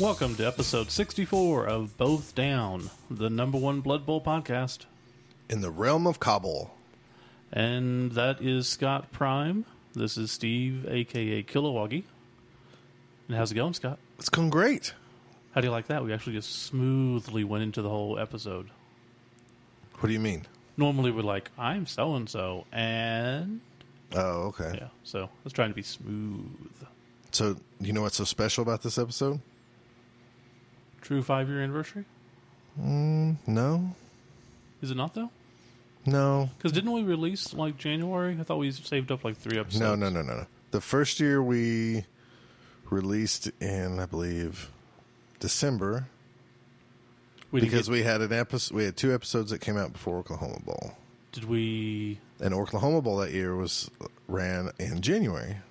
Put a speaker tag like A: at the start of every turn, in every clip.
A: Welcome to episode 64 of Both Down, the number one Blood Bowl podcast.
B: in the realm of Kabul.
A: And that is Scott Prime. This is Steve, aka Kilowoggy. And how's it going, Scott?
B: It's going great.
A: How do you like that? We actually just smoothly went into the whole episode.
B: What do you mean?
A: Normally we're like, I'm so and so, and
B: Oh, okay.
A: yeah. So I was trying to be smooth.
B: So you know what's so special about this episode?
A: True five year anniversary?
B: No,
A: Is it not though?
B: no,
A: Because didn't we release like January? I thought we saved up like three episodes.
B: no, no, no, no, no. The first year we released in, I believe, December
A: We didn't
B: because
A: get-
B: we had an episode. We had two episodes that came out before Oklahoma Bowl,
A: did we
B: and Oklahoma Bowl that year was ran in January.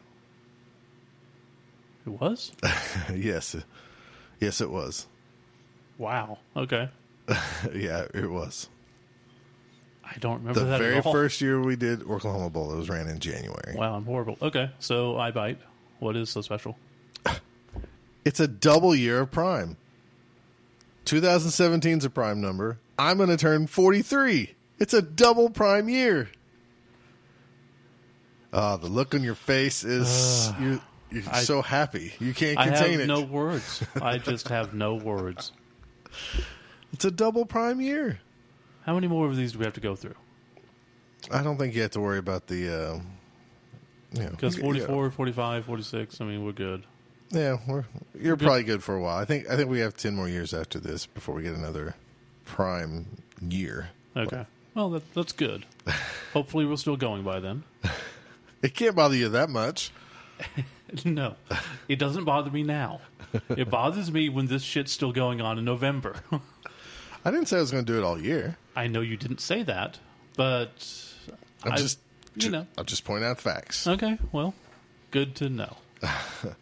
A: It was?
B: yes, yes, it was.
A: Wow. Okay.
B: yeah, it was.
A: I don't remember
B: The
A: that
B: very
A: at all.
B: first year we did Oklahoma Bowl, it was ran in January.
A: Wow, I'm horrible. Okay, so I bite. What is so special?
B: It's a double year of prime. 2017 is a prime number. I'm going to turn 43. It's a double prime year. Ah, the look on your face is you're, you're
A: Ah, I-
B: so happy. You can't
A: I
B: contain
A: have
B: it.
A: no words. I just have no words.
B: It's a double prime year.
A: How many more of these do we have to go through?
B: I don't think you have to worry about the. Uh, you know,
A: Because
B: yeah.
A: 44, 45, 46, I mean, we're good.
B: Yeah, we're, you're probably good for a while. I think I think we have ten more years after this before we get another prime year.
A: Okay. Well, that, that's good. Hopefully, we're still going by then.
B: It can't bother you that much.
A: No, it doesn't bother me now. It bothers me when this shit's still going on in November.
B: I didn't say I was going to do it all year.
A: I know you didn't say that, but
B: I'm
A: I-
B: just,
A: you know.
B: I'll just point out facts.
A: Okay, well, good to know.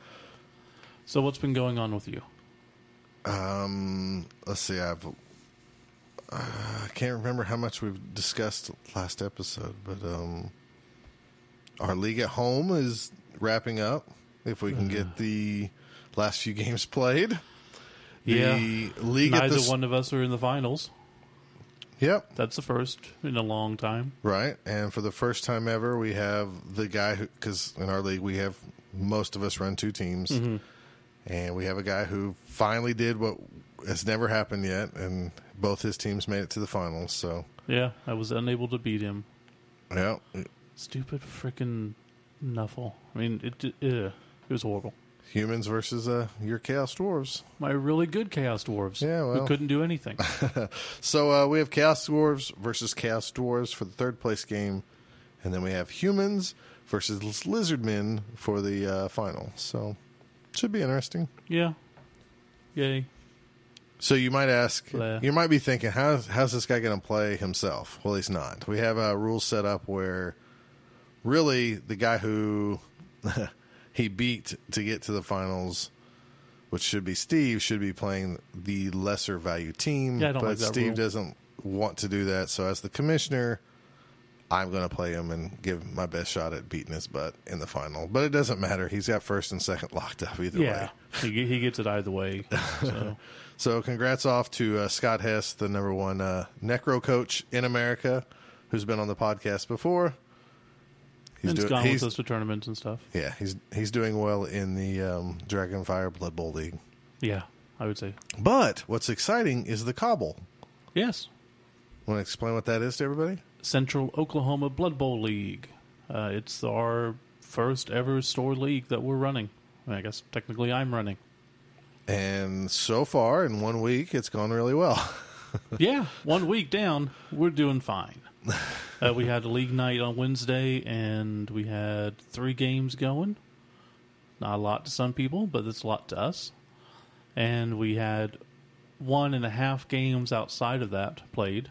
A: so, what's been going on with you?
B: Let's see. I've, uh, I can't remember how much we've discussed last episode, but um, our league at home is wrapping up. If we
A: Hmm.
B: can get the last few games played, the league at
A: neither
B: the s-
A: one of us are in the finals.
B: Yep,
A: That's the first in a long time.
B: right. And for the first time ever, we have the guy who because in our league we have most of us run two teams, and we have a guy who finally did what has never happened yet, and both his teams made it to the finals. So.
A: Yeah, I was unable to beat him.
B: Yeah,
A: Stupid freaking nuffle. I mean, it it, ugh, it was horrible.
B: humans versus uh, your chaos dwarves.
A: My really good Chaos Dwarves
B: Yeah,
A: who
B: well.
A: couldn't do anything.
B: So uh, we have chaos dwarves versus chaos dwarves for the third place game, and then we have humans versus lizard men for the uh, final. So should be interesting.
A: yeah. Yay.
B: So you might ask,
A: Yeah.
B: you might be thinking, how's how's this guy going to play himself? Well, he's not. We have a rule set up where, really, the guy who he beat to get to the finals, which should be Steve, should be playing the lesser value team.
A: Yeah, I don't
B: but
A: like that
B: Steve
A: rule.
B: doesn't want to do that. So as the commissioner, I'm going to play him and give my best shot at beating his butt in the final. But it doesn't matter. He's got first and second locked up either
A: Yeah.
B: way.
A: he, ge- he gets it either way. So.
B: So, congrats off to uh, Scott Hess, the number one uh, necro coach in America, who's been on the podcast before. He's
A: and has
B: doing-
A: gone
B: he's-
A: with us to tournaments and stuff.
B: Yeah, he's he's doing well in the um, Dragonfire Blood Bowl league.
A: Yeah, I would say.
B: But what's exciting is the Cobble.
A: Yes.
B: Want to explain what that is to everybody?
A: Central Oklahoma Blood Bowl League. Uh, it's our first ever store league that we're running. I guess technically I'm running.
B: And so far, in one week, it's gone really well.
A: yeah, one week down, we're doing fine. Uh, we had a league night on Wednesday, and we had three games going. Not a lot to some people, but it's a lot to us. And we had one and a half games outside of that played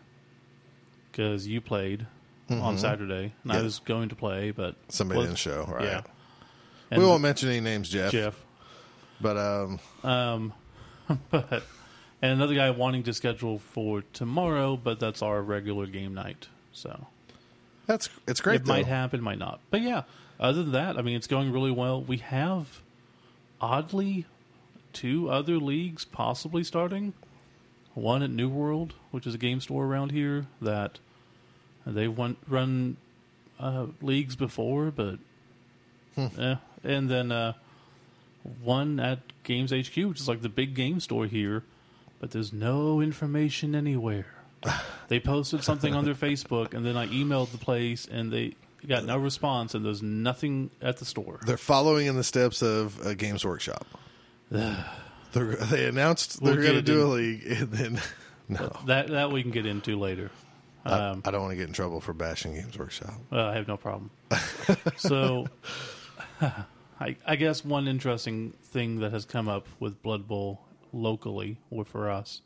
A: because you played on Saturday, and I
B: Mm-hmm. Yeah.
A: was going to play, but
B: Somebody
A: was-
B: didn't show, right?
A: Yeah,
B: We
A: And
B: won't mention any names, Jeff.
A: Jeff.
B: But um,
A: but and another guy wanting to schedule for tomorrow, but that's our regular game night. So
B: that's it's great.
A: it
B: though.
A: might happen, might not. But yeah, other than that, I mean, it's going really well. We have oddly two other leagues possibly starting. One at New World, which is a game store around here that they won, run uh, leagues before, but
B: Hmm.
A: eh. and then uh, one at Games HQ, which is like the big game store here, but there's no information anywhere. they posted something on their Facebook, and then I emailed the place, and they got no response, and there's nothing at the store.
B: They're following in the steps of a Games Workshop. They're, they announced they're
A: We'll
B: going to
A: get it
B: do
A: in.
B: a league, and then no,
A: That that we can get into later. Um,
B: I don't want to get in trouble for bashing Games Workshop.
A: Uh, I have no problem. so, I, I guess one interesting thing that has come up with Blood Bowl locally or for us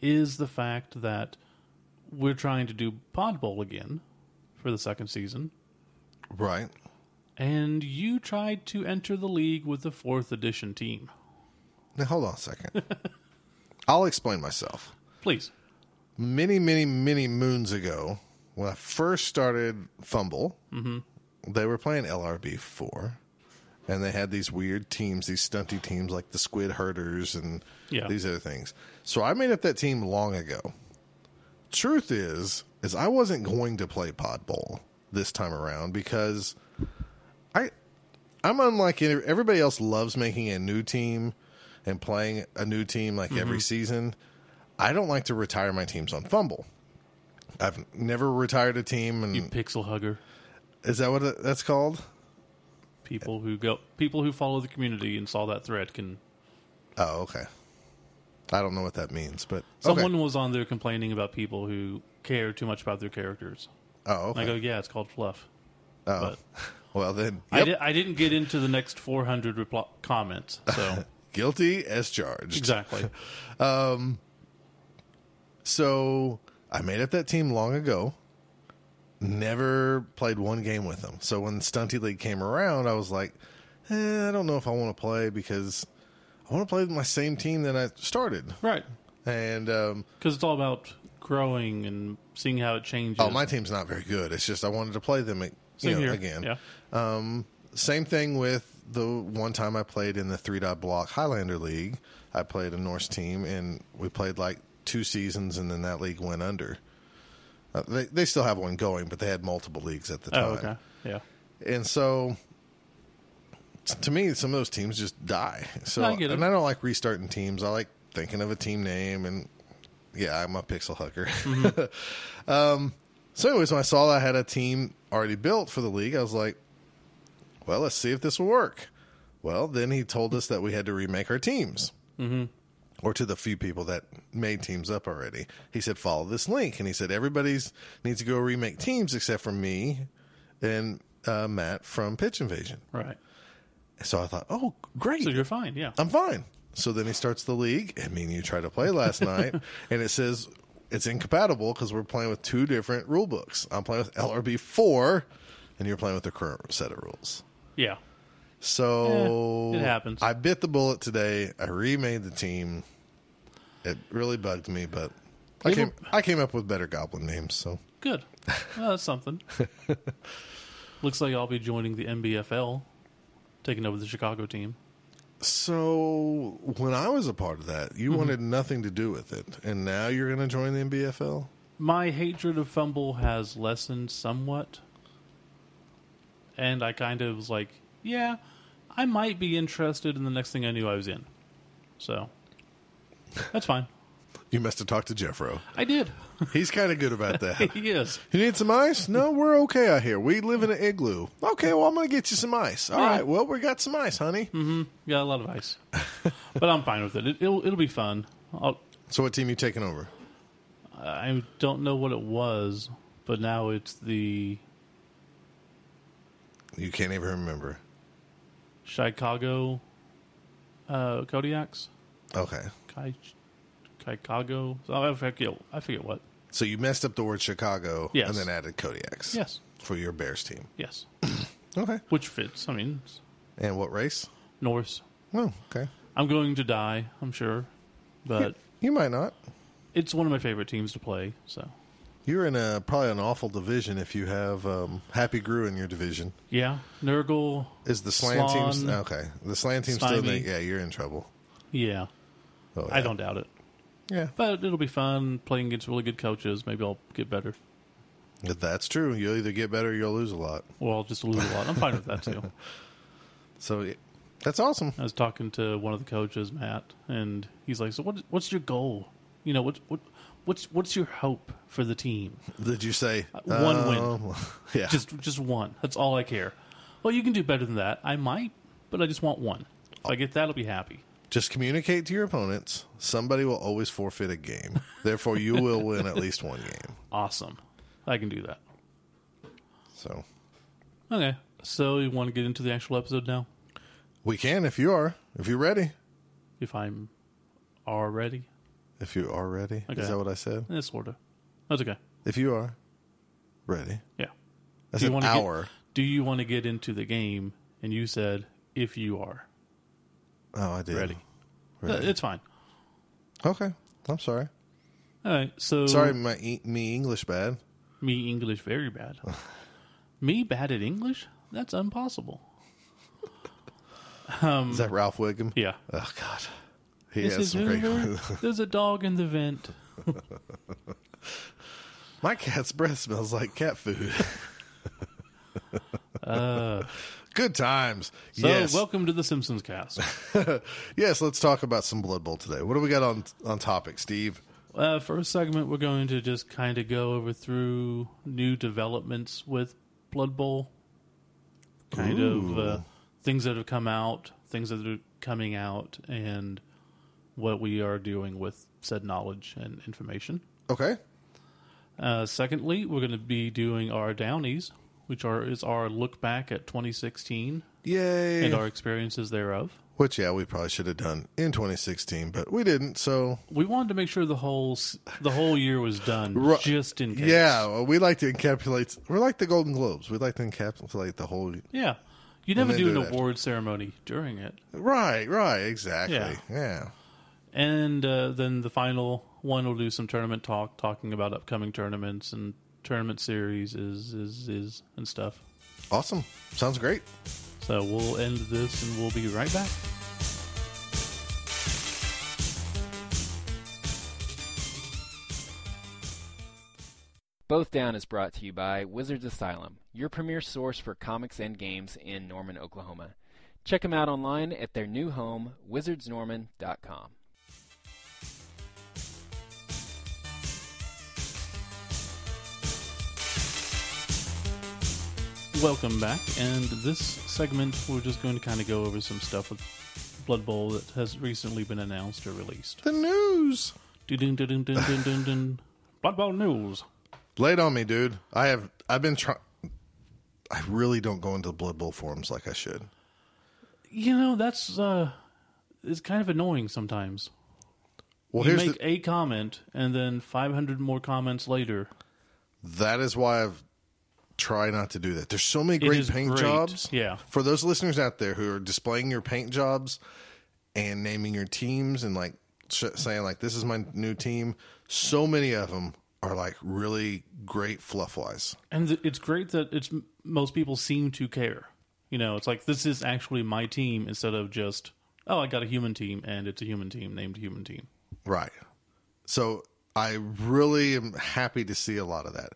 A: is the fact that we're trying to do Pod Bowl again for the second season,
B: Right?
A: and you tried to enter the league with the fourth edition team.
B: Now hold on a second. I'll explain myself.
A: Please.
B: many, many, many moons ago, when I first started Fumble, they were playing LRB four, and they had these weird teams, these stunty teams like the Squid Herders and
A: Yeah.
B: these other things. So I made up that team long ago. Truth is, is I wasn't going to play Pod Bowl this time around because I I'm unlike any- everybody else loves making a new team and playing a new team like
A: Mm-hmm.
B: every season. I don't like to retire my teams on Fumble. I've never retired a team and
A: You pixel hugger.
B: is that what it- that's called?
A: People who go, people who follow the community and saw that thread can.
B: Oh, okay. I don't know what that means, but okay.
A: Someone was on there complaining about people who care too much about their characters.
B: Oh,
A: And I
B: okay.
A: go, yeah, it's called fluff.
B: oh. Well then,
A: I,
B: yep.
A: di- I didn't get into the next 400 repl- comments. So
B: guilty as charged.
A: exactly,
B: So I made up that team long ago. Never played one game with them. So when Stunty League came around, I was like, eh, I don't know if I want to play because I want to play with my same team that I started.
A: right?
B: And um,
A: Because it's all about growing and seeing how it changes.
B: oh, my team's not very good. It's just I wanted to play them you
A: Same
B: know,
A: here.
B: again.
A: Yeah,
B: Same thing with the one time I played in the three dot block Highlander League. I played a Norse team, and we played like two seasons, and then that league went under. Uh, they they still have one going, but they had multiple leagues at the time.
A: Oh, okay. Yeah.
B: And so, t- to me, some of those teams just die. So,
A: I get it.
B: and I don't like restarting teams. I like thinking of a team name, and yeah, I'm a pixel hugger. um,
A: Mm-hmm.
B: so, anyways, when I saw I had a team already built for the league, I was like, "Well, let's see if this will work." Well, then he told us that we had to remake our teams. Or to the few people that made teams up already, he said, "Follow this link," and he said, "Everybody's needs to go remake teams except for me and uh, Matt from Pitch Invasion.
A: Right.
B: So I thought, oh, great.
A: So you're fine. Yeah.
B: I'm fine. So then he starts the league, and me and you try to play last night, and it says it's incompatible because we're playing with two different rule books. I'm playing with LRB 4, and you're playing with the current set of rules.
A: Yeah.
B: So
A: Eh, it happens.
B: I bit the bullet today. I remade the team. It really bugged me, but I
A: Little-
B: came, I came up with better goblin names. So
A: Good. Well, that's something. Looks like I'll be joining the NBFL, taking over the Chicago team.
B: So when I was a part of that,
A: Mm-hmm.
B: you wanted nothing to do with it, and now you're going to join the NBFL.
A: my hatred of fumble has lessened somewhat and i kind of was like yeah i might be interested in the next thing i knew i was in so that's fine
B: You must have talked to Jeffro.
A: i did
B: He's kind of good about that.
A: he is
B: you need some ice? No, we're okay out here. We live in an igloo. Okay, well I'm going to get you some ice. All right.
A: Yeah.
B: Well, we got some ice, honey.
A: Mm-hmm. got a lot of ice but i'm fine with it, it it'll, it'll be fun I'll,
B: So what team you taking over?
A: i don't know what it was but now it's the
B: You can't even remember.
A: chicago uh, kodiaks
B: Okay.
A: Chi- chicago oh, I, forget, I forget what
B: So you messed up the word Chicago
A: Yes.
B: and then added Kodiaks
A: yes
B: for your Bears team.
A: yes
B: Okay.
A: which fits i mean it's-
B: And what race?
A: Norse.
B: Oh, okay.
A: I'm going to die, I'm sure, but
B: You might not.
A: it's one of my favorite teams to play. So
B: You're in a probably an awful division if you have um, Happy Grew in your division.
A: yeah, Nurgle
B: Is the slant team
A: Slan.
B: okay? The slant team still in the,
A: Stymie.
B: yeah? You're in trouble.
A: Yeah,
B: Oh,
A: I
B: yeah.
A: don't doubt it.
B: Yeah,
A: But it'll be fun playing against really good coaches. Maybe I'll get better.
B: If that's true. You'll either get better or you'll lose a lot.
A: Well, I'll just lose a lot. I'm fine with that too.
B: So yeah, that's awesome.
A: I was talking to one of the coaches, Matt, and he's like, "So what? What's your goal? You know, what what what's what's your hope for the team?
B: Did you say
A: Uh, one win.
B: um, Yeah,
A: Just just one. That's all I care. Well, you can do better than that. I might, but I just want one. If I get that, I'll be happy.
B: Just communicate to your opponents. Somebody will always forfeit a game. Therefore, you will win at least one game.
A: Awesome. I can do that.
B: So
A: Okay. So you want to get into the actual episode now?
B: we can if you are, if you're ready.
A: If I'm already
B: If you are ready,
A: Okay.
B: is that what I said?
A: in this order, that's okay.
B: If you are ready,
A: Yeah.
B: that's
A: Do you
B: an
A: wanna get-
B: hour.
A: Do you want to get into the game? And you said if you are
B: oh, I did.
A: ready, Uh,
B: Ready.
A: it's fine.
B: Okay, I'm sorry.
A: All right. So
B: Sorry, my e- me English bad.
A: Me English very bad. Me bad at English? That's impossible.
B: Is that Ralph Wiggum?
A: Um, Yeah.
B: Oh God, he
A: This
B: has
A: is
B: some great
A: Hoover. There's a dog in the vent.
B: My cat's breath smells like cat food. Good times.
A: Uh. So
B: yes.
A: welcome to the Simpsons cast.
B: yes, let's talk about some Blood Bowl today. What do we got on on topic, Steve?
A: Uh, first segment, we're going to just kind of go over through new developments with Blood Bowl. Kind of uh, things that have come out, things that are coming out, and what we are doing with said knowledge and information.
B: Okay.
A: Uh, secondly, we're going to be doing our downies, which are is our look back at 2016
B: Yay.
A: and our experiences thereof.
B: Which yeah, we probably should have done in 2016, but we didn't. So
A: We wanted to make sure the whole s- the whole year was done,
B: Ru-
A: just in case.
B: yeah, well, we like to encapsulate. We're like the Golden Globes. We like to encapsulate the whole.
A: yeah. You never
B: then
A: do an
B: do that.
A: award ceremony during it,
B: Right. Right. Exactly.
A: Yeah.
B: yeah.
A: and uh, then the final one will do some tournament talk, talking about upcoming tournaments and tournament series is is is and stuff.
B: Awesome. Sounds great.
A: So we'll end this, and we'll be right back.
C: Both Down is brought to you by Wizards Asylum, your premier source for comics and games in Norman, Oklahoma. Check them out online at their new home, wizardsnorman.com.
A: Welcome back, and this segment we're just going to kind of go over some stuff with Blood Bowl that has recently been announced or released.
B: The news.
A: Dun, dun, dun, dun, dun, dun, dun. Blood Bowl news.
B: Lay it on me, dude. I have. I've been trying. I really don't go into Blood Bowl forums like I should.
A: You know that's uh, it's kind of annoying sometimes.
B: Well,
A: you
B: here's
A: make
B: the,
A: a comment, and then 500 more comments later.
B: that is why I've try not to do that. There's so many
A: It
B: great
A: is
B: paint
A: great.
B: jobs.
A: Yeah.
B: For those listeners out there who are displaying your paint jobs and naming your teams and like sh- saying like this is my new team, so many of them are like really great fluff wise.
A: And th- it's great that it's m- most people seem to care. You know, it's like this is actually my team instead of just oh, I got a human team and it's a human team named human team.
B: Right. So I really am happy to see a lot of that.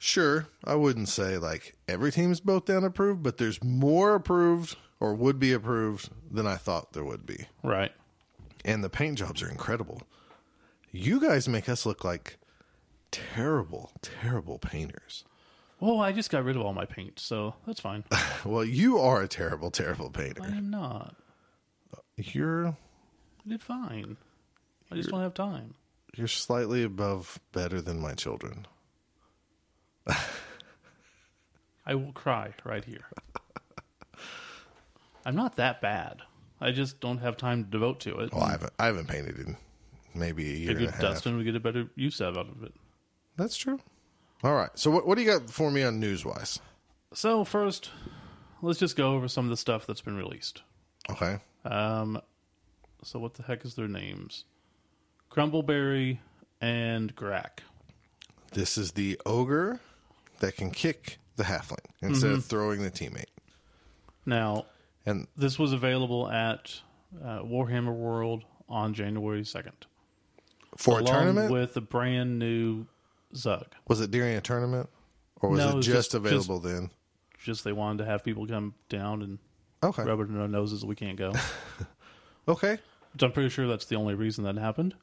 B: Sure, I wouldn't say like every team's both down approved, but there's more approved or would be approved than I thought there would be.
A: Right.
B: And the paint jobs are incredible. You guys make us look like terrible, terrible painters.
A: Well, Oh, I just got rid of all my paint, so that's fine. I
B: Well, you are a terrible, terrible painter.
A: am not.
B: You're
A: I did fine. I just don't have time.
B: you're slightly above better than my children.
A: I will cry right here. I'm not that bad. I just don't have time to devote to it.
B: Well, I haven't I haven't painted in maybe a year
A: Hmm. Maybe
B: and a
A: with
B: half.
A: Dustin would get a better use out of it.
B: That's true. All right. So what what do you got for me on news wise?
A: So first, let's just go over some of the stuff that's been released.
B: Okay.
A: Um, so what the heck is their names? Crumbleberry and Grack.
B: This is the ogre that can kick the halfling
A: Mm-hmm.
B: instead of throwing the teammate.
A: Now,
B: And
A: this was available at uh, Warhammer World on January 2nd.
B: for a
A: along
B: tournament.
A: With a brand new Zug.
B: was it during a tournament, or was
A: No, it
B: it
A: was
B: just,
A: just-
B: available then?
A: Just they wanted to have people come down and
B: Okay,
A: rub it in our noses we can't go.
B: okay.
A: Which I'm pretty sure that's the only reason that happened.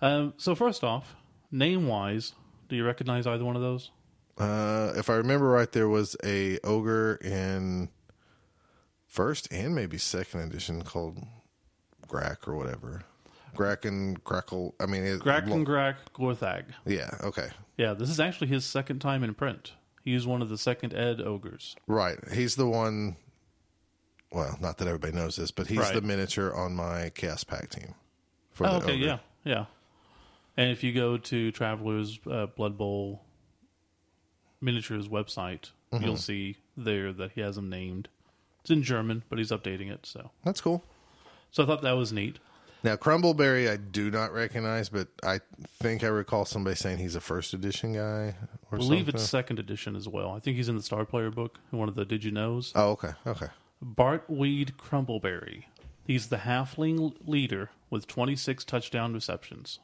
A: Um, so, first off, name wise, do you recognize either one of those?
B: Uh, if I remember right, there was a ogre in first and maybe second edition called Grack or whatever. Grack and Crackle. I mean, it,
A: Grack and Grack Gorthag.
B: yeah. Okay,
A: Yeah, this is actually his second time in print. He was one of the second Ed ogres.
B: right. He's the one. Well, not that everybody knows this, but he's
A: Right.
B: the miniature on my Chaos Pack team. For
A: Oh,
B: the
A: okay,
B: ogre.
A: yeah, yeah. And if you go to Traveler's uh, Blood Bowl miniatures website,
B: Mm-hmm.
A: you'll see there that he has them named. It's in German, but he's updating it. So,
B: that's cool.
A: so I thought that was neat.
B: Now, Crumbleberry, I do not recognize, but I think I recall somebody saying he's a first edition guy or
A: I believe
B: something.
A: it's second edition as well. I think he's in the Star Player book, in one of the Did You Knows.
B: oh, okay, okay.
A: Bartweed Crumbleberry. He's the halfling leader with 26 touchdown receptions.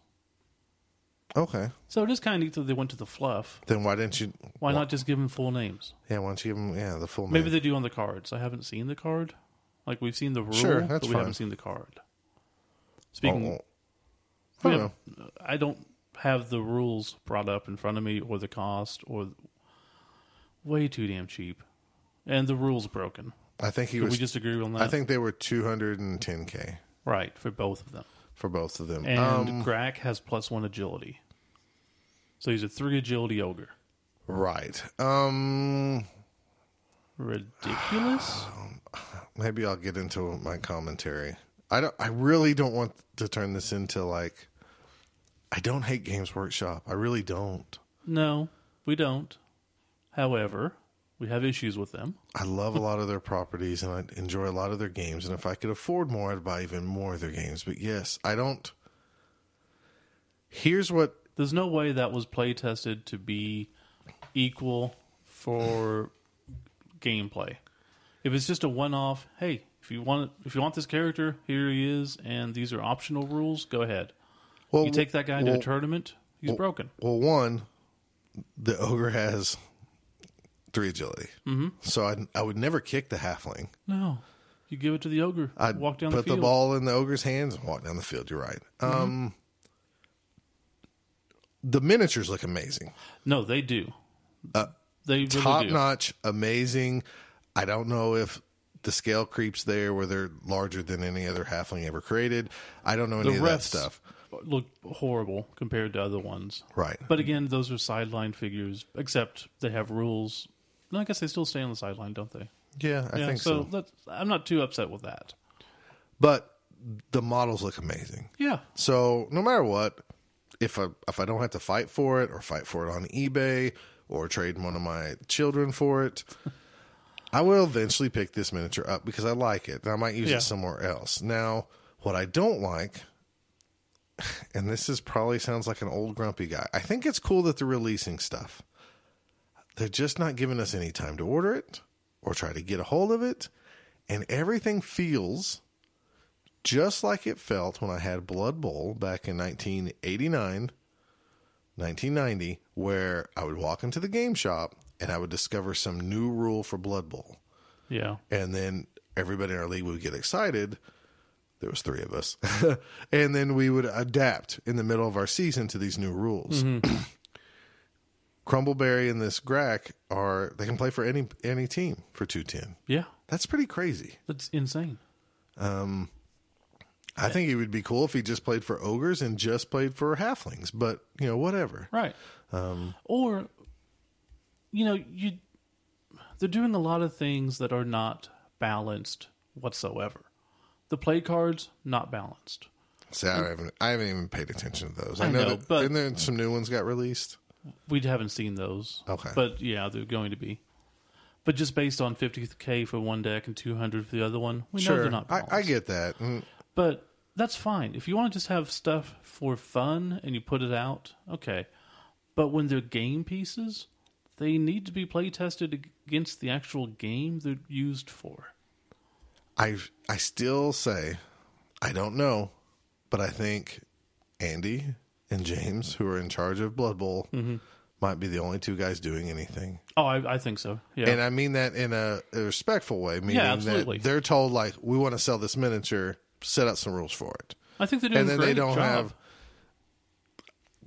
B: Okay.
A: So it is kind of neat that they went to the fluff.
B: Then why didn't you?
A: Why not just give him full names?
B: Yeah, why don't you give him yeah the full
A: Maybe
B: name?
A: they do on the cards. I haven't seen the card. Like we've seen the rule,
B: Sure,
A: but
B: that's
A: we
B: fine.
A: haven't seen the card.
B: Oh,
A: Speaking,
B: I
A: we
B: don't
A: have- I don't have the rules brought up in front of me, or the cost, or way too damn cheap, and the rules broken.
B: I think he
A: Did
B: was.
A: we just agree on that?
B: I think they were two hundred and ten k
A: right for both of them.
B: for both of them.
A: And
B: um,
A: Grack has plus one agility, so he's a three agility ogre.
B: right. Um,
A: Ridiculous.
B: maybe I'll get into my commentary. I don't. I really don't want to turn this into like. I don't hate Games Workshop. I really don't.
A: no, we don't. However, we have issues with them.
B: I love a lot of their properties and I enjoy a lot of their games. And if I could afford more, I'd buy even more of their games. But yes, I don't. Here's what
A: There's no way that was play tested to be equal for gameplay. If it's just a one-off, hey, if you want if you want this character, here he is, and these are optional rules. Go ahead.
B: well,
A: You take that guy to
B: well,
A: a tournament, he's broken.
B: Well, one, the ogre has three agility, mm-hmm. so I I would never kick the halfling.
A: No, you give it to the ogre.
B: I'd
A: walk down the
B: put
A: field. Mm-hmm.
B: ball in the ogre's hands and walk down the field. You're right. Um, the miniatures look amazing.
A: No, they do. they really
B: top
A: do.
B: notch, amazing. I don't know if the scale creeps there where they're larger than any other halfling ever created. I don't know any
A: The
B: of that
A: refs
B: stuff.
A: look horrible compared to other ones.
B: Right.
A: But again, those are sideline figures, except they have rules. No, I guess they still stay on the sideline, don't they?
B: yeah, I
A: Yeah,
B: think
A: so.
B: so.
A: That's, I'm not too upset with that.
B: But the models look amazing.
A: Yeah.
B: So no matter what, if I if I don't have to fight for it or fight for it on eBay or trade one of my children for it, I will eventually pick this miniature up because I like it. And I might use
A: Yeah.
B: it somewhere else. Now, what I don't like and this is probably sounds like an old grumpy guy. I think it's cool that they're releasing stuff. They're just not giving us any time to order it or try to get a hold of it. And everything feels just like it felt when I had Blood Bowl back in 1989, 1990, where I would walk into the game shop and I would discover some new rule for Blood Bowl.
A: Yeah.
B: And then everybody in our league would get excited. There was three of us. and then we would adapt in the middle of our season to these new rules.
A: Mm-hmm.
B: Crumbleberry and this Grack are they can play for any any team for 210.
A: Yeah.
B: That's pretty crazy.
A: That's insane.
B: I think it would be cool if he just played for ogres and just played for halflings, but you know, whatever.
A: Right. or, you know, you they're doing a lot of things that are not balanced whatsoever. The play cards, not balanced.
B: So I haven't, I haven't even paid attention to those. I,
A: I
B: know,
A: know,
B: that,
A: but-
B: and then some new ones got released.
A: We haven't seen those.
B: Okay.
A: But yeah, they're going to be. But just based on 50k for one deck and 200 for the other one, we know
B: Sure,
A: they're not
B: I,
A: balanced.
B: I get that. Mm,
A: But that's fine. If you want to just have stuff for fun and you put it out, okay. But when they're game pieces, they need to be play tested ag- against the actual game they're used for.
B: I I still say I don't know, but I think Andy and James, who are in charge of Blood Bowl,
A: Mm-hmm.
B: might be the only two guys doing anything.
A: Oh, I, I think so. Yeah.
B: And I mean that in a, a respectful way, meaning
A: absolutely.
B: that they're told like we want to sell this miniature, set up some rules for it.
A: I think they're doing
B: And then
A: a great
B: they don't
A: job.
B: have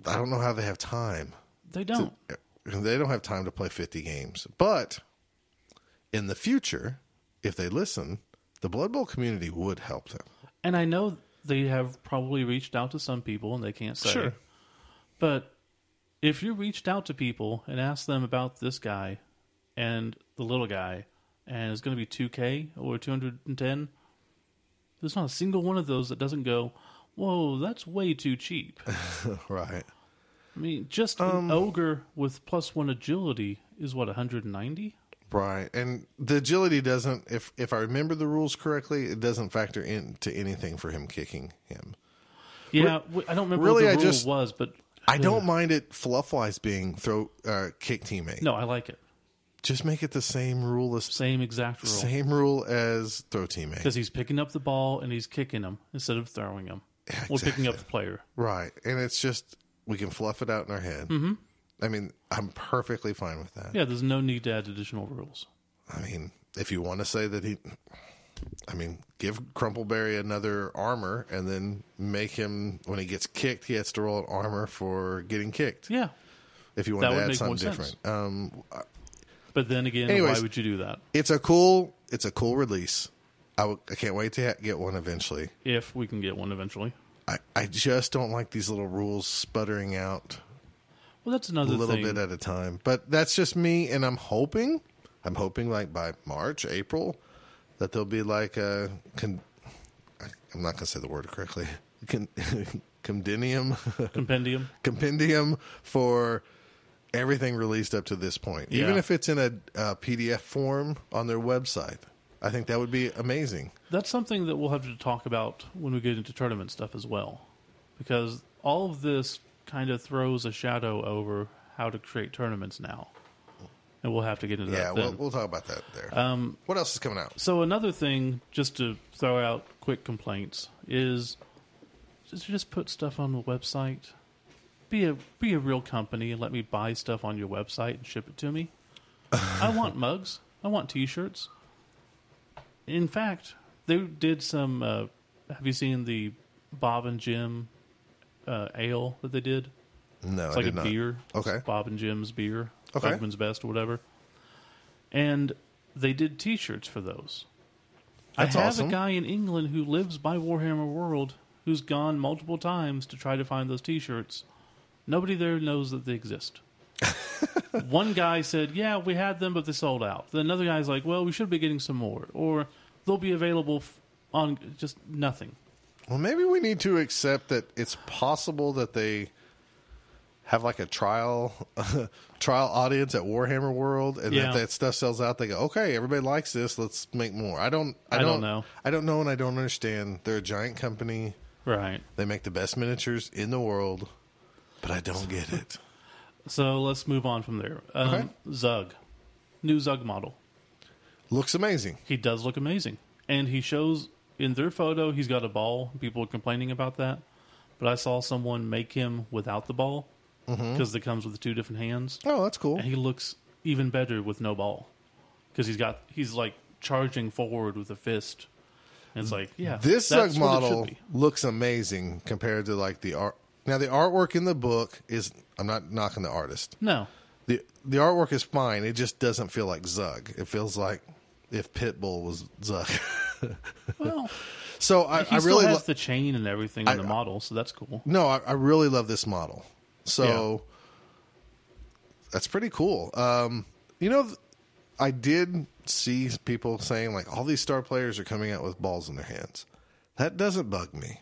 B: I don't know how they have time.
A: They don't.
B: They don't have time to play 50 games. But in the future, if they listen, the Blood Bowl community would help them.
A: And I know they have probably reached out to some people and they can't say.
B: Sure.
A: But if you reached out to people and asked them about this guy and the little guy and it's going to be 2K or 210, there's not a single one of those that doesn't go, whoa, that's way too cheap.
B: Right.
A: I mean, just
B: Um,
A: an ogre with plus one agility is what, 190?
B: Right. And the agility doesn't if if I remember the rules correctly, it doesn't factor into anything for him kicking him.
A: Yeah, w I don't remember
B: really,
A: what
B: I
A: the rule
B: just-
A: was, but
B: I don't mind it fluff wise being throw uh, kick teammate.
A: no, I like it.
B: Just make it the same rule as
A: Same exact rule.
B: same rule as throw teammate.
A: because he's picking up the ball and he's kicking him instead of throwing him. We're picking up the player.
B: Right. And it's just we can fluff it out in our head. Mm-hmm. I mean, I'm perfectly fine with that.
A: Yeah, there's no need to add additional rules.
B: I mean, if you want to say that he I mean, give Crumpleberry another armor and then make him when he gets kicked, he has to roll an armor for getting kicked.
A: Yeah,
B: If you want
A: That
B: to
A: would
B: add
A: make more
B: something
A: sense.
B: different. Um
A: but then again,
B: Anyways.
A: why would you do that
B: it's a cool it's a cool release I w- I can't wait to ha- get one eventually
A: if we can get one eventually?
B: I, I just don't like these little rules sputtering out
A: Well, that's another
B: a little
A: thing.
B: bit at a time but that's just me and i'm hoping i'm hoping like by march april that there'll be like a con- I- i'm not going to say the word correctly con- compendium
A: Compendium.
B: compendium for everything released up to this point even
A: Yeah.
B: if it's in a, a pdf form on their website i think that would be amazing
A: That's something that we'll have to talk about when we get into tournament stuff as well, because all of this kind of throws a shadow over how to create tournaments now, and we'll have to get into
B: Yeah,
A: that. then.
B: we'll, we'll talk about that there. Um, what else is coming out?
A: So another thing, just to throw out quick complaints, is just just put stuff on the website. Be a be a real company and let me buy stuff on your website and ship it to me. I want mugs. I want T-shirts. In fact, they did some. Uh, have you seen the Bob and Jim uh, ale that they did?
B: No,
A: It's
B: I
A: like
B: did
A: a
B: not.
A: beer.
B: Okay.
A: It's Bob and Jim's beer.
B: Okay.
A: Bergman's Best or whatever. And they did t shirts for those.
B: That's
A: I have
B: awesome.
A: a guy in England who lives by Warhammer World who's gone multiple times to try to find those t shirts. Nobody there knows that they exist. One guy said, Yeah, we had them, but they sold out. Then another guy's like, Well, we should be getting some more. Or they'll be available f- on just nothing.
B: Well, maybe we need to accept that it's possible that they have like a trial trial audience at Warhammer World, and
A: Yeah.
B: if that stuff sells out, they go, "Okay, everybody likes this. Let's make more." I don't. I,
A: I
B: don't,
A: don't know.
B: I don't know, and I don't understand. They're a giant company.
A: Right.
B: They make the best miniatures in the world, but I don't get it.
A: So let's move on from there. Um,
B: Okay.
A: Zug. New Zug model.
B: Looks amazing.
A: he does look amazing. And he shows in their photo he's got a ball. People are complaining about that. But I saw someone make him without the ball because
B: Mm-hmm.
A: it comes with two different hands.
B: Oh, that's cool.
A: And he looks even better with no ball because he's got he's like charging forward with a fist. And it's like, yeah,
B: This
A: that's
B: Zug
A: what it should
B: model
A: be.
B: looks amazing compared to like the art. Now the artwork in the book is I'm not knocking the artist.
A: No,
B: The the artwork is fine. It just doesn't feel like Zug. It feels like if Pitbull was Zug.
A: well,
B: so I,
A: he
B: I
A: still
B: really
A: has
B: lo-
A: the chain and everything on the model, so that's cool.
B: no, I, I really love this model. So that's pretty cool. Um, you know, th- I did see people saying like all these star players are coming out with balls in their hands. That doesn't bug me.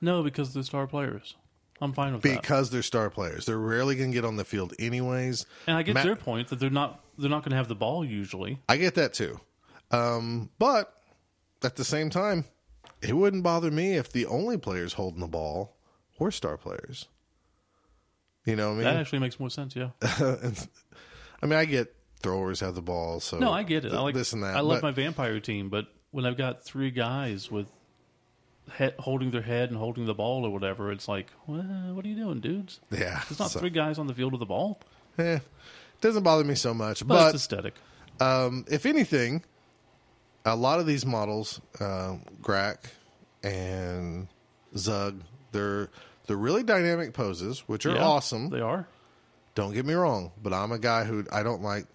A: No, because they're star players. I'm fine with that.
B: because they're star players. They're rarely going to get on the field anyways.
A: And I get
B: Ma-
A: their point that they're not they're not going to have the ball usually.
B: I get that too. Um, but at the same time, it wouldn't bother me if the only players holding the ball were star players. You know what I
A: That
B: mean?
A: actually makes more sense, yeah.
B: I mean, I get throwers have the ball, so
A: No, I get it. I
B: th-
A: like
B: this and that.
A: I love
B: but
A: my vampire team, but when I've got three guys with he- holding their head and holding the ball or whatever, it's like, well, what are you doing, dudes?
B: Yeah,
A: There's not
B: so-
A: three guys on the field with the ball,
B: Eh, doesn't bother me so much.
A: but,
B: But
A: it's aesthetic.
B: um, if anything, a lot of these models, um, Grack and Zug, they're they're really dynamic poses, which are
A: Yeah,
B: awesome.
A: They are.
B: Don't get me wrong, but I'm a guy who I don't like.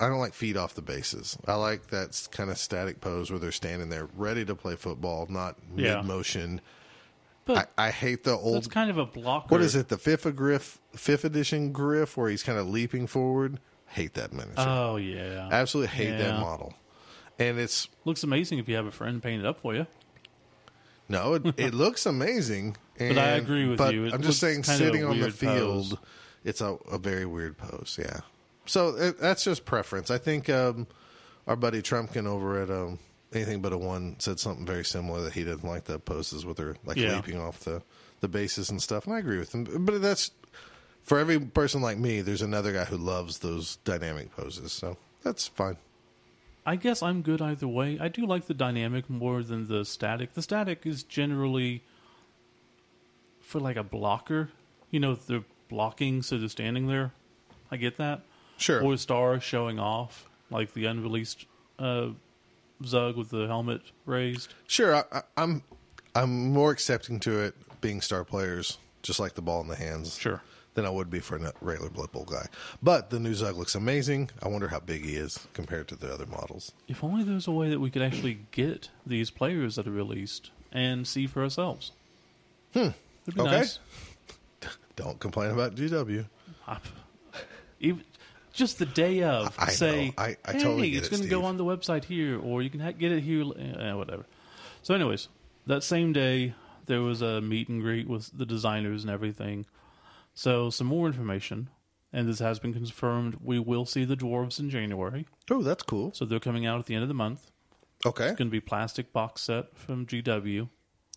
B: I don't like feet off the bases. I like that kind of static pose where they're standing there ready to play football, not
A: Yeah.
B: mid motion. I,
A: But
B: I hate the
A: that's
B: old.
A: kind of a blocker.
B: What is it? The fifth griff, fifth edition griff, where he's kind of leaping forward. Hate that miniature.
A: Oh yeah,
B: Absolutely hate that
A: Yeah.
B: model. And it's
A: looks amazing if you have a friend paint it up for you.
B: no, it, it looks amazing. And,
A: I agree with
B: but
A: you. It
B: I'm just
A: looks
B: saying,
A: kinda
B: sitting on the
A: weird pose.
B: field, it's a, a very weird pose. Yeah. So it, that's just preference. I think um, our buddy Trumpkin over at um, anything but a one said something very similar that he doesn't like the poses with her like
A: Yeah.
B: leaping off the the bases and stuff. And I agree with him. But that's for every person like me. There's another guy who loves those dynamic poses. So that's fine.
A: I guess I'm good either way. I do like the dynamic more than the static. The static is generally for like a blocker. You know, they're blocking, so they're standing there. I get that.
B: Sure.
A: Or a star showing off, like the unreleased uh, Zug with the helmet raised.
B: Sure, I, I, I'm I'm more accepting to it being star players, just like the ball in the hands,
A: Sure.
B: than I would be for a regular Blood Bowl guy. But the new Zug looks amazing. I wonder how big he is compared to the other models.
A: If only there was a way that we could actually get these players that are released and see for ourselves. Hmm. It'd be
B: Okay.
A: nice.
B: Don't complain about GW.
A: up. Even, just the day of,
B: I- I
A: say,
B: know. I- I
A: hey,
B: totally get
A: it's
B: it,
A: going to go
B: Steve.
A: on the website here, or you can ha- get it here, uh, whatever. So, anyways, that same day, there was a meet and greet with the designers and everything. So, some more information, and this has been confirmed. We will see the dwarves in January.
B: Oh, that's cool.
A: So, they're coming out at the end of the month.
B: Okay,
A: It's going to be plastic box set from GW.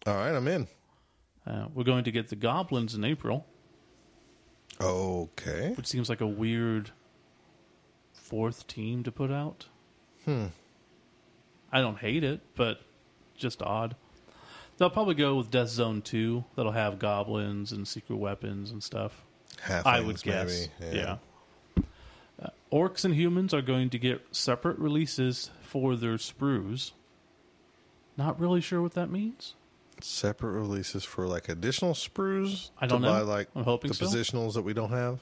B: all right, I'm in.
A: Uh, we're going to get the goblins in April.
B: Okay,
A: which seems like a weird fourth team to put out. Hmm. I don't hate it, but just odd. They'll probably go with Death Zone 2. That'll have goblins and secret weapons and stuff.
B: half.
A: I would guess. Yeah. Uh, orcs and humans are going to get separate releases for their sprues. Not really sure what that means.
B: Separate releases for like additional sprues.
A: I don't
B: to
A: know.
B: Buy, like
A: I'm hoping
B: the
A: so.
B: positionals that we don't have.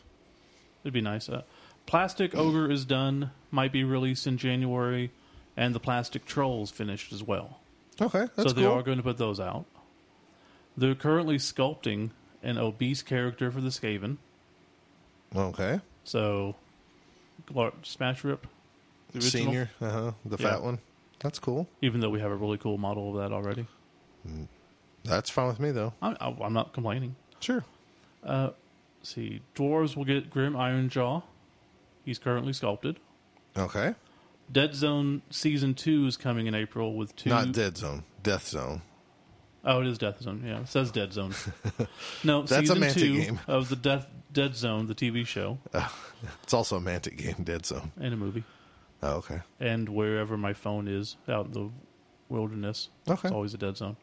A: It'd be nice. Uh, plastic Ogre is done, might be released in January, and the Plastic Trolls finished as well.
B: Okay, that's
A: so they
B: cool.
A: are going to put those out. They're currently sculpting an obese character for the Skaven.
B: okay,
A: So, Glar- Smash Rip, the original,
B: senior, uh huh, the
A: Yeah.
B: fat one. That's cool.
A: Even though we have a really cool model of that already,
B: That's fine with me though.
A: I'm, I'm not complaining.
B: Sure.
A: Let's see, dwarves will get Grim Iron Jaw. He's currently sculpted.
B: Okay.
A: Dead Zone season two is coming in April with two.
B: Not dead zone, death zone.
A: Oh, it is Death Zone. Yeah, it says Dead Zone. No,
B: That's a
A: season
B: Mantic
A: two
B: game.
A: of the Death Dead Zone, the TV show
B: It's also a mantic game, dead zone.
A: and a movie,
B: Oh, okay.
A: and wherever my phone is out in the wilderness,
B: Okay.
A: it's always a Dead Zone.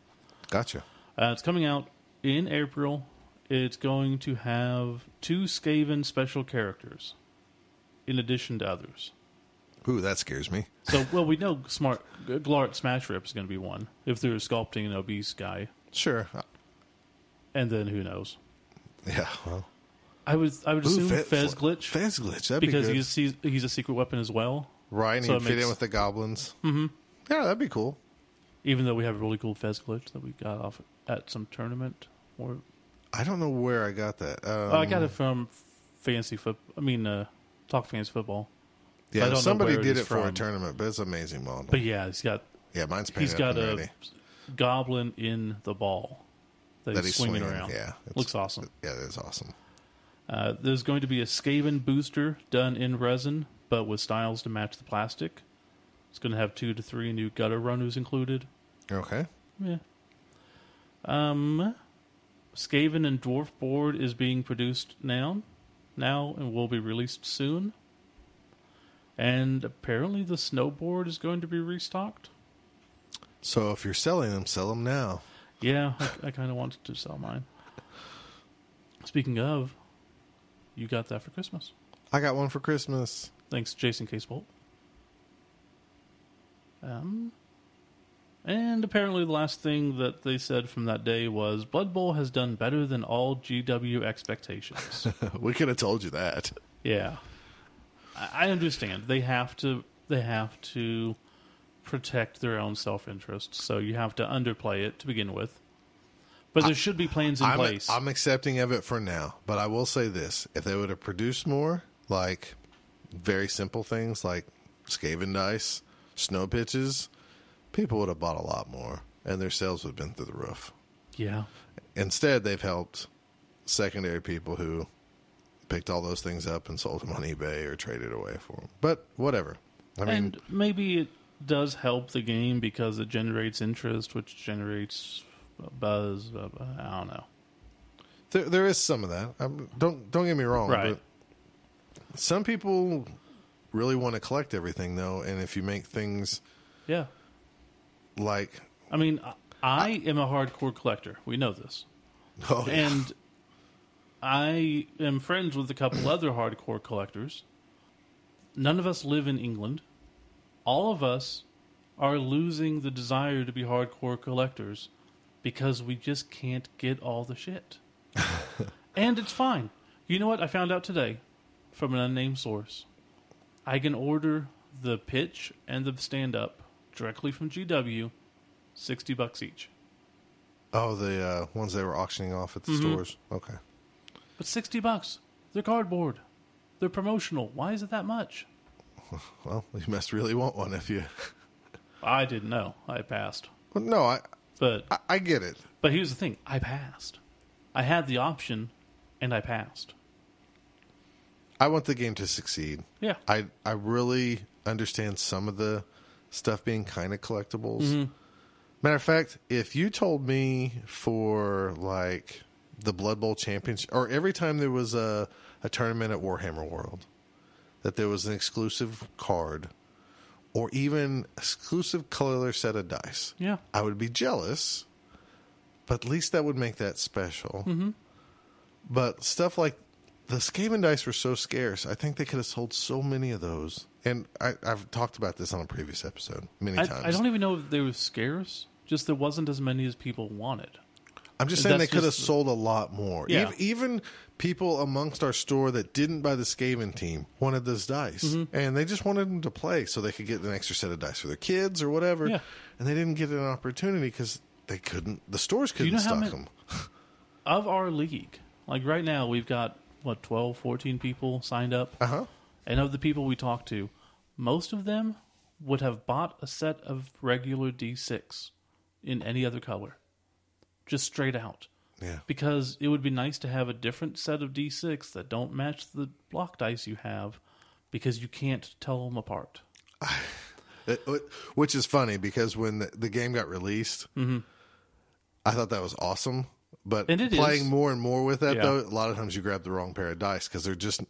B: Gotcha.
A: Uh, it's coming out in April. It's going to have two Skaven special characters, in addition to others.
B: Ooh, that scares me.
A: So, well, we know Smart Glart Smash Rip is going to be one if they're sculpting an obese guy,
B: Sure. Uh,
A: and then who knows?
B: Yeah. Well.
A: I would I would
B: Ooh,
A: assume
B: Fe-
A: Fez
B: Fl-
A: glitch.
B: Fez glitch. That'd
A: because
B: be good.
A: he's, he's he's a secret weapon as well.
B: right, and
A: so
B: he'd
A: it
B: fit
A: makes-
B: in with the goblins. Mm-hmm. Yeah, that'd be cool.
A: Even though we have a really cool Fez glitch that we got off at some tournament, or
B: I don't know where I got that. Um,
A: oh, I got it from Fancy Foot. I mean, uh, Talk Fancy Football. I
B: Yeah,
A: don't know
B: somebody
A: where it
B: did
A: is
B: it for a
A: from.
B: tournament, but it's an amazing model.
A: But yeah, he's got
B: yeah, mine's painted
A: he's got
B: up
A: a
B: and ready.
A: goblin in the ball that,
B: That
A: he's, swinging, around.
B: Yeah, it's-
A: looks awesome.
B: Yeah, that's awesome.
A: Uh, there's going to be a Skaven booster done in resin, but with styles to match the plastic. It's going to have two to three new gutter runners included.
B: Okay.
A: Yeah. Um, Skaven and Dwarf Board is being produced now, now and will be released soon. And apparently, the Snowboard is going to be restocked.
B: So if you're selling them, sell them now.
A: Yeah, I, I kind of wanted to sell mine. Speaking of, you got that for Christmas.
B: I got one for Christmas.
A: Thanks, Jason Casebolt. Um, and apparently, the last thing that they said from that day was Blood Bowl has done better than all GW expectations.
B: we could have told you that.
A: yeah, I, I understand they have to they have to protect their own self interest, so you have to underplay it to begin with. But there should be plans in
B: I'm,
A: place.
B: I'm accepting of it for now, but I will say this: if they would have produced more, like very simple things like Skaven dice, snow pitches, people would have bought a lot more, and their sales would have been through the roof.
A: yeah,
B: Instead, they've helped secondary people who picked all those things up and sold them on eBay or traded away for them. But whatever. I mean,
A: and maybe it does help the game because it generates interest, which generates buzz. uh, I don't know.
B: there, there is some of that. I'm, don't don't get me wrong.
A: Right.
B: But some people really want to collect everything though, and if you make things
A: Yeah.
B: like
A: I mean, I, I am a hardcore collector. We know this.
B: oh yeah,
A: And I am friends with a couple other hardcore collectors. None of us live in England. All of us are losing the desire to be hardcore collectors because we just can't get all the shit. and it's fine. You know what? I found out today from an unnamed source. I can order the pitch and the stand up directly from GW, 60 bucks each.
B: oh the uh, ones they were auctioning off at the
A: Mm-hmm.
B: stores. Okay,
A: But 60 bucks. They're cardboard. They're promotional. Why is it that much?
B: well you must really want one if you.
A: I didn't know. I passed.
B: Well, no, I,
A: But
B: I I get it.
A: but here's the thing. I passed. I had the option and I passed.
B: I want the game to succeed.
A: Yeah.
B: I I really understand some of the stuff being kind of collectibles. Matter of fact, if you told me for like the Blood Bowl championship, or every time there was a a tournament at Warhammer World, that there was an exclusive card, or even exclusive color set of dice,
A: Yeah.
B: I would be jealous, but at least that would make that special. But stuff like the Skaven dice were so scarce. I think they could have sold so many of those. And I, I've talked about this on a previous episode many
A: I,
B: times.
A: I don't even know if they were scarce. Just there wasn't as many as people wanted.
B: I'm just saying they
A: That's
B: could have
A: just-
B: sold a lot more.
A: Yeah.
B: Ev- Even people amongst our store that didn't buy the Skaven team wanted those dice.
A: Mm-hmm.
B: And they just wanted them to play so they could get an extra set of dice for their kids or whatever.
A: Yeah.
B: And they didn't get an opportunity because they couldn't, the stores couldn't
A: you know how
B: stock
A: many-
B: them.
A: Of our league, like right now, we've got what 12, 14 people signed up.
B: Uh huh.
A: And of the people we talked to, most of them would have bought a set of regular D6 in any other color. Just straight out.
B: Yeah.
A: Because it would be nice to have a different set of D6 that don't match the block dice you have because you can't tell them apart.
B: It- it- which is funny because when the, the game got released, I thought that was awesome. But
A: Mm-hmm. And it
B: playing
A: is.
B: more and more with that,
A: Yeah.
B: though, a lot of times you grab the wrong pair of dice because they're just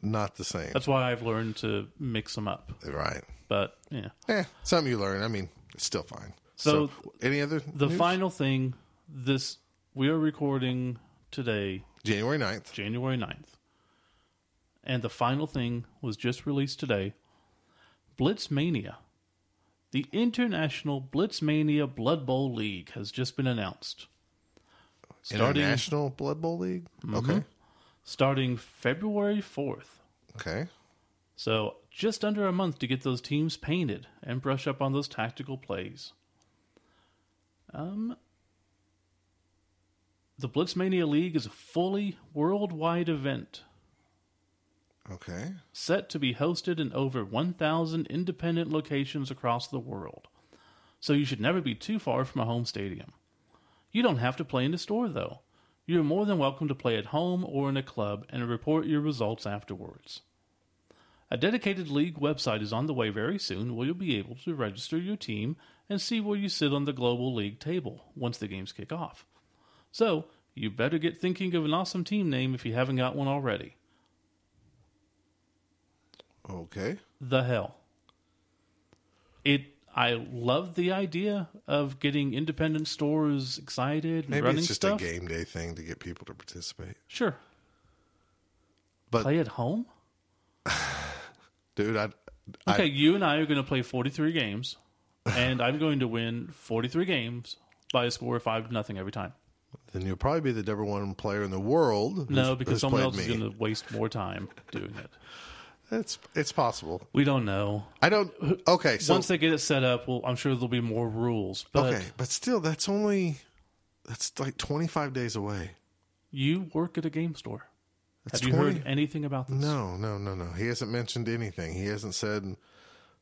B: not the same.
A: That's why I've learned to mix them up.
B: right.
A: But yeah.
B: Eh, something you learn. I mean, it's still fine.
A: So,
B: any other?
A: The
B: news?
A: final thing this we are recording today
B: January 9th.
A: January 9th. And the final thing was just released today Blitzmania. The International Blitzmania Blood Bowl League has just been announced. Starting, Mm-hmm.
B: International Blood Bowl League. Okay.
A: starting February 4th.
B: Okay.
A: So, just under a month to get those teams painted and brush up on those tactical plays. Um, the Blitzmania League is a fully worldwide event
B: Okay.
A: set to be hosted in over 1,000 independent locations across the world. So you should never be too far from a home stadium. You don't have to play in a store, though. You're more than welcome to play at home or in a club and report your results afterwards. A dedicated league website is on the way very soon where you'll be able to register your team and see where you sit on the global league table once the games kick off. So, you better get thinking of an awesome team name if you haven't got one already.
B: Okay.
A: the hell. It I love the idea of getting independent stores excited and
B: Maybe
A: running
B: it's just
A: stuff.
B: a game day thing to get people to participate.
A: Sure,
B: But
A: play at home.
B: dude, I, I
A: Okay, you and I are going to play 43 games, and I'm going to win 43 games by a score of five to nothing every time.
B: then you'll probably be the number one player in the world.
A: No,
B: who's-
A: because
B: who's
A: someone
B: played
A: else is
B: me.
A: going to waste more time doing it.
B: It's it's possible.
A: We don't know.
B: I don't. Okay, so
A: Once uh, they get it set up, well, I'm sure there'll be more rules. But
B: okay, but still, that's only that's like twenty five days away.
A: you work at a game store.
B: That's
A: Have you
B: 20
A: heard anything about this?
B: No, no, no, no. He hasn't mentioned anything. He hasn't said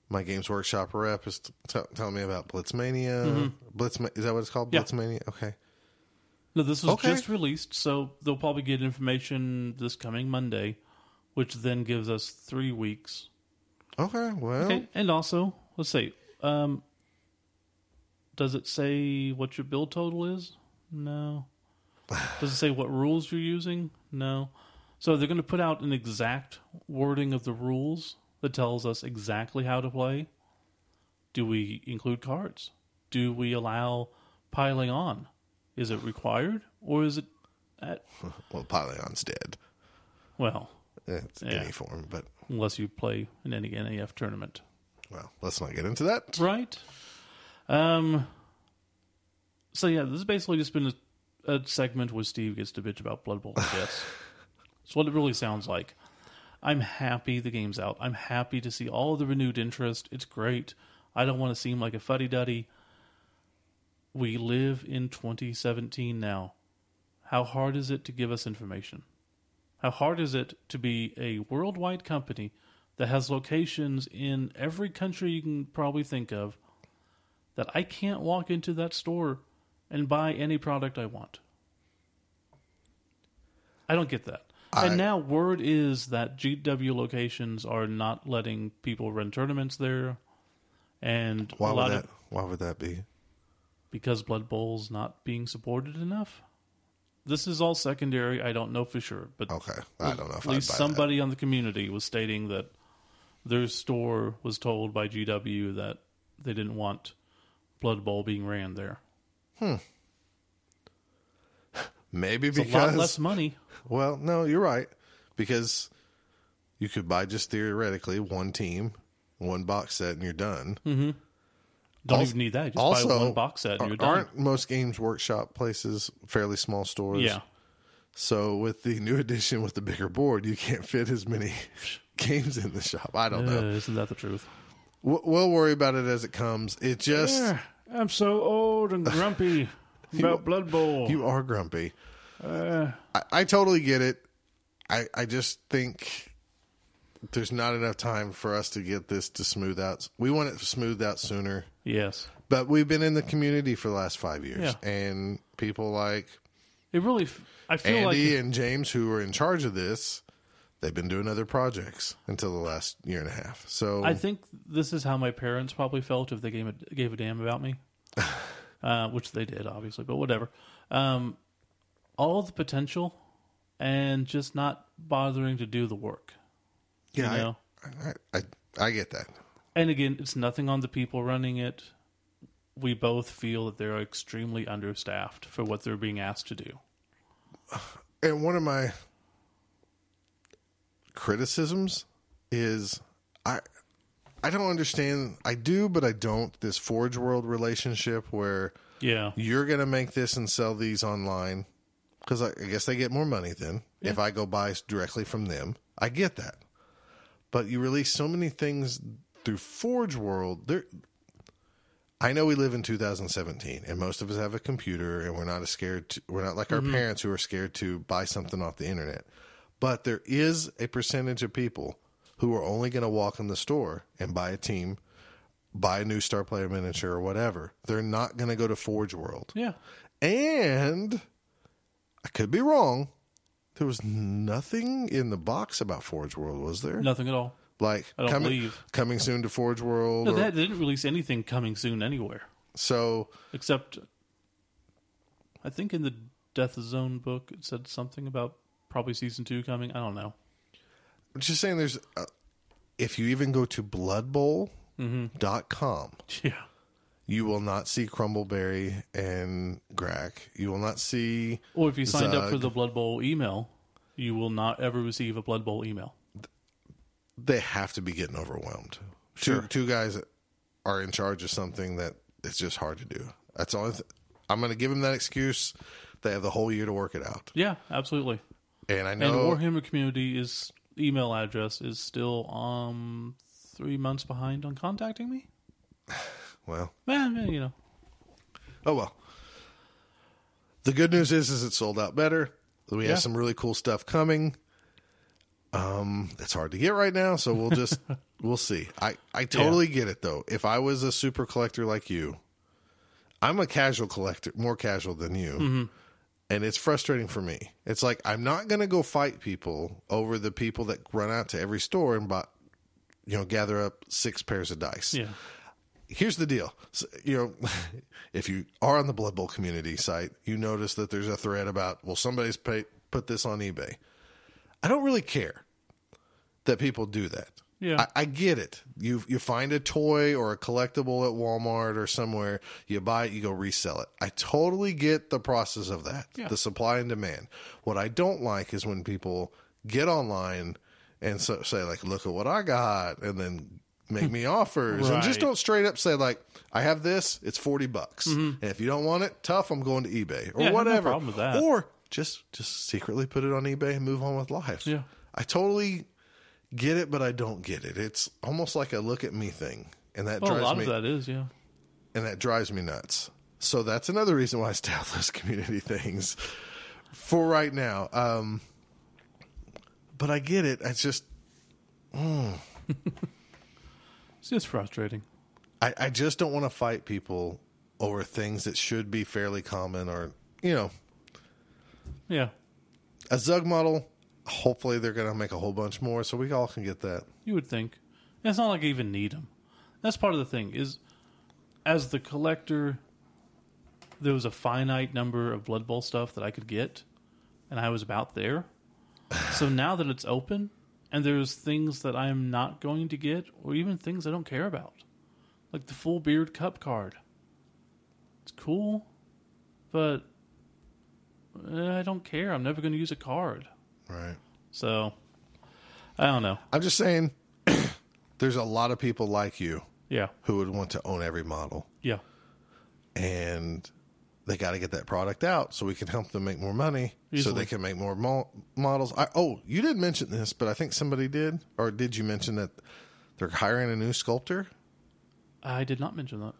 B: my Games Workshop rep is t- t- telling me about Blitzmania. Blitz is that what it's called?
A: Mm-hmm. Yeah.
B: Blitzmania. Okay.
A: No, this was
B: Okay.
A: just released, so they'll probably get information this coming Monday, which then gives us three weeks.
B: Okay. Well,
A: Okay, and also, let's see. Um, does it say what your build total is? No. Does it say what rules you're using? No. So they're going to put out an exact wording of the rules that tells us exactly how to play. Do we include cards? Do we allow piling on? Is it required or is it at
B: well, Polygon's dead.
A: well,
B: It's
A: Yeah.
B: any form, but
A: unless you play in any NAF tournament.
B: well, let's not get into that.
A: right? Um. So yeah, this has basically just been a, a segment where Steve gets to bitch about Blood Bowl. I guess it's what it really sounds like. I'm happy the game's out. I'm happy to see all the renewed interest. It's great. I don't want to seem like a fuddy duddy. We live in 2017 now. How hard is it to give us information? How hard is it to be a worldwide company that has locations in every country you can probably think of that I can't walk into that store and buy any product I want? I don't get that.
B: I-
A: and now word is that GW locations are not letting people run tournaments there. And
B: Why
A: a
B: would
A: lot
B: that?
A: of
B: why would that be?
A: because Blood Bowl's not being supported enough. This is all secondary. I don't know for sure, but
B: Okay, Oh, I don't know
A: at
B: if
A: least
B: I'd buy
A: somebody on the community was stating that their store was told by GW that they didn't want Blood Bowl being ran there.
B: That. Maybe
A: It's
B: because
A: a lot less money.
B: Well, no, you're right because you could buy just theoretically one team, one box set, and you're done.
A: Don't
B: Also-
A: even need that. Hmm. Just buy
B: also,
A: one box set and you're done.
B: Aren't most Games Workshop places fairly small stores?
A: Yeah.
B: So with the new edition with the bigger board, you can't fit as many games in the shop. I don't
A: Uh,
B: know.
A: isn't that the truth?
B: We'll, we'll worry about it as it comes. It just
A: I'm so old and grumpy about Blood Bowl. Uh,
B: you are grumpy. I, I totally get it. I I just think there's not enough time for us to get this to smooth out. We want it smoothed out sooner.
A: yes.
B: But we've been in the community for the last five years,
A: Yeah.
B: and people like
A: It really, f- I feel like
B: Andy and James, who are in charge of this, they've been doing other projects until the last year and a half. So
A: I think this is how my parents probably felt if they gave a, gave a damn about me, uh, which they did, obviously, but whatever. Um, all the potential and just not bothering to do the work.
B: yeah,
A: you
B: I-
A: know.
B: I, I I get that.
A: And again, it's nothing on the people running it. We both feel that they're extremely understaffed for what they're being asked to do.
B: And one of my criticisms is I I don't understand. I do, but I don't. This Forge World relationship where
A: Yeah.
B: you're going to make this and sell these online because I, I guess they get more money then if I go buy directly from them. I get that, but you release so many things through Forge World. There, I know we live in 2017, and most of us have a computer, and we're not as scared. To, we're not like
A: Mm-hmm.
B: our parents who are scared to buy something off the internet. But there is a percentage of people who are only going to walk in the store and buy a team, buy a new star player miniature or whatever. They're not going to go to Forge World.
A: Yeah.
B: And I could be wrong. There was nothing in the box about Forge World, was there?
A: Nothing at all.
B: Like
A: I don't
B: coming
A: believe.
B: coming soon to Forge World.
A: No,
B: or-
A: they they didn't release anything coming soon anywhere.
B: so
A: except I think in the Death Zone book it said something about probably season two coming. I don't know.
B: I'm just saying, there's uh, if you even go to Blood Bowl, dot com.
A: Yeah.
B: You will not see Crumbleberry and Grack. You will not see
A: Or if you signed up for
B: Zug.
A: the Blood Bowl email, you will not ever receive a Blood Bowl email.
B: they have to be getting overwhelmed. Two, two guys are in charge of something that it's just hard to do. That's all. Th- I'm going to give them that excuse. They have the whole year to work it out.
A: Yeah, absolutely.
B: And I
A: And
B: know
A: Warhammer Community is email address is still um three months behind on contacting me.
B: Well,
A: Man, man, you know.
B: oh well. The good news is, is it sold out better. We
A: Yeah.
B: have some really cool stuff coming. Um, it's hard to get right now, so we'll just we'll see. I I totally get it though. If I was a super collector like you, I'm a casual collector, more casual than you,
A: Mm-hmm.
B: and it's frustrating for me. It's like I'm not gonna go fight people over the people that run out to every store and buy, you know, gather up six pairs of dice.
A: Yeah.
B: here's the deal. So, you know, if you are on the Blood Bowl community site, you notice that there's a thread about, well, somebody's pay, put this on eBay. I don't really care that people do that.
A: Yeah.
B: I, I get it. You you find a toy or a collectible at Walmart or somewhere, you buy it, you go resell it. I totally get the process of that,
A: Yeah.
B: the supply and demand. What I don't like is when people get online and so, say like, "Look at what I got," and then make me offers and just
A: Right.
B: don't straight up say like, "I have this, it's forty bucks, and if you don't want it, tough, I'm going to eBay or
A: Mm-hmm. Yeah, I have no
B: whatever."
A: problem with that.
B: Or just just secretly put it on eBay and move on with life.
A: Yeah.
B: I totally get it, but I don't get it. It's almost like a look at me thing, and that
A: Well, Oh, a
B: drives
A: lot
B: me
A: of that is, yeah.
B: and that drives me nuts. So that's another reason why I stay off those community things for right now. Um, but I get it. It's just
A: It's just frustrating.
B: I, I just don't want to fight people over things that should be fairly common or you know
A: Yeah.
B: a Zug model. Hopefully they're going to make a whole bunch more, so we all can get that.
A: You would think. And It's not like I even need them. That's part of the thing is, as the collector, there was a finite number of Blood Bowl stuff that I could get, and I was about there. so now that it's open, and there's things that I am not going to get, or even things I don't care about, like the full beard cup card. It's cool, but eh, I don't care. I'm never going to use a card.
B: Right.
A: So I don't know.
B: I'm just saying, there's a lot of people like you
A: Yeah,
B: who would want to own every model.
A: yeah.
B: and they got to get that product out so we can help them make more money so
A: Easily.
B: they can make more mo- models. I, oh, you didn't mention this, but I think somebody did, or did you mention that they're hiring a new sculptor?
A: I did not mention that.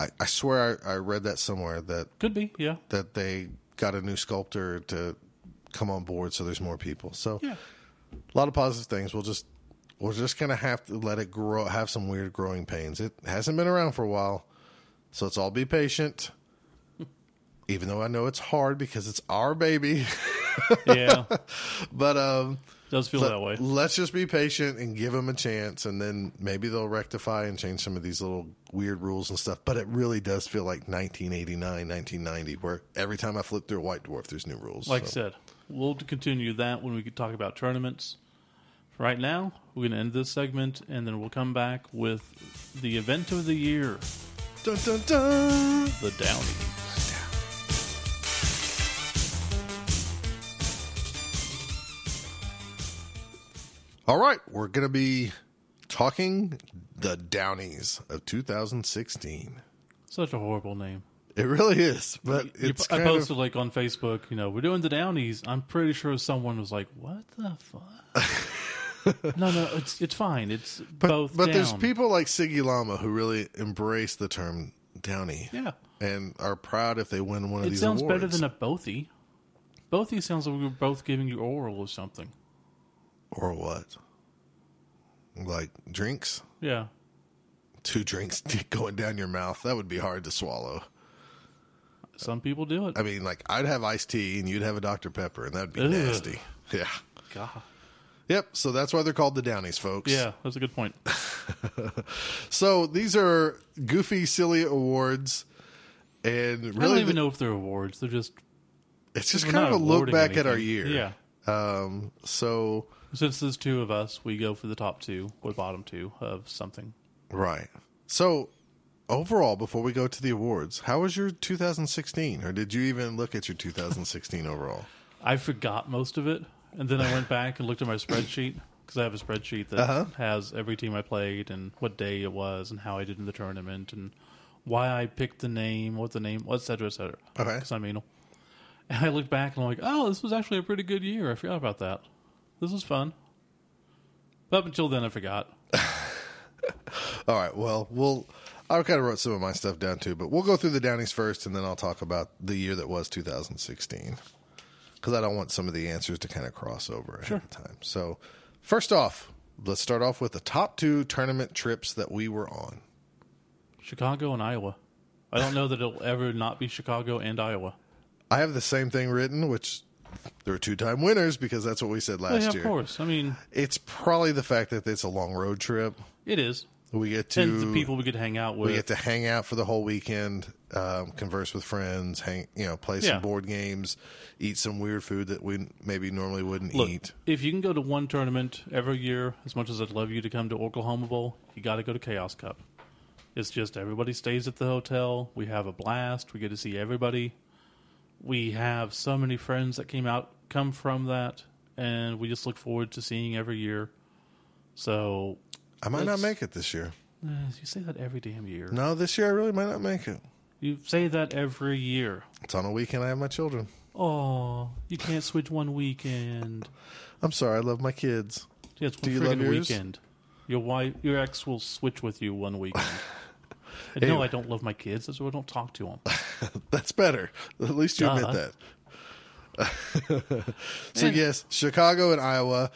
B: I, I swear I, I read that somewhere that
A: Could be, yeah.
B: that they got a new sculptor to come on board so there's more people. So
A: Yeah.
B: a lot of positive things. We'll just we're just gonna have to let it grow. Have some weird growing pains. It hasn't been around for a while, so let's all be patient. Even though I know it's hard because it's our baby,
A: Yeah.
B: but um,
A: does feel that way.
B: let's just be patient and give them a chance, and then maybe they'll rectify and change some of these little weird rules and stuff. But it really does feel like 1989, 1990, where every time I flip through a White Dwarf, there's new rules.
A: Like I
B: so.
A: said, we'll continue that when we can talk about tournaments. For Right now, we're going to end this segment and then we'll come back with the event of the year,
B: Dun, dun, dun.
A: the Downy.
B: All right, we're going to be talking the Downies of 2016.
A: Such a horrible name.
B: It really is, but
A: You-
B: it's
A: I
B: kind
A: posted
B: of
A: like on Facebook, you know, we're doing the Downies. I'm pretty sure someone was like, "What the fuck?" no, no, it's it's fine. It's both.
B: but there's
A: down.
B: people like Siggy Lama who really embrace the term Downy
A: Yeah,
B: and are proud if they win one of
A: it
B: these
A: sounds
B: awards
A: better than a bothy. Bothy sounds like we were both giving you oral or something.
B: or what? Like drinks,
A: Yeah,
B: two drinks going down your mouth. That would be hard to swallow.
A: Some people do it.
B: I mean, like I'd have iced tea and you'd have a Dr Pepper, and that'd be
A: Ugh.
B: nasty. Yeah.
A: God.
B: Yep. So that's why they're called the Downies, folks.
A: Yeah, that's a good point.
B: So these are goofy, silly awards, and
A: I don't
B: really,
A: even know if they're awards. They're just
B: it's just
A: we're
B: kind
A: not
B: of a look
A: awarding
B: back at our year.
A: anything. Yeah.
B: Um. So
A: Since there's two of us, we go for the top two or bottom two of something.
B: Right. So, overall, before we go to the awards, how was your 2016? Or did you even look at your 2016 overall?
A: I forgot most of it, and then I went back and looked at my spreadsheet because I have a spreadsheet that
B: Uh-huh.
A: has every team I played and what day it was and how I did in the tournament and why I picked the name, what the name, was, et cetera, et cetera.
B: Okay.
A: Because I'm anal. And I looked back and I'm like, oh, this was actually a pretty good year. I forgot about that. This was fun. But up until then, I forgot.
B: All right. Well, we'll. I kind of wrote some of my stuff down too, but we'll go through the Downies first, and then I'll talk about the year that was 2016, because I don't want some of the answers to kind of cross over ahead of time. So, first off, let's start off with the top two tournament trips that we were on.
A: Chicago and Iowa. I don't know that it'll ever not be Chicago and Iowa.
B: I have the same thing written, which there were two time winners because that's what we said
A: Oh,
B: last
A: yeah, of
B: year.
A: course. I mean,
B: It's probably the fact that it's a long road trip.
A: it is.
B: We get to
A: and the people we could hang out with.
B: We get to hang out for the whole weekend, um, converse with friends, hang, you know, play some
A: Yeah.
B: board games, eat some weird food that we maybe normally wouldn't
A: Look,
B: eat.
A: if you can go to one tournament every year, as much as I'd love you to come to Oklahoma Bowl, you got to go to Chaos Cup. It's just everybody stays at the hotel. We have a blast. We get to see everybody. We have so many friends that came out, come from that, and we just look forward to seeing every year. So,
B: I might not
A: it's-
B: make it this year.
A: eh, you say that every damn year.
B: No, this year I really might not make it.
A: You say that every year.
B: It's on a weekend. I have my children.
A: Oh, you can't switch one weekend.
B: I'm sorry. I love my kids.
A: Yeah, it's
B: Do
A: one
B: you love
A: friggin'
B: yours?
A: weekend. Your wife, your ex will switch with you one weekend. And No,
B: Anyway.
A: I don't love my kids. That's why I don't talk to them.
B: That's better. At least you admit
A: Duh.
B: that. so
A: And-
B: yes, Chicago and Iowa.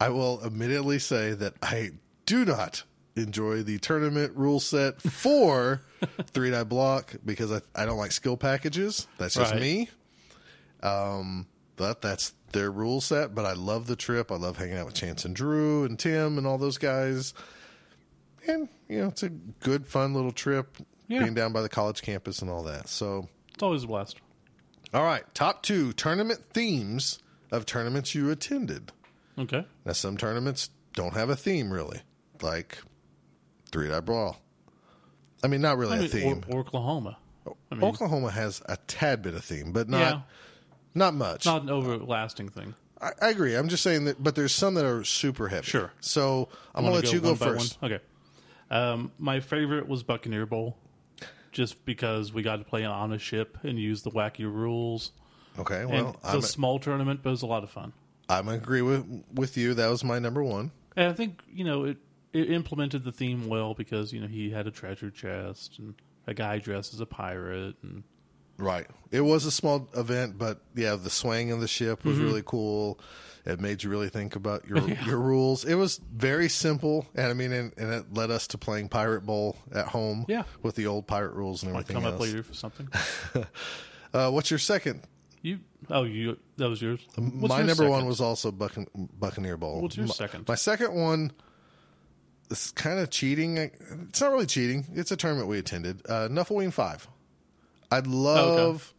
B: I will admittedly say that I do not enjoy the tournament rule set for three die block because I, I don't like skill packages. That's just
A: Right.
B: me. Um, but that's their rule set. But I love the trip. I love hanging out with Chance and Drew and Tim and all those guys. And you know, it's a good, fun little trip.
A: Yeah.
B: Being down by the college campus and all that. So
A: It's always a blast.
B: all right, top two tournament themes of tournaments you attended.
A: Okay.
B: Now, some tournaments don't have a theme really, like Three Die Brawl. I mean, not really
A: I
B: a
A: mean,
B: theme.
A: or, Oklahoma. I mean,
B: Oklahoma has a tad bit of theme, but not
A: yeah,
B: not much.
A: not an overlasting thing.
B: I, I agree. I'm just saying that, but there's some that are super heavy.
A: Sure.
B: So I'm gonna
A: Wanna
B: let you go
A: one by one?
B: first.
A: Okay. Um, my favorite was Buccaneer Bowl, just because we got to play on a ship and use the wacky rules.
B: Okay.
A: And
B: Well,
A: it's a small tournament, but it was a lot of fun.
B: I'm I'm agree with with you. That was my number one.
A: And I think you know it. It implemented the theme well because you know he had a treasure chest and a guy dressed as a pirate and
B: Right. It was a small event, but yeah, the swaying of the ship
A: Mm-hmm.
B: was really cool. It made you really think about your your rules. It was very simple, and I mean, and, and it led us to playing Pirate Bowl at home.
A: Yeah.
B: with the old pirate rules and
A: like
B: everything
A: come up
B: else.
A: later for something.
B: Uh, what's your second?
A: You oh you that was yours. What's
B: Um, my
A: your
B: number one
A: second?
B: was also Buccan- Buccaneer Bowl.
A: What's your
B: my,
A: second?
B: My second one is kind of cheating. It's not really cheating. It's a tournament we attended. Uh, Nuffleween Five. I love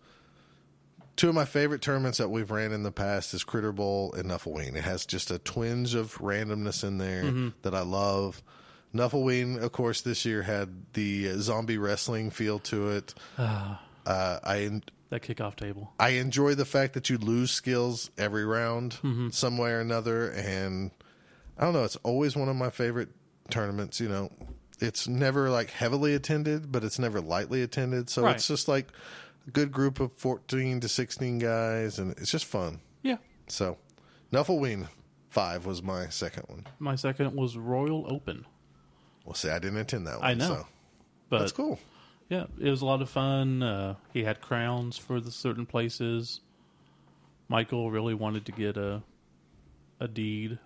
B: two of my favorite tournaments that we've ran in the past is Critter Bowl and Nuffleween. It has just a twinge of randomness in there
A: Mm-hmm.
B: that I love. Nuffleween, of course, this year had the uh, zombie wrestling feel to it. Uh, I
A: that kickoff table.
B: I enjoy the fact that you lose skills every round,
A: Mm-hmm.
B: some way or another, and I don't know. It's always one of my favorite tournaments. You know, it's never like heavily attended, but it's never lightly attended. So
A: Right.
B: it's just like a good group of fourteen to sixteen guys, and it's just fun.
A: Yeah,
B: So, Nuffleween five was my second one.
A: my second was Royal Open,
B: Well, see, I didn't attend that one.
A: I know.
B: so
A: but
B: that's cool.
A: yeah, it was a lot of fun. Uh, he had crowns for the certain places. Michael really wanted to get a a deed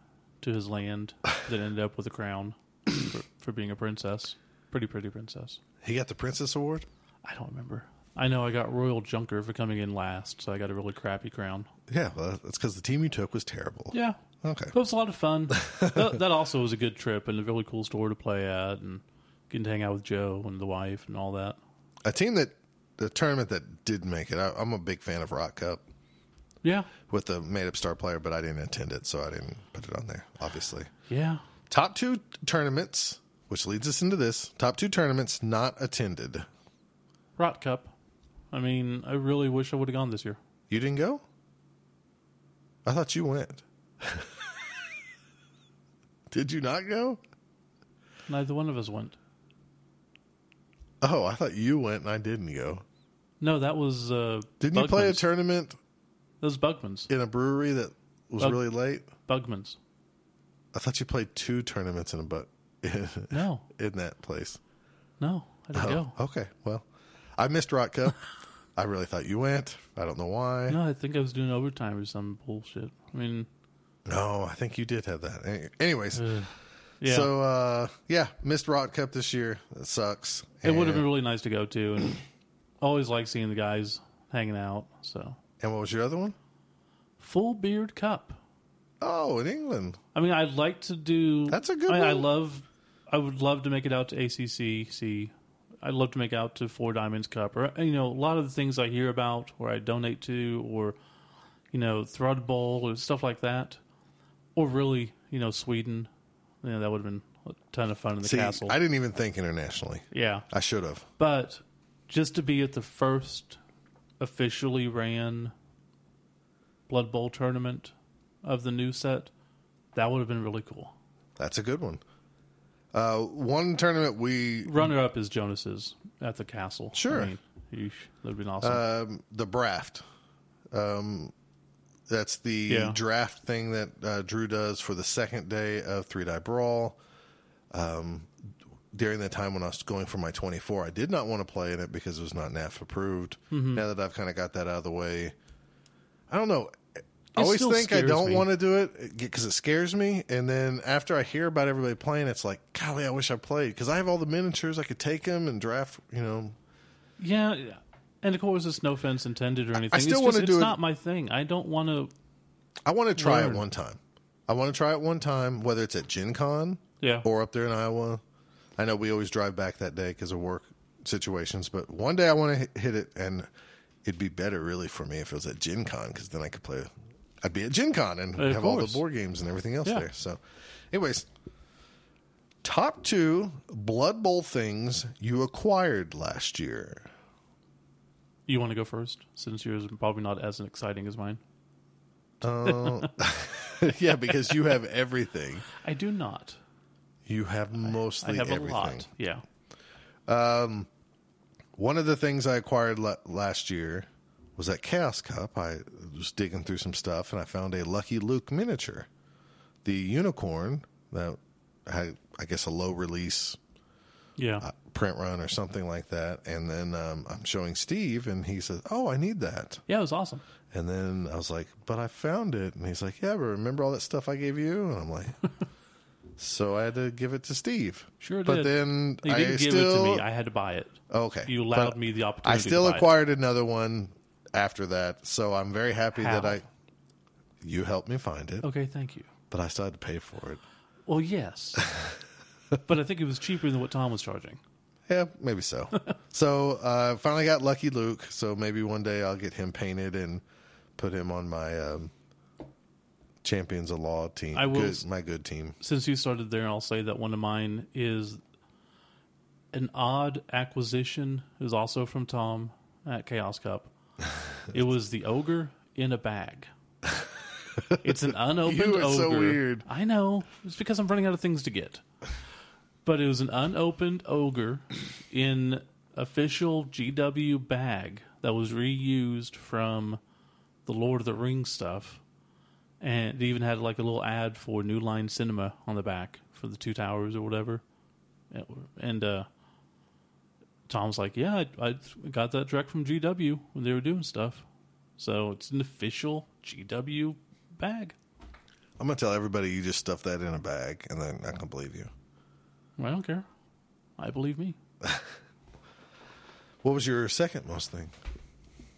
A: to his land that ended up with a crown for, for being a princess, pretty pretty princess.
B: He got the Princess Award.
A: I don't remember. I know I got Royal Junker for coming in last, so I got a really crappy crown.
B: Yeah, well, that's because the team you took was terrible.
A: Yeah.
B: Okay.
A: But it was a lot of fun. that, that also was a good trip and a really cool store to play at and getting to hang out with Joe and the wife and all that.
B: a team that the tournament that did make it. I, I'm a big fan of Rock Cup
A: Yeah.
B: with the made up star player, but I didn't attend it, so I didn't put it on there. Obviously,
A: Yeah.
B: top two tournaments Which leads us into this top two tournaments not attended.
A: Rot Cup. I mean, I really wish I would have gone this year.
B: You didn't go? I thought you went. Did you not go?
A: Neither one of us went.
B: Oh, I thought you went and I didn't go.
A: No, that was uh,
B: Didn't you play a
A: Bugman's.
B: tournament
A: That was Bugman's.
B: in a brewery that was
A: Bug-
B: really late?
A: Bugman's.
B: I thought you played two tournaments in a but in
A: No,
B: that place.
A: no, I didn't
B: Oh, okay. Well, I missed Rock Cup. I really thought you went. I don't know why.
A: go. No, I think I was doing overtime or some bullshit. I mean,
B: No, I think you did have that. Any- Anyways,
A: uh, yeah,
B: so uh, yeah, missed Rock Cup this year. That sucks.
A: it would have
B: And-
A: been really nice to go to, and always like seeing the guys hanging out. So
B: And what was your other one?
A: full beard cup.
B: Oh, in England.
A: I mean, I'd like to do.
B: That's a good
A: I, I
B: one.
A: love. I would love to make it out to ACCC. I'd love to make out to Four Diamonds Cup, or you know, a lot of the things I hear about, or I donate to, or you know, Thrud Bowl or stuff like that, or really, you know, Sweden. You know, that would have been a ton of fun in the
B: See,
A: castle.
B: I didn't even think internationally.
A: yeah,
B: I should have.
A: but just to be at the first officially ran Blood Bowl tournament of the new set, that would have been really cool.
B: That's a good one. Uh, one tournament we
A: Runner up is Jonas's at the castle.
B: Sure.
A: I mean, yeesh, that'd been awesome.
B: um, the Braft. Um, that's the
A: Yeah.
B: draft thing that uh, Drew does for the second day of Three Die Brawl. Um, during the time when I was going for my 24, I did not want to play in it because it was not NAF approved.
A: Mm-hmm.
B: Now that I've kind of got that out of the way, I don't know. I
A: It
B: always
A: still
B: think I
A: scares
B: don't
A: me.
B: want to do it because it scares me. And then after I hear about everybody playing, it's like, golly, I wish I played because I have all the miniatures. I could take them and draft, you know,
A: yeah, yeah. and of course, it's no offense intended or anything.
B: still
A: it's
B: wanna
A: just-
B: do
A: It's
B: it-
A: not my thing. I don't want to.
B: I want to try
A: Learn.
B: it one time. I want to try it one time, whether it's at Gen Con
A: Yeah,
B: or up there in Iowa. I know we always drive back that day because of work situations, but one day I want to hit it, and it'd be better really for me if it was at Gen Con because then I could play. I'd be at Gen Con and
A: Of
B: have all the
A: course.
B: board games and everything else
A: Yeah.
B: there. So, anyways, top two Blood Bowl things you acquired last year.
A: you want to go first since yours is probably not as exciting as mine.
B: yeah, because you have everything.
A: I do not.
B: You have mostly
A: I have
B: everything.
A: a
B: Uh,
A: lot. Yeah,
B: One of the things I acquired la- last year was at Chaos Cup. I was digging through some stuff and I found a Lucky Luke miniature, the unicorn that had, I guess, a low release
A: yeah.
B: uh, print run or something like that. And then um, I'm showing Steve and he says, "Oh, I need that."
A: yeah, it was awesome.
B: And then I was like, "But I found it." And he's like, "Yeah, but remember all that stuff I gave you?" And I'm like. So I had to give it to Steve.
A: Sure
B: but
A: did.
B: then
A: You
B: I
A: didn't give
B: still, Oh,
A: it to me. I had to buy it.
B: okay,
A: You
B: But-
A: allowed me the opportunity.
B: I still
A: to buy it.
B: acquired another one after that, so I'm very happy that
A: How? Oh.
B: I. You helped me find it,
A: Okay, thank you.
B: but I still had to pay for it.
A: Well, yes, but I think it was cheaper than what Tom was charging.
B: Yeah, maybe so. so uh, finally got Lucky Luke. So maybe one day I'll get him painted and put him on my um, Champions of Law team.
A: I will-
B: Good, my good team.
A: since you started there, I'll say that one of mine is an odd acquisition. It was also from Tom at Chaos Cup. it was the ogre in a bag. It's an unopened
B: You are
A: ogre.
B: so weird.
A: I know. It's because I'm running out of things to get. But it was an unopened ogre in official GW bag that was reused from the Lord of the Rings stuff and it even had like a little ad for New Line Cinema on the back for the Two Towers or whatever. And uh, Tom's like, "Yeah, I, I got that direct from GW when they were doing stuff, so it's an official GW bag."
B: I'm gonna tell everybody you just stuffed that in a bag, and then I can believe you.
A: I don't care. I believe me.
B: What was your second most thing?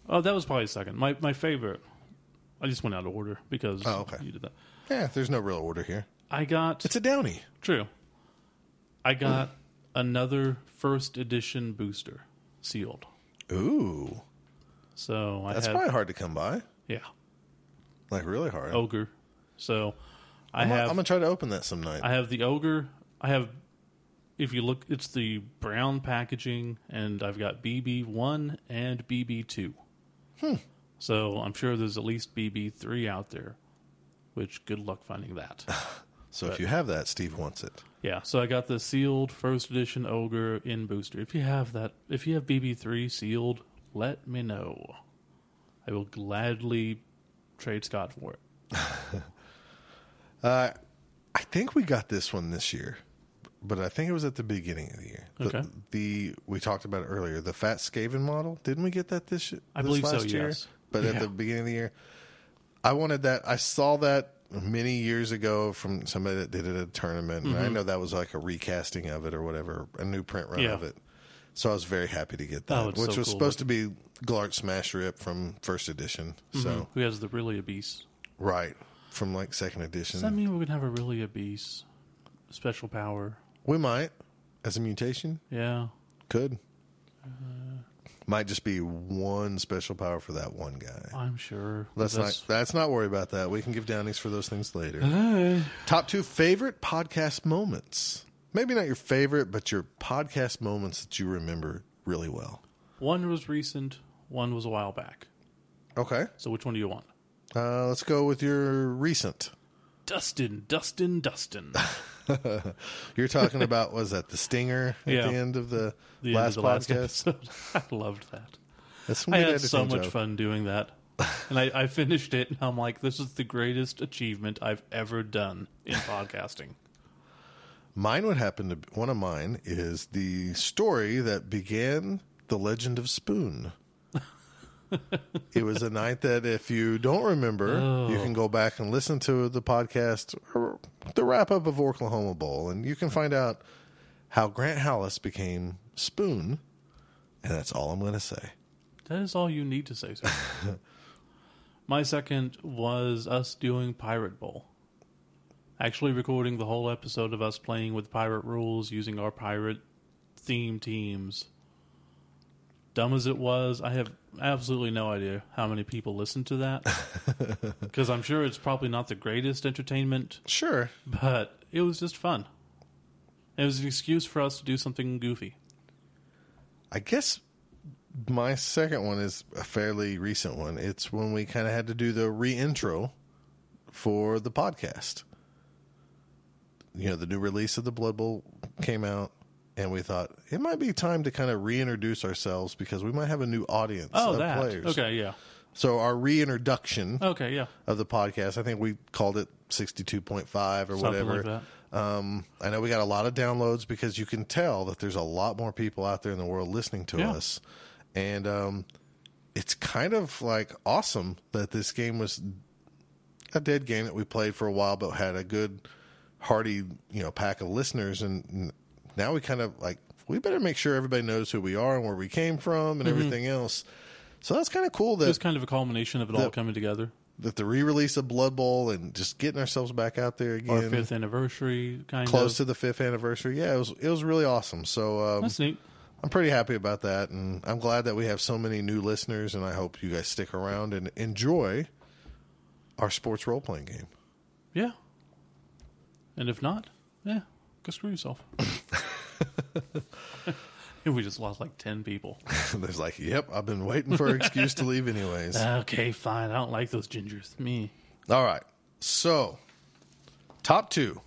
A: Oh, that was probably second. My my favorite. I just went out of order because
B: Oh, okay.
A: you did that.
B: Yeah, there's no real order here.
A: I got
B: It's a downy.
A: True. I got another first edition booster sealed.
B: Ooh,
A: So I
B: that's
A: had,
B: probably hard to come by.
A: yeah,
B: Like really hard.
A: ogre. So I
B: I'm gonna-
A: have
B: I'm gonna try to open that some night.
A: I have the ogre. I have if you look, it's the brown packaging, and I've got BB1 and BB2. Hmm. So I'm sure there's at least BB3 out there, which good luck finding that.
B: So
A: uh,
B: if you have that, Steve wants it.
A: yeah, so I got the sealed first edition Ogre in booster. If you have that, if you have BB3 sealed, let me know. I will gladly trade Scott for it.
B: I think we got this one this year, but I think it was at the beginning of the year. The,
A: Okay.
B: the we talked about it earlier, the Fat Skaven model. Didn't we get that this year?
A: I
B: this
A: believe so,
B: last year?
A: yes.
B: But at
A: Yeah.
B: the beginning of the year, I wanted that. I saw that many years ago from somebody that did it at a tournament. And I know that was like a recasting of it or whatever, a new print run
A: Mm-hmm. Yeah.
B: of it. So I was very happy to get that,
A: Oh,
B: which
A: it's so
B: was
A: cool.
B: supposed to be Glart Smash Rip from first edition. So
A: Who has the really obese?
B: right from like second edition.
A: Does that mean we're gonna have a really obese special power?
B: We might, as a mutation,
A: Yeah.
B: could.
A: Uh-huh.
B: might just be one special power for that one guy.
A: I'm sure.
B: Let's
A: Oh, That's- Uh-huh.
B: not let's not worry about that. We can give downings for those things later. Top two favorite podcast moments. Maybe not your favorite, but your podcast moments that you remember really well.
A: One was recent. One was a while back.
B: Okay,
A: So which one do you want?
B: uh, let's go with your recent.
A: Dustin, Dustin, Dustin.
B: You're talking about was that the stinger at
A: Yeah.
B: the end of the,
A: The end of
B: last
A: the
B: podcast?
A: episode. I loved that.
B: That's some
A: I
B: good
A: had so
B: editing,
A: much
B: Joe.
A: fun doing that. And I, I finished it, and I'm like, this is the greatest achievement I've ever done in podcasting.
B: Mine would happen to one of mine is the story that began the legend of Spoon. it was a night that if you don't remember, you can go back and listen to the podcast, or the wrap up of Oklahoma Bowl, and you can find out how Grant Hallis became Spoon. And that's all I'm going to say.
A: That is all you need to say, sir. My second was us doing Pirate Bowl. Actually, recording the whole episode of us playing with pirate rules using our pirate theme teams. Dumb as it was, I have absolutely no idea how many people listened to that. Because I'm sure it's probably not the greatest entertainment,
B: Sure.
A: but it was just fun. It was an excuse for us to do something goofy.
B: I guess my second one is a fairly recent one. It's when we kind of had to do the re-intro for the podcast. You know, the new release of the Blood Bowl came out, and we thought it might be time to kind of reintroduce ourselves because we might have a new audience
A: Oh,
B: of
A: that.
B: players.
A: Okay, yeah.
B: So our reintroduction
A: Okay, yeah.
B: of the podcast, I think we called it sixty-two point five or
A: Something
B: whatever.
A: like that.
B: Um, I know we got a lot of downloads because you can tell that there's a lot more people out there in the world listening to
A: Yeah.
B: us, and um, it's kind of like awesome that this game was a dead game that we played for a while, but had a good hearty you know pack of listeners, and now we kind of like we better make sure everybody knows who we are and where we came
A: Mm-hmm.
B: from and everything else. So that's kind of cool
A: It was
B: that,
A: kind of a culmination of it all coming together.
B: that the re-release of Blood Bowl and just getting ourselves back out there again
A: Our fifth anniversary, kind
B: close
A: of.
B: to the fifth anniversary. Yeah, it was it was really awesome. So um,
A: That's neat.
B: I'm pretty happy about that, and I'm glad that we have so many new listeners. And I hope you guys stick around and enjoy our sports role playing game.
A: Yeah. And if not, yeah, go screw yourself. And we just lost like 10 people.
B: There's like, yep, I've been waiting for an excuse to leave, anyways.
A: okay, fine. I don't like those gingers. Me.
B: All right, so top two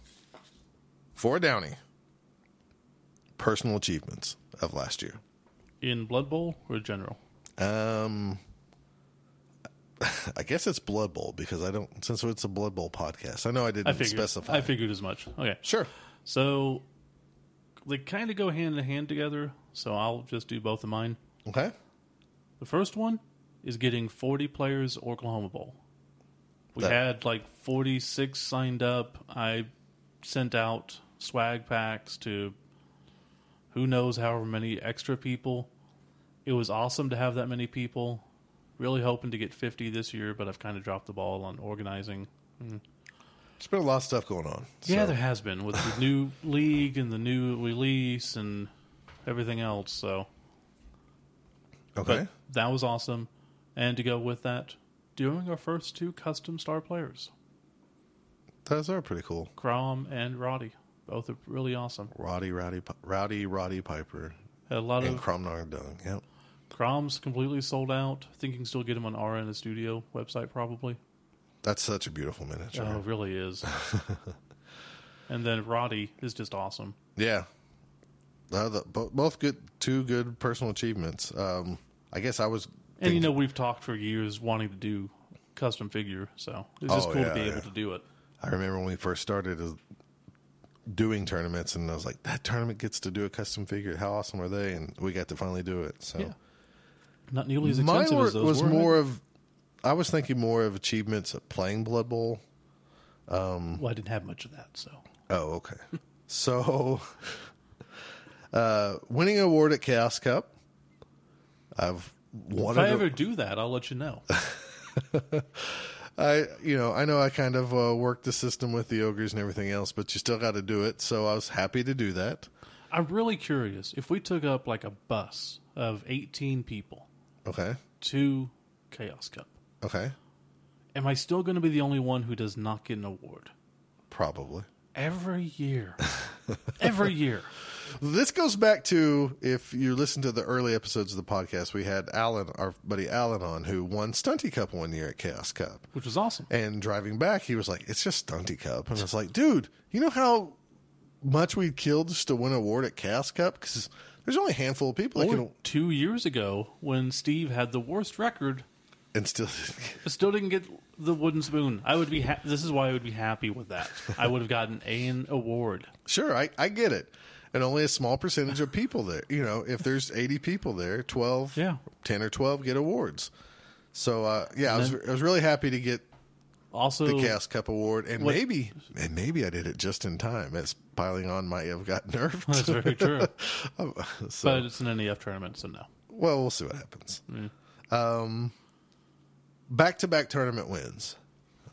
B: for Downey personal achievements of last year.
A: In Blood Bowl or General?
B: Um, I guess it's Blood Bowl because I don't since it's a Blood Bowl podcast. I know I didn't
A: I figured.
B: Mm, specify.
A: I figured as much. Okay.
B: Sure.
A: So they kind of go hand in hand together, so I'll just do both of mine.
B: Okay.
A: The first one is getting 40 players Oklahoma Bowl. We
B: That-
A: had like 46 signed up. I sent out swag packs to who knows however many extra people. It was awesome to have that many people. Really hoping to get 50 this year, but I've kind of dropped the ball on organizing.
B: There's been a lot of stuff going on.
A: Yeah,
B: so-
A: there has been with the new league and the new release and everything else. So
B: Okay.
A: But that was awesome. And to go with that, doing our first two custom star players,
B: Those are pretty cool.
A: Crom and Roddy. Both are really awesome.
B: Roddy, Roddy, Pi- Rowdy, Roddy Piper,
A: Had a lot
B: and
A: of
B: Cromnog Dung. Yep.
A: Crom's completely sold out. I think you can still get them on Aura in the Studio website, probably.
B: That's such a beautiful miniature.
A: Oh, it really is. and then Roddy is just awesome.
B: Yeah. Uh, the, bo- both good, two good personal achievements. Um, I guess I was.
A: And you
B: thinking-
A: know, we've talked for years wanting to do custom figure, so it's just
B: Oh,
A: cool
B: yeah,
A: to be
B: yeah.
A: able to do it.
B: I remember when we first started uh, doing tournaments, and I was like, "That tournament gets to do a custom figure. How awesome are they?" And we got to finally do it. So
A: Yeah. Not nearly as
B: mine
A: expensive
B: were-
A: as those
B: was
A: were,
B: more of. I was thinking more of achievements of playing Blood Bowl.
A: Well, I didn't have much of that, so
B: Oh, okay. so, uh, winning an award at Chaos Cup. I've won.
A: if I
B: an-
A: ever do that, I'll let you know.
B: I you know I know I kind of uh, worked the system with the ogres and everything else, but you still got to do it. So I was happy to do that.
A: I'm really curious if we took up like a bus of 18 people
B: Okay,
A: to Chaos Cup.
B: okay,
A: Am I still going to be the only one who does not get an award
B: probably.
A: every year? every year.
B: This goes back to if you listen to the early episodes of the podcast, we had Alan, our buddy Alan, on who won Stunty Cup one year at Chaos Cup.
A: Which was awesome.
B: And driving back, he was like, "It's just Stunty Cup," and I was like, "Dude, you know how much we killed just to win an award at Chaos Cup? Because there's only a handful of people that
A: Or
B: can
A: two years ago, when Steve had the worst record,
B: and still."
A: but still didn't get the wooden spoon. I would be. Ha- this is why I would be happy with that. I would have gotten an award.
B: Sure, I, I get it. And only a small percentage of people there. You know, if there's 80 people there, 12,
A: Yeah.
B: 10 or 12 get awards. So, uh, yeah, I was, I was really happy to get
A: Also,
B: the Chaos Cup award. And maybe, and maybe I did it just in time. It's piling on my I've got
A: that's
B: nerfed.
A: very true.
B: so,
A: But it's an NEF tournament, so
B: Uh,
A: no.
B: well, we'll see what happens. Um, back to back tournament wins.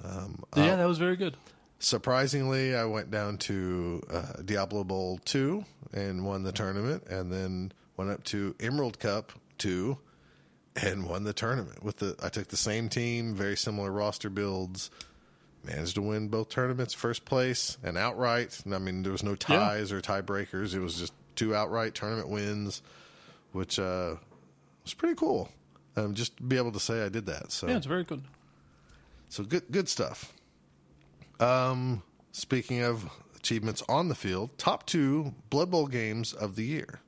A: yeah, that was very good.
B: surprisingly, I went down to uh, Diablo Bowl two and won the tournament, and then went up to Emerald Cup two and won the tournament with the. I took the same team, very similar roster builds. Managed to win both tournaments, first place and outright. And I mean, there was no ties or tiebreakers. It was just two outright tournament wins, which uh, was pretty cool. Um, just to be able to say I did that. So
A: Yeah, it's very good.
B: so good, good stuff. Um, speaking of achievements on the field, top two Blood Bowl games of the year.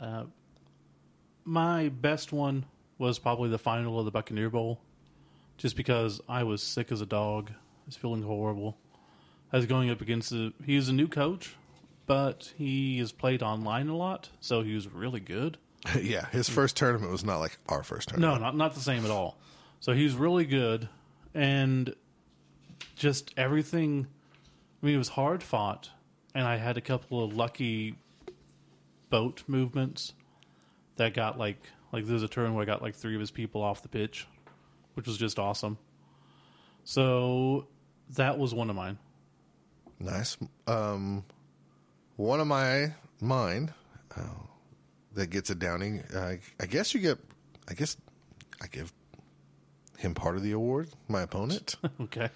A: My best one was probably the final of the Buccaneer Bowl, just because I was sick as a dog. I was feeling horrible. I was going up against the. He is a new coach, but he has played online a lot, so he was really good.
B: yeah, his first tournament was not like our first
A: No,
B: tournament.
A: not not the same at all. So he's really good, and just everything. I mean, it was hard fought, and I had a couple of lucky boat movements that got like like there's a turn where I got like three of his people off the pitch, which was just awesome. So that was one of mine.
B: Nice. Um, one of my mine uh, that gets a downing. Uh, I guess you get. I guess I give him part of the award. My opponent.
A: okay,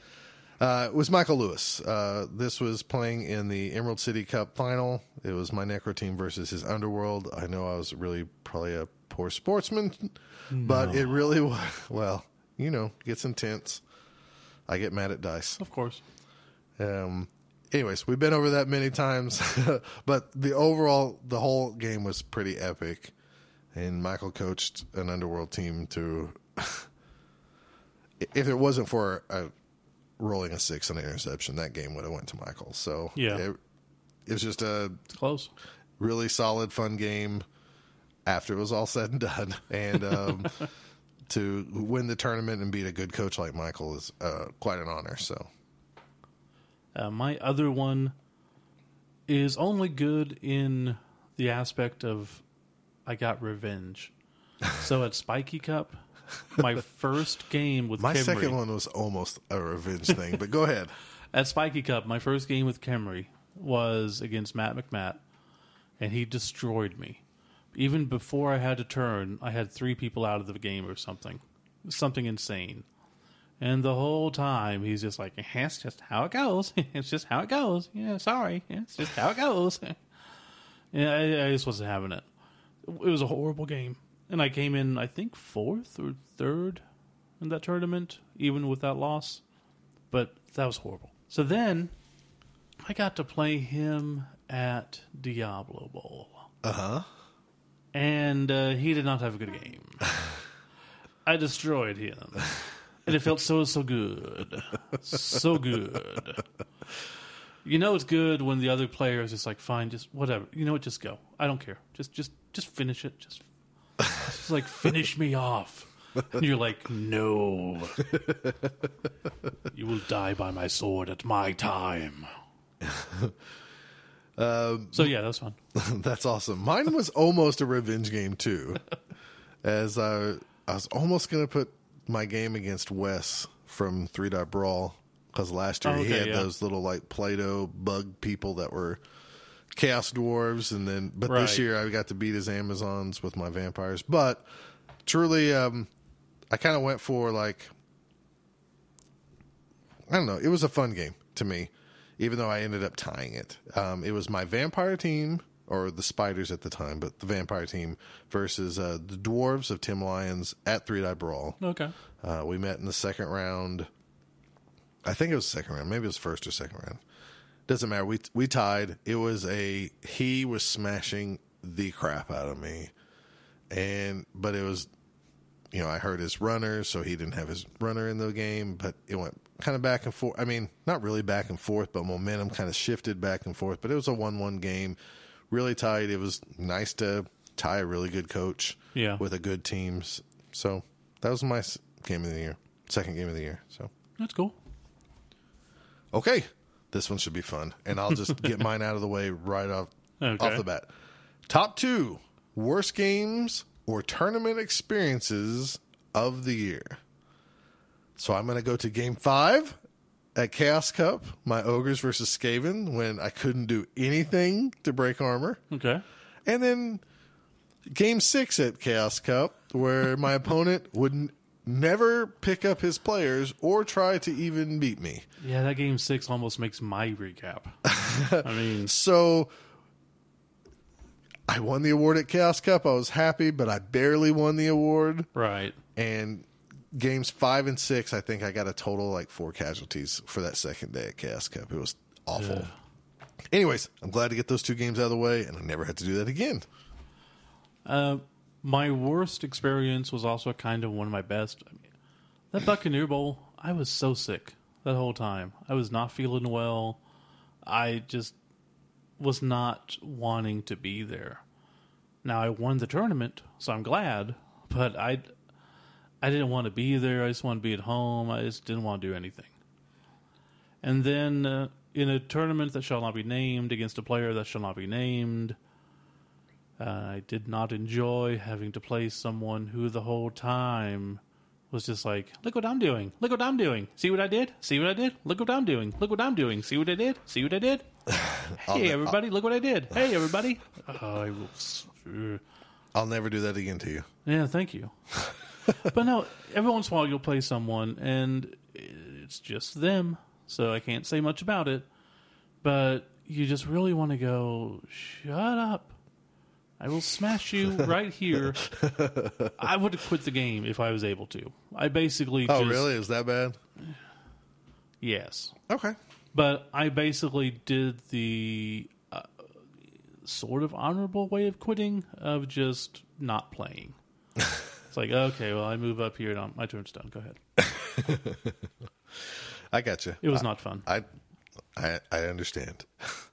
B: Uh, it was Michael Lewis. Uh, this was playing in the Emerald City Cup final. It was my Necro team versus his Underworld. I know I was really probably a poor sportsman, but it really was. Well, you know, gets intense. I get mad at dice.
A: of course.
B: Um, anyways, we've been over that many times, but the overall, the whole game was pretty epic. And Michael coached an underworld team to, if it wasn't for a, rolling a six on an interception, that game would have went to Michael. So
A: Yeah.
B: it, it was just a
A: It's close.
B: really solid, fun game. After it was all said and done, and um, to win the tournament and beat a good coach like Michael is uh, quite an honor. So
A: Uh, my other one is only good in the aspect of I got revenge. So at Spiky Cup, my first game with
B: My
A: Khemri-
B: second one was almost a revenge thing, but go ahead.
A: at Spiky Cup, my first game with Kemri was against Matt McMatt, and he destroyed me. Even before I had to turn, I had three people out of the game or something, something insane. And the whole time he's just like, "Eh, "It's just how it goes. it's just how it goes." Yeah, sorry, Yeah, it's just how it goes. yeah, I, I just wasn't having it. It was a horrible game, and I came in I think fourth or third in that tournament, even with that loss. But that was horrible. So then I got to play him at Diablo Bowl
B: Uh huh.
A: and uh, he did not have a good game. I destroyed him, and it felt so so good, so good. You know it's good when the other player is just like, fine, just whatever. You know what? Just go. I don't care. Just just just finish it. Just just like finish me off. And you're like, no, you will die by my sword at my time. so yeah, that was fun.
B: That's awesome. Mine was almost a revenge game too, as I I was almost gonna put my game against Wes from Three Dot Brawl because last year
A: Oh,
B: he
A: okay,
B: had
A: yeah.
B: those little like Play-Doh bug people that were chaos dwarves, and then but this
A: Right.
B: year I got to beat his Amazons with my vampires. But truly, um, I kind of went for like I don't know. It was a fun game to me, even though I ended up tying it. Um, it was my vampire team, or the spiders at the time, but the vampire team versus uh, the dwarves of Tim Lyons at Three Die Brawl.
A: Okay,
B: Uh, we met in the second round. I think it was second round. Maybe it was first or second round. Doesn't matter. We we tied. It was a he was smashing the crap out of me, and but it was, you know, I heard his runner, so he didn't have his runner in the game. But it went kind of back and forth. I mean, not really back and forth, but momentum kind of shifted back and forth. But it was a one-one game, really tight. It was nice to tie a really good coach
A: Yeah.
B: with a good team. S- So that was my s- game of the year, second game of the year. So
A: that's cool.
B: okay, this one should be fun, and I'll just get mine out of the way right off
A: Okay.
B: off the bat. Top two worst games or tournament experiences of the year. So I'm going to go to game five at Chaos Cup, my ogres versus Skaven, when I couldn't do anything to break armor.
A: Okay,
B: And then game six at Chaos Cup, where my opponent would n- never pick up his players or try to even beat me.
A: Yeah, that game six almost makes my recap. I mean,
B: So I won the award at Chaos Cup. I was happy, but I barely won the award.
A: right.
B: And games five and six, I think I got a total like four casualties for that second day at Chaos Cup. It was awful. Anyways, I'm glad to get those two games out of the way, and I never had to do that again.
A: Uh, my worst experience was also kind of one of my best. I mean, that Buccaneer Bowl, I was so sick that whole time. I was not feeling well. I just was not wanting to be there. Now I won the tournament, so I'm glad, but I I didn't want to be there. I just wanted to be at home. I just didn't want to do anything. And then uh, in a tournament that shall not be named against a player that shall not be named, uh, I did not enjoy having to play someone who the whole time was just like, look what I'm doing. Look what I'm doing. See what I did? See what I did? Look what I'm doing. Look what I'm doing. See what I did? See what I did? Hey, everybody, look what I did. Hey, everybody. I will. s- uh,
B: I'll never do that again to you.
A: Yeah, thank you. but no, every once in a while you'll play someone and it's just them, so I can't say much about it. But you just really want to go, shut up. I will smash you right here. I would have quit the game if I was able to. I basically
B: Oh,
A: just,
B: really? Is that bad?
A: Yes.
B: Okay.
A: But I basically did the uh, sort of honorable way of quitting of just not playing. it's like, okay, well, I move up here and I'm, my turn's done. Go ahead.
B: I got you.
A: It was not fun.
B: I, I, I understand.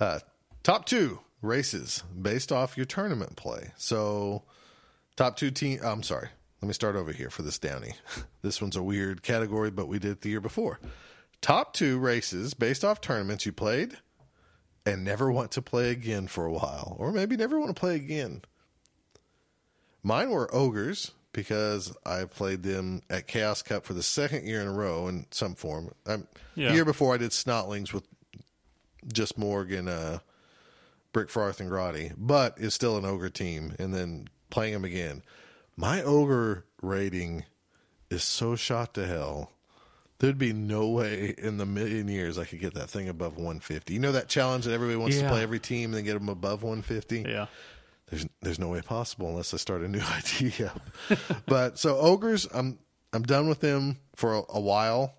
B: Uh, top two races based off your tournament play. So, top two team. I'm sorry. Let me start over here for this Downey. This one's a weird category, but we did it the year before. Top two races based off tournaments you played and never want to play again for a while, or maybe never want to play again. Mine were ogres because I played them at Chaos Cup for the second year in a row in some form. Um
A: Yeah.
B: The year before, I did Snotlings with just Morgan, uh, Brick Farth, and Grotti, but it's still an ogre team. And then playing them again, my ogre rating is so shot to hell. There'd be no way in the million years I could get that thing above 150. You know that challenge that everybody wants to
A: Yeah.
B: play every team and then get them above 150?
A: Yeah.
B: There's there's no way possible unless I start a new idea. but so ogres, I'm I'm done with them for a, a while,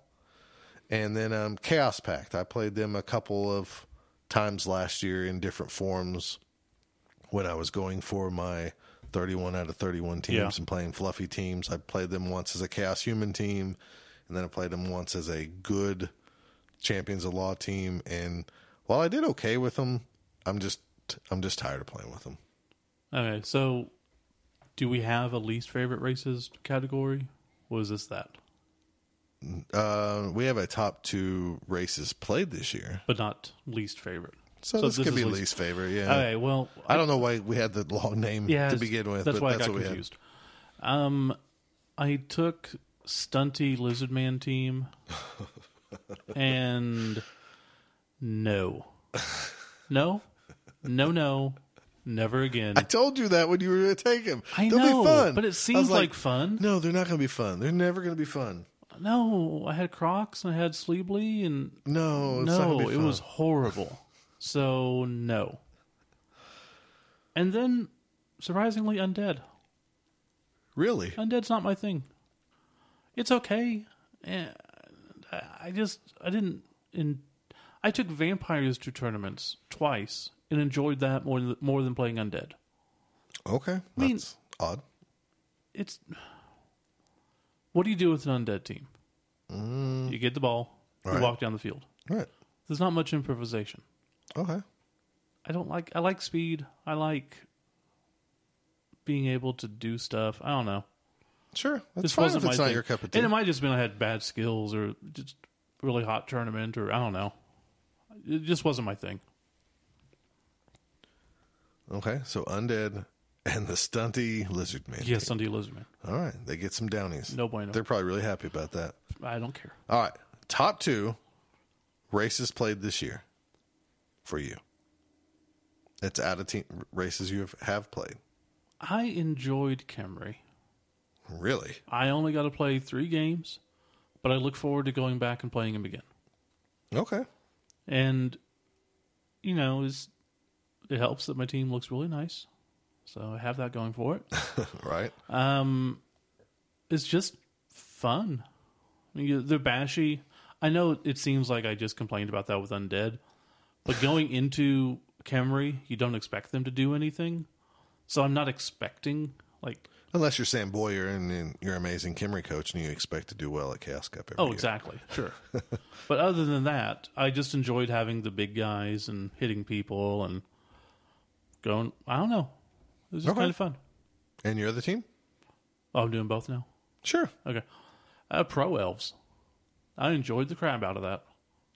B: and then um, Chaos Pact. I played them a couple of times last year in different forms when I was going for my 31 out of 31 teams
A: Yeah.
B: and playing fluffy teams. I played them once as a Chaos Human team, and then I played them once as a good Champions of Law team. And while I did okay with them, I'm just I'm just tired of playing with them.
A: Okay, so do we have a least favorite races category? What is this that?
B: Uh, we have a top two races played this year,
A: But not least favorite.
B: so, this, could
A: is
B: be least, favorite. Yeah,
A: Okay, well,
B: I don't know why we had the long name
A: yeah,
B: to
A: it's-
B: begin with,
A: That's
B: but
A: why
B: that's
A: I got
B: what
A: confused. Um, I took Stunty Lizard Man team, and no, no, no, no, never again.
B: we had. I told you that when you were going to take him.
A: I
B: They'll
A: know,
B: be fun.
A: but it
B: I was
A: seems like fun.
B: No, they're not going to be fun. They're never going to be fun.
A: No, I had Crocs and I had Sleebly, and
B: No, it's not
A: no,
B: gonna be
A: it
B: fun.
A: was horrible. So no. And then, surprisingly, undead.
B: really.
A: Undead's not my thing. It's okay. Eh, I- I just I didn't. In, I took vampires to tournaments twice and enjoyed that more than, more than playing undead.
B: Okay,
A: mean-
B: that's odd.
A: It's what do you do with an undead team? You get the ball.
B: Right.
A: You walk down the field.
B: Right.
A: There's not much improvisation.
B: Okay.
A: I don't like. I like speed. I like being able to do stuff. I don't know.
B: Sure. That's
A: This
B: fine if
A: wasn't
B: it's
A: my
B: not
A: thing.
B: your cup of tea.
A: And it might just been I had bad skills or just really hot tournament or I don't know. It just wasn't my thing.
B: okay. So undead and the stunty lizard man.
A: Yeah, Sunday Lizardman.
B: All right. They get some downies.
A: No bueno.
B: They're probably really happy about that.
A: I don't care.
B: All right. Top two races played this year for you. It's out of team races you have, have played.
A: I enjoyed Camry.
B: Really?
A: I only got to play three games, but I look forward to going back and playing him again.
B: Okay.
A: And you know, it's, it helps that my team looks really nice, so I have that going for it.
B: right.
A: Um, it's just fun. I mean, you- they're bashy. I know it seems like I just complained about that with Undead, but going into Camry, you don't expect them to do anything. So I'm not expecting like,
B: Unless you're Sam Boyer and, and you're an amazing Kimry coach and you expect to do well at Chaos Cup every
A: oh,
B: year.
A: exactly, sure. but other than that, I just enjoyed having the big guys and hitting people and going. I don't know. It was just
B: Okay.
A: kind of fun.
B: And your other team?
A: Oh, I'm doing both now.
B: Sure.
A: Okay, uh, pro elves. I enjoyed the crap out of that.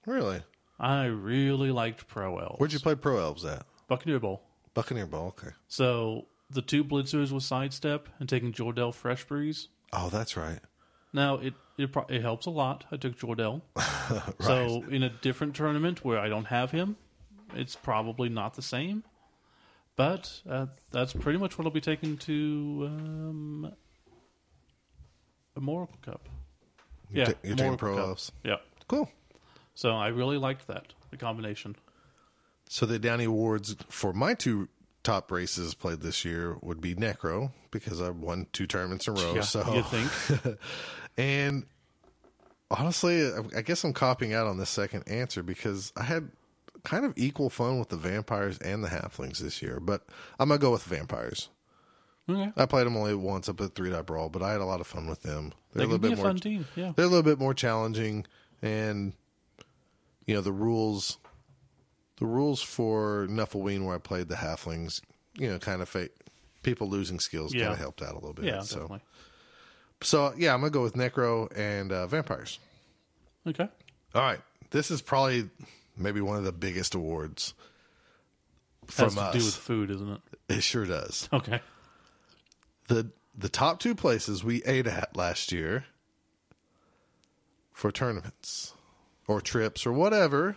B: Really?
A: I really liked Pro Elves.
B: Where'd you play Pro Elves at?
A: Buccaneer Bowl.
B: Buccaneer Ball. Okay.
A: So the two blitzers with sidestep and taking Jordell Fresh Breeze.
B: Oh, that's right.
A: Now it it, pro- it helps a lot. I took Jordell. So in a different tournament where I don't have him, it's probably not the same. But uh, that's pretty much what I'll be taking to um, Immortal Cup.
B: You're
A: yeah,
B: ta- you're taking
A: Immortal
B: Pro
A: Cup.
B: Elves.
A: Yeah.
B: Cool.
A: So I really liked that the combination.
B: So the Downey Awards for my two top races played this year would be Necro because I won two tournaments in a row.
A: yeah,
B: Oh, so
A: you think?
B: And honestly, I I guess I'm copying out on this second answer because I had kind of equal fun with the vampires and the halflings this year, but I'm going to go with vampires.
A: Okay.
B: I played them only once up at Three Dot Brawl, but I had a lot of fun with them. They're
A: They
B: a little
A: could be
B: bit
A: a
B: more.
A: fun team. Yeah.
B: They're a little bit more challenging, and you know the rules. The rules for Nuffleween, where I played the halflings, you know, kind of fake people losing skills,
A: Yeah.
B: kind of helped out a little bit.
A: Yeah,
B: so,
A: definitely.
B: so yeah, I'm gonna go with Necro and uh, vampires.
A: Okay.
B: All right. This is probably maybe one of the biggest awards from
A: Has to
B: us.
A: do with food, isn't it?
B: It sure does.
A: Okay.
B: The the top two places we ate at last year for tournaments or trips or whatever.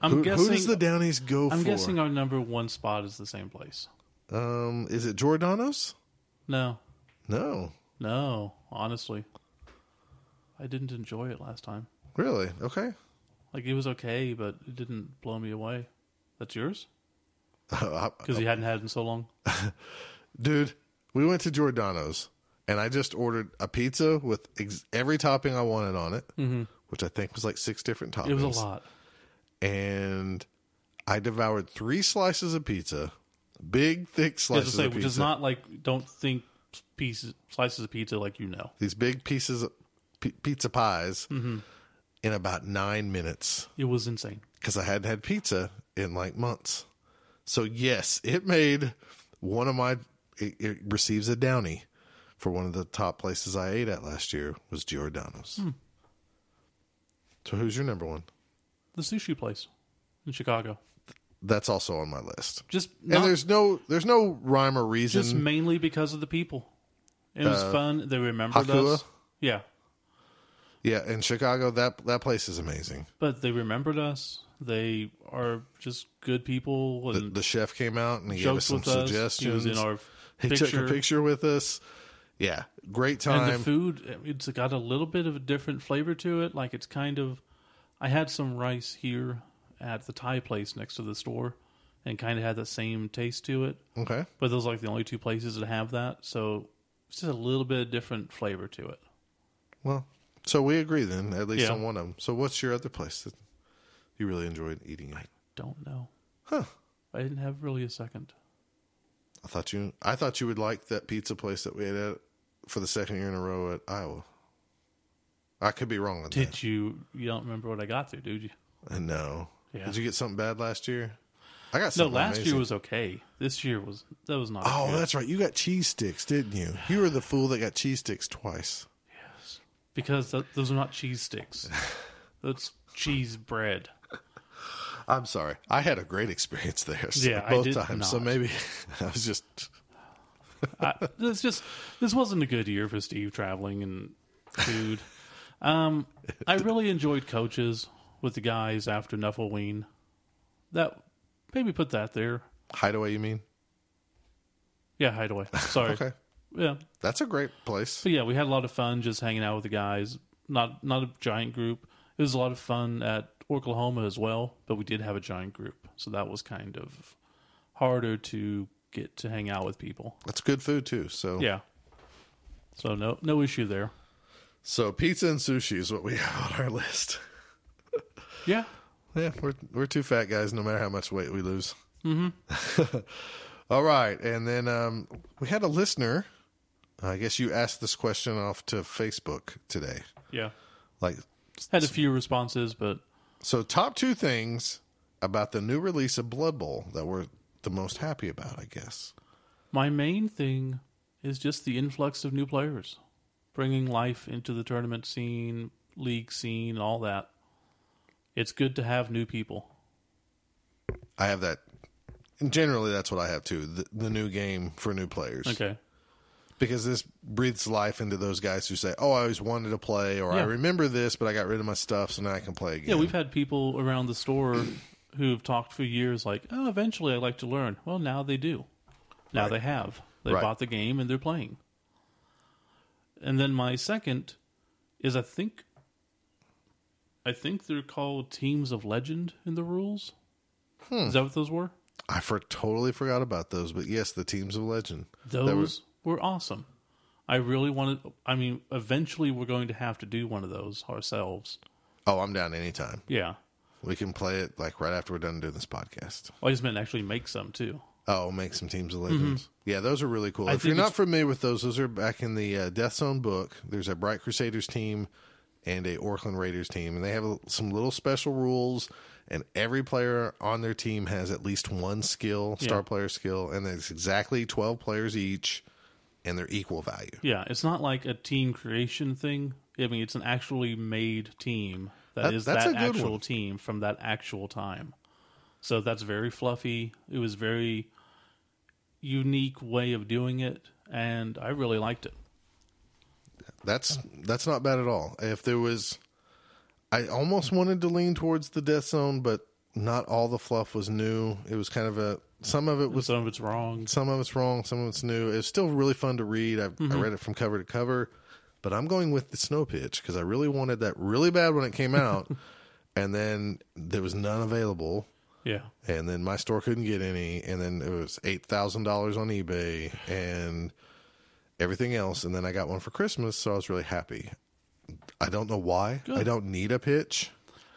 A: I'm
B: Who, who
A: guessing.
B: does the Downies go
A: I'm
B: for?
A: guessing our number one spot is the same place.
B: um, is it Giordano's?
A: No,
B: No.
A: No, honestly, I didn't enjoy it last time.
B: Really? Okay.
A: Like it was okay, but it didn't blow me away. That's yours
B: I-
A: because you hadn't had it in so long.
B: Uh, Dude, we went to Giordano's and I just ordered a pizza with ex- every topping I wanted on it, which I think was like six different toppings.
A: Mm-hmm. It was a lot.
B: And I devoured three slices of pizza, big, thick
A: I was
B: slices
A: to say,
B: of
A: which
B: pizza.
A: is not like don't think pieces slices of pizza like you know.
B: These big pieces of p- pizza pies
A: Mm-hmm.
B: in about nine minutes
A: It was insane.
B: because I hadn't had pizza in like months. So, yes, it made one of my, it, it receives a downy for one of the top places I ate at last year was Giordano's.
A: Hmm.
B: So, who's your number one?
A: The sushi place in Chicago.
B: That's also on my list.
A: Just
B: and
A: not,
B: there's no there's no rhyme or reason.
A: just mainly because of the people. It was fun. They remembered
B: Hakua?
A: us. Yeah,
B: yeah, in Chicago that that place is amazing.
A: but they remembered us. They are just good people
B: The,
A: and
B: the chef came out and he gave
A: jokes
B: us some
A: with us. He
B: suggestions.
A: was in our
B: He
A: picture.
B: took a picture with us. Yeah, great
A: And
B: time.
A: the food, it's got a little bit of a different flavor to it. Like it's kind of, I had some rice here at the Thai place next to the store, and kind of had that same taste to it.
B: okay,
A: But those are like the only two places that have that, so it's just a little bit of different flavor to it.
B: well, so we agree then at least
A: Yeah.
B: on one of them. So what's your other place that you really enjoyed eating at?
A: Don't know.
B: Huh.
A: I didn't have really a second.
B: I thought you I thought you would like that pizza place that we ate at for the second year in a row at Iowa. I could be wrong on
A: Did you? You don't remember what I got there, dude? You?
B: that. I know.
A: Yeah.
B: Did you get something bad last year? I got
A: No,
B: something
A: last
B: amazing.
A: year was okay. This year was that was not.
B: Oh,
A: good.
B: that's right. You got cheese sticks, didn't you? You were the fool that got cheese sticks twice.
A: because th- those are not cheese sticks. That's cheese bread.
B: I'm sorry. I had a great experience there. So
A: Yeah, I
B: both
A: did
B: times. So
A: not.
B: maybe I was just
A: I, this just this wasn't a good year for Steve traveling and food. Um, I really enjoyed coaches with the guys after Nuffleween. That maybe put that there.
B: hideaway. You mean?
A: Yeah, Hideaway. Sorry.
B: Okay,
A: Yeah,
B: that's a great place.
A: but yeah, we had a lot of fun just hanging out with the guys. Not not a giant group. It was a lot of fun at Oklahoma as well, but we did have a giant group, so that was kind of harder to get to hang out with people.
B: That's good food too. So
A: Yeah. So no no issue there.
B: So pizza and sushi is what we have on our list.
A: Yeah.
B: Yeah, we're we're two fat guys. No matter how much weight we lose. Mm-hmm. All right, and then um, we had a listener. I guess you asked this question off to Facebook today.
A: Yeah.
B: Like,
A: Had a few responses, but
B: so top two things about the new release of Blood Bowl that we're the most happy about, I guess.
A: my main thing is just the influx of new players, bringing life into the tournament scene, league scene, and all that. It's good to have new people.
B: I have that. And generally, that's what I have too. The, the new game for new players.
A: Okay.
B: because this breathes life into those guys who say, "Oh, I always wanted to play," or "I
A: Yeah.
B: remember this, but I got rid of my stuff, so now I can play again."
A: Yeah, we've had people around the store who've talked for years like, "Oh, eventually I'd like to learn." Well, now they do. Now
B: Right.
A: they have. They
B: Right.
A: bought the game and they're playing. And then my second is I think I think they're called teams of legend in the rules.
B: Hmm.
A: Is that what those were?
B: I for totally forgot about those, but yes, the teams of legend. That were-
A: Those were awesome. I really wanted I mean, eventually we're going to have to do one of those ourselves.
B: oh, I'm down anytime.
A: Yeah.
B: We can play it like right after we're done doing this podcast.
A: Well, I just meant actually make some too.
B: Oh, make some teams of legends. Yeah, those are really cool.
A: Mm-hmm. I
B: if you're
A: think
B: not
A: it's-
B: familiar with those, those are back in the uh, Death Zone book. There's a Bright Crusaders team and a Orkland Raiders team, and they have a- some little special rules. And every player on their team has at least one skill, star
A: Yeah.
B: player skill, and there's exactly twelve players each, and they're equal value.
A: Yeah, it's not like a team creation thing. I mean, it's an actually made team
B: That-
A: that is
B: that's
A: that
B: a good
A: actual
B: one.
A: team from that actual time. So that's very fluffy. It was very unique way of doing it, and I really liked it.
B: That's that's not bad at all. If there was, I almost wanted to lean towards the Death Zone, but not all the fluff was new. It was kind of a some of it was
A: Some of it's wrong.
B: some of it's wrong, some of it's new. It's still really fun to read. I've, I read it from cover to cover, but I'm going with the Snow Pitch because I really wanted that really bad when it came out, and then there was none available,
A: Yeah.
B: and then my store couldn't get any, and then it was eight thousand dollars on eBay and everything else, and then I got one for Christmas, so I was really happy. I don't know why. I don't need a pitch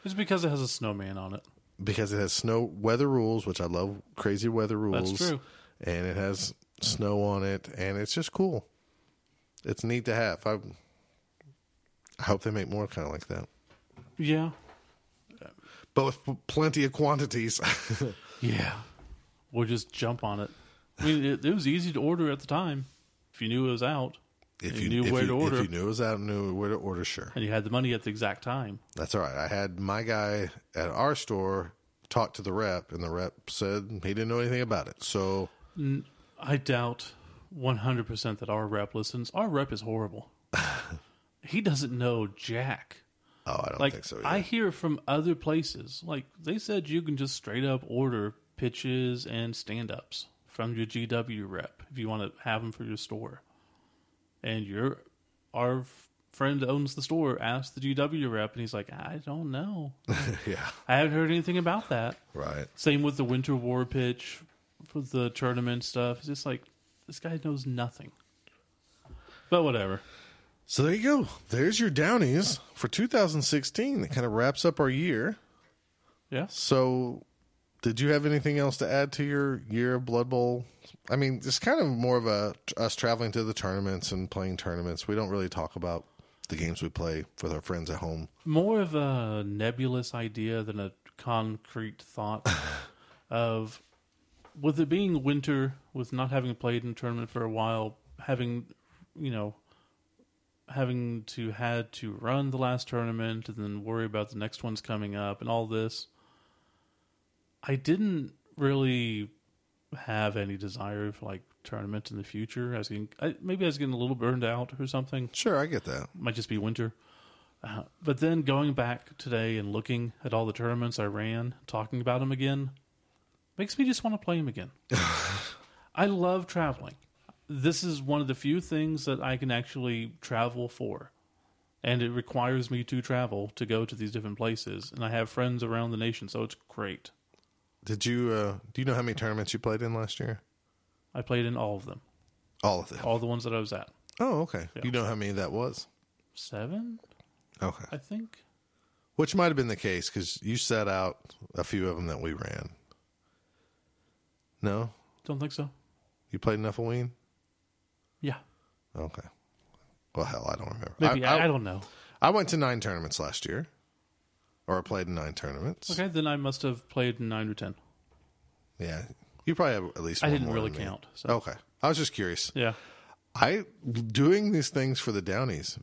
A: It's because it has a snowman on it.
B: because it has snow weather rules, which I love crazy weather rules.
A: true.
B: And it has snow on it, and it's just cool. It's neat to have. I, I hope they make more kind of like that,
A: Yeah.
B: but with p- plenty of quantities.
A: Yeah. Or just jump on it. I mean, it, it was easy to order at the time if you knew it was out
B: if
A: You knew where to order.
B: if you knew it was out, and knew where to order. Sure,
A: and you had the money at the exact time.
B: that's all right. I had my guy at our store talk to the rep, and the rep said he didn't know anything about it. So
A: I doubt 100% that our rep listens. Our rep is horrible. he doesn't know Jack.
B: Oh, I don't
A: Like,
B: think so.
A: I
B: either.
A: hear from other places, like, they said you can just straight up order pitches and stand ups from your GW rep if you want to have them for your store. And your, our f- friend that owns the store asked the GW rep, and he's like, I don't know.
B: yeah,
A: I haven't heard anything about that.
B: right.
A: Same with the Winter War pitch for the tournament stuff. It's just like this guy knows nothing. But whatever.
B: So there you go. There's your Downies for 2016. That kind of wraps up our year.
A: Yes.
B: So, did you have anything else to add to your year of Blood Bowl? I mean, it's kind of more of a us traveling to the tournaments and playing tournaments. We don't really talk about the games we play with our friends at home.
A: More of a nebulous idea than a concrete thought of with it being winter, with not having played in a tournament for a while, having you know having to had to run the last tournament and then worry about the next one's coming up and all this. I didn't really have any desire for like tournament in the future. I was getting I, maybe I was getting a little burned out or something
B: Sure, I get that.
A: might just be winter. Uh, but then going back today and looking at all the tournaments I ran, talking about them again, makes me just want to play them again. I love traveling. This is one of the few things that I can actually travel for. And it requires me to travel to go to these different places. And I have friends around the nation, so it's great.
B: Did you uh, do you know how many tournaments you played in last year?
A: I played in all of them,
B: All of them.
A: all the ones that I was at.
B: Oh, okay. You know how many that was.
A: Seven,
B: Okay.
A: I think.
B: Which might have been the case because you set out a few of them that we ran. No,
A: Don't think so.
B: you played enough of Ween.
A: Yeah.
B: Okay. Well, hell, I don't remember.
A: Maybe.
B: I,
A: I,
B: I,
A: I don't know.
B: I went to nine tournaments last year, or I played in nine tournaments.
A: Okay, then I must have played nine or ten.
B: Yeah, you probably have at least.
A: I
B: one
A: didn't
B: more
A: really
B: than me. Oh.
A: count. So.
B: Okay, I was just curious.
A: Yeah.
B: I doing these things for the Downies.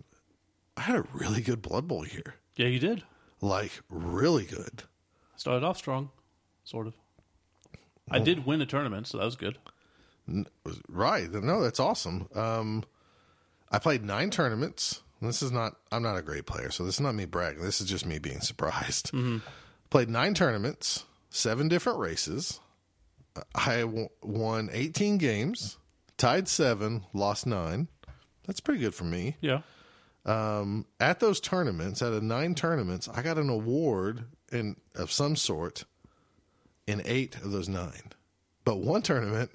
B: I had a really good Blood Bowl year,
A: Yeah, you did.
B: like really good.
A: Started off strong, sort of. I did win a tournament, so that was good.
B: Right? No, that's awesome. Um, I played nine tournaments. This is not. I'm not a great player, so this is not me bragging. This is just me being surprised. Played nine tournaments, seven different races. I w- won 18 games, tied seven, lost nine. That's pretty good for me.
A: Yeah.
B: At those tournaments, out of nine tournaments, I got an award in of some sort in eight of those nine. But one tournament,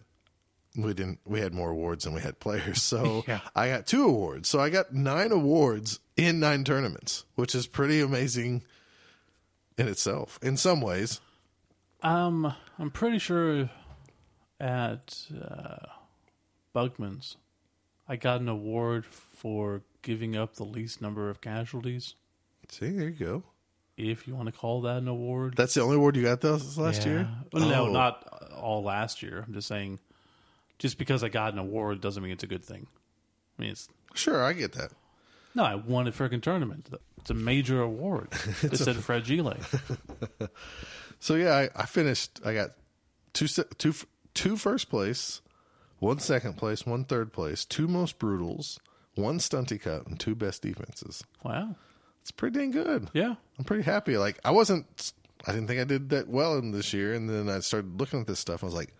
B: we didn't. We had more awards than we had players, so
A: Yeah.
B: I got two awards. So I got nine awards in nine tournaments, which is pretty amazing in itself. In some ways,
A: Um, I'm pretty sure at uh, Bugman's, I got an award for giving up the least number of casualties,
B: see, there you go.
A: if you want to call that an award.
B: That's the only award you got those last
A: Yeah.
B: year.
A: Well, No,
B: Oh,
A: not all last year. I'm just saying, just because I got an award doesn't mean it's a good thing. I mean, it's
B: sure. I get that.
A: No, I won a freaking tournament. It's a major award. It said Fred Gile.
B: So yeah, I, I finished. I got two se- two f- two first place, one second place, one third place, two most brutals, one stunty cup, and two best defenses.
A: Wow.
B: It's pretty dang good.
A: Yeah.
B: I'm pretty happy. Like I wasn't. I didn't think I did that well in this year. And then I started looking at this stuff. And I was like,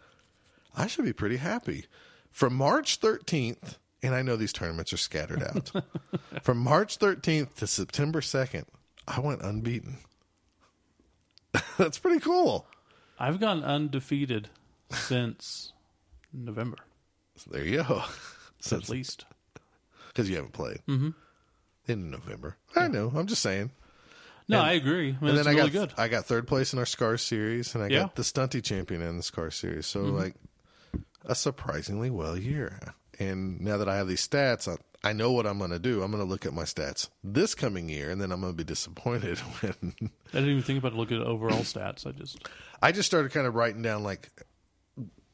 B: I should be pretty happy. From March 13th, and I know these tournaments are scattered out. From March 13th to September 2nd, I went unbeaten. That's pretty cool.
A: I've gone undefeated since November,
B: So there you go.
A: at least.
B: Because you haven't played. Mm-hmm. In November. I know. I'm just saying.
A: No, I agree. I mean,
B: and
A: it's
B: then I
A: really
B: got
A: good.
B: I got third place in our Scar series, and I
A: Yeah. Mm-hmm.
B: got the Stunty champion in the Scar series. So like a surprisingly well year. And now that I have these stats, I, I know what I'm going to do. I'm going to look at my stats this coming year, and then I'm going to be disappointed when
A: I didn't even think about looking at overall stats. I just
B: I just started kind of writing down like,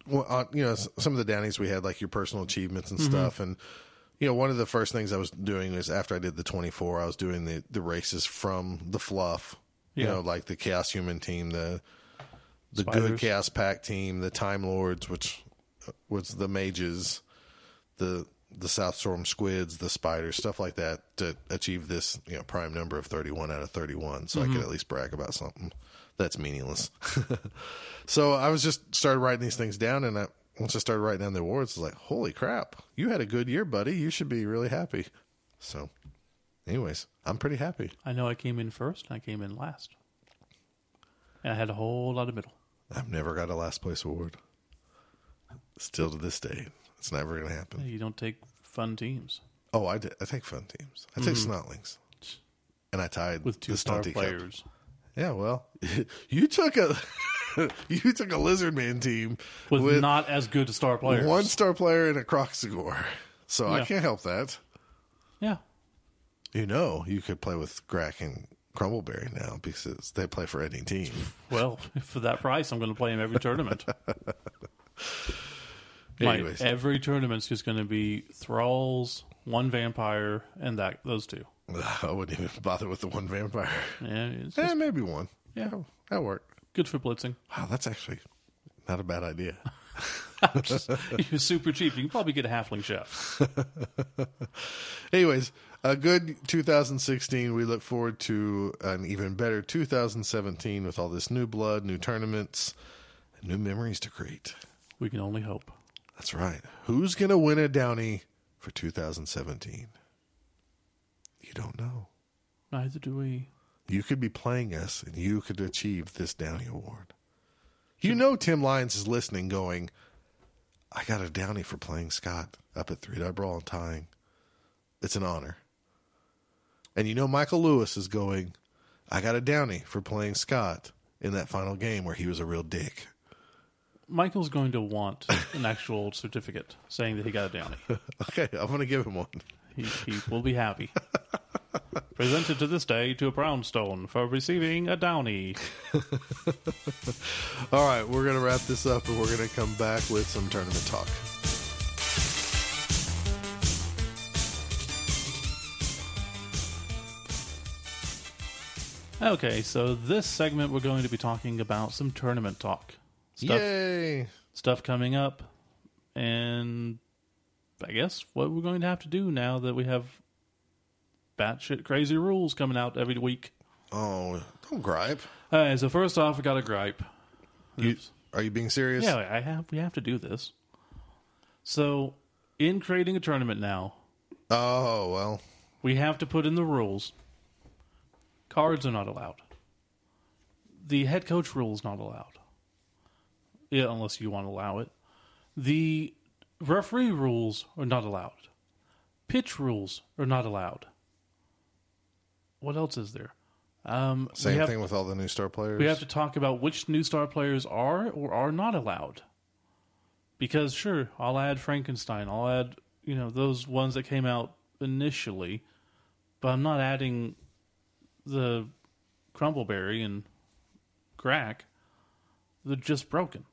B: well, uh, you know, s- some of the downies we had, like your personal achievements
A: Mm-hmm.
B: and stuff. And, you know, one of the first things I was doing was after I did the 24, I was doing the, the races from the fluff, you
A: Yeah.
B: know, like the chaos human team, the, the good
A: Spiders.
B: chaos pack team, the time Lords, which uh, was the mages, the, the South Storm squids, the spiders, stuff like that to achieve this, you know, prime number of 31 out of 31. So
A: Mm-hmm.
B: I could at least brag about something that's meaningless. So I was just started writing these things down, and I, once I started writing down the awards, I was like, "Holy crap! You had a good year, buddy. You should be really happy." So, anyways, I'm pretty happy.
A: I know I came in first and I came in last. And I had a whole lot of middle.
B: I've never got a last place award. Still to this day, it's never going to happen.
A: You don't take fun teams
B: Oh, I, did, I take fun teams. I take snotlings, and I tied
A: Mm-hmm. with two
B: the
A: star
B: Stunty Cup.
A: players.
B: Yeah, well, you took a you took a lizard man team
A: With, not as good a star players.
B: one star player and a croxagore. So I
A: Yeah.
B: can't help that.
A: Yeah.
B: You know, you could play with Grack and Crumbleberry now because they play for any team.
A: Well, for that price, I'm going to play him every tournament. My,
B: Anyways.
A: every tournament's just going to be thralls, one vampire, and that those two.
B: I wouldn't even bother with the one vampire.
A: Yeah, it's
B: Eh,
A: just
B: maybe one.
A: Yeah.
B: that worked.
A: good for blitzing.
B: Wow, that's actually not a bad idea.
A: You're super cheap. You can probably get a halfling chef.
B: Anyways, a good 2016. We look forward to an even better 2017 with all this new blood, new tournaments, and new memories to create.
A: We can only hope.
B: That's right. Who's going to win a Downy for 2017? You don't know.
A: Neither do we.
B: You could be playing us and you could achieve this Downey Award. You know, Tim Lyons is listening, going, I got a Downey for playing Scott up at Three Dot Brawl and tying. It's an honor. And you know, Michael Lewis is going, I got a Downey for playing Scott in that final game where he was a real dick.
A: Michael's going to want an actual certificate saying that he got a downy.
B: Okay, I'm going to give him one.
A: He, he will be happy. Presented to this day to a brownstone for receiving a downy.
B: All right, we're going to wrap this up and we're going to come back with some tournament talk.
A: Okay, so this segment we're going to be talking about some tournament talk. Stuff
B: Yay!
A: stuff coming up and I guess what we're going to have to do now that we have batshit crazy rules coming out every week.
B: Oh, don't gripe.
A: All right, so first off, I got a gripe.
B: You, are you being serious?
A: Yeah, I have. We have to do this. So, in creating a tournament now,
B: Oh, well.
A: we have to put in the rules. Cards are not allowed. The head coach rule is not allowed. Yeah, unless you want to allow it. The referee rules are not allowed. Pitch rules are not allowed. What else is there? Um, we
B: Same
A: have-
B: thing with all the new star players.
A: we have to talk about which new star players are or are not allowed. Because sure, I'll add Frankenstein, I'll add, you know, those ones that came out initially, but I'm not adding the Crumbleberry and Crack. They're just broken.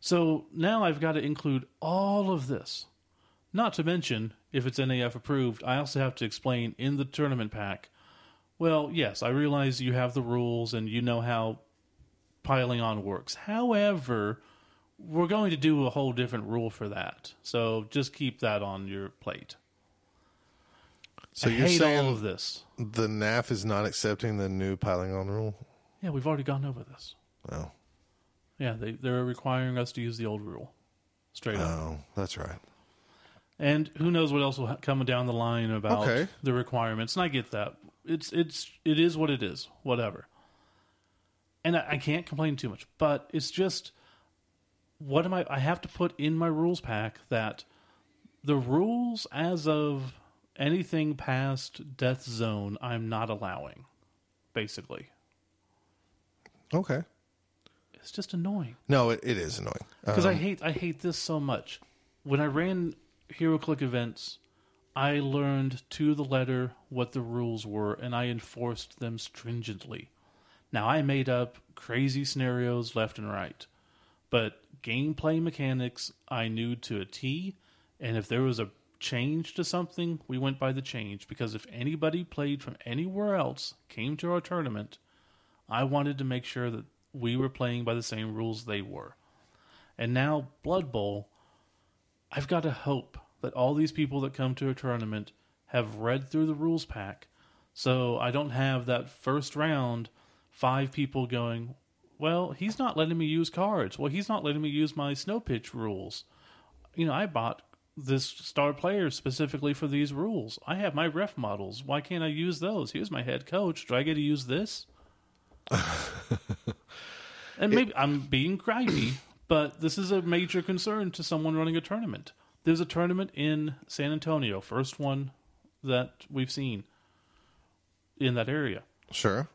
A: So now I've got to include all of this. Not to mention, if it's NAF approved, I also have to explain in the tournament pack well, yes, I realize you have the rules and you know how piling on works. However, we're going to do a whole different rule for that. So just keep that on your plate.
B: so
A: I
B: you're
A: hate
B: saying
A: all of this.
B: the NAF is not accepting the new piling on rule?
A: Yeah, we've already gone over this.
B: Oh,
A: Yeah, they, they're requiring us to use the old rule, straight up.
B: oh, that's right.
A: And who knows what else will ha- come down the line about
B: Okay.
A: the requirements? And I get that. It's it's it is what it is. Whatever. And I, I can't complain too much, but it's just what am I? I have to put in my rules pack that the rules as of anything past death zone, I'm not allowing. Basically,
B: Okay.
A: it's just annoying.
B: No, it, it is annoying. Uh,
A: because I hate I hate this so much. When I ran HeroClick events, I learned to the letter what the rules were, and I enforced them stringently. Now I made up crazy scenarios left and right, but gameplay mechanics I knew to a T. And if there was a change to something, we went by the change because if anybody played from anywhere else came to our tournament, I wanted to make sure that we were playing by the same rules they were. And now Blood Bowl, I've got to hope that all these people that come to a tournament have read through the rules pack so I don't have that first round five people going, "Well, he's not letting me use cards. Well, he's not letting me use my snow pitch rules." You know, I bought this star player specifically for these rules. I have my ref models. Why can't I use those? Here's my head coach. Do I get to use this? And maybe I'm being gripey, but this is a major concern to someone running a tournament. There's a tournament in San Antonio, first one that we've seen in that area.
B: Sure.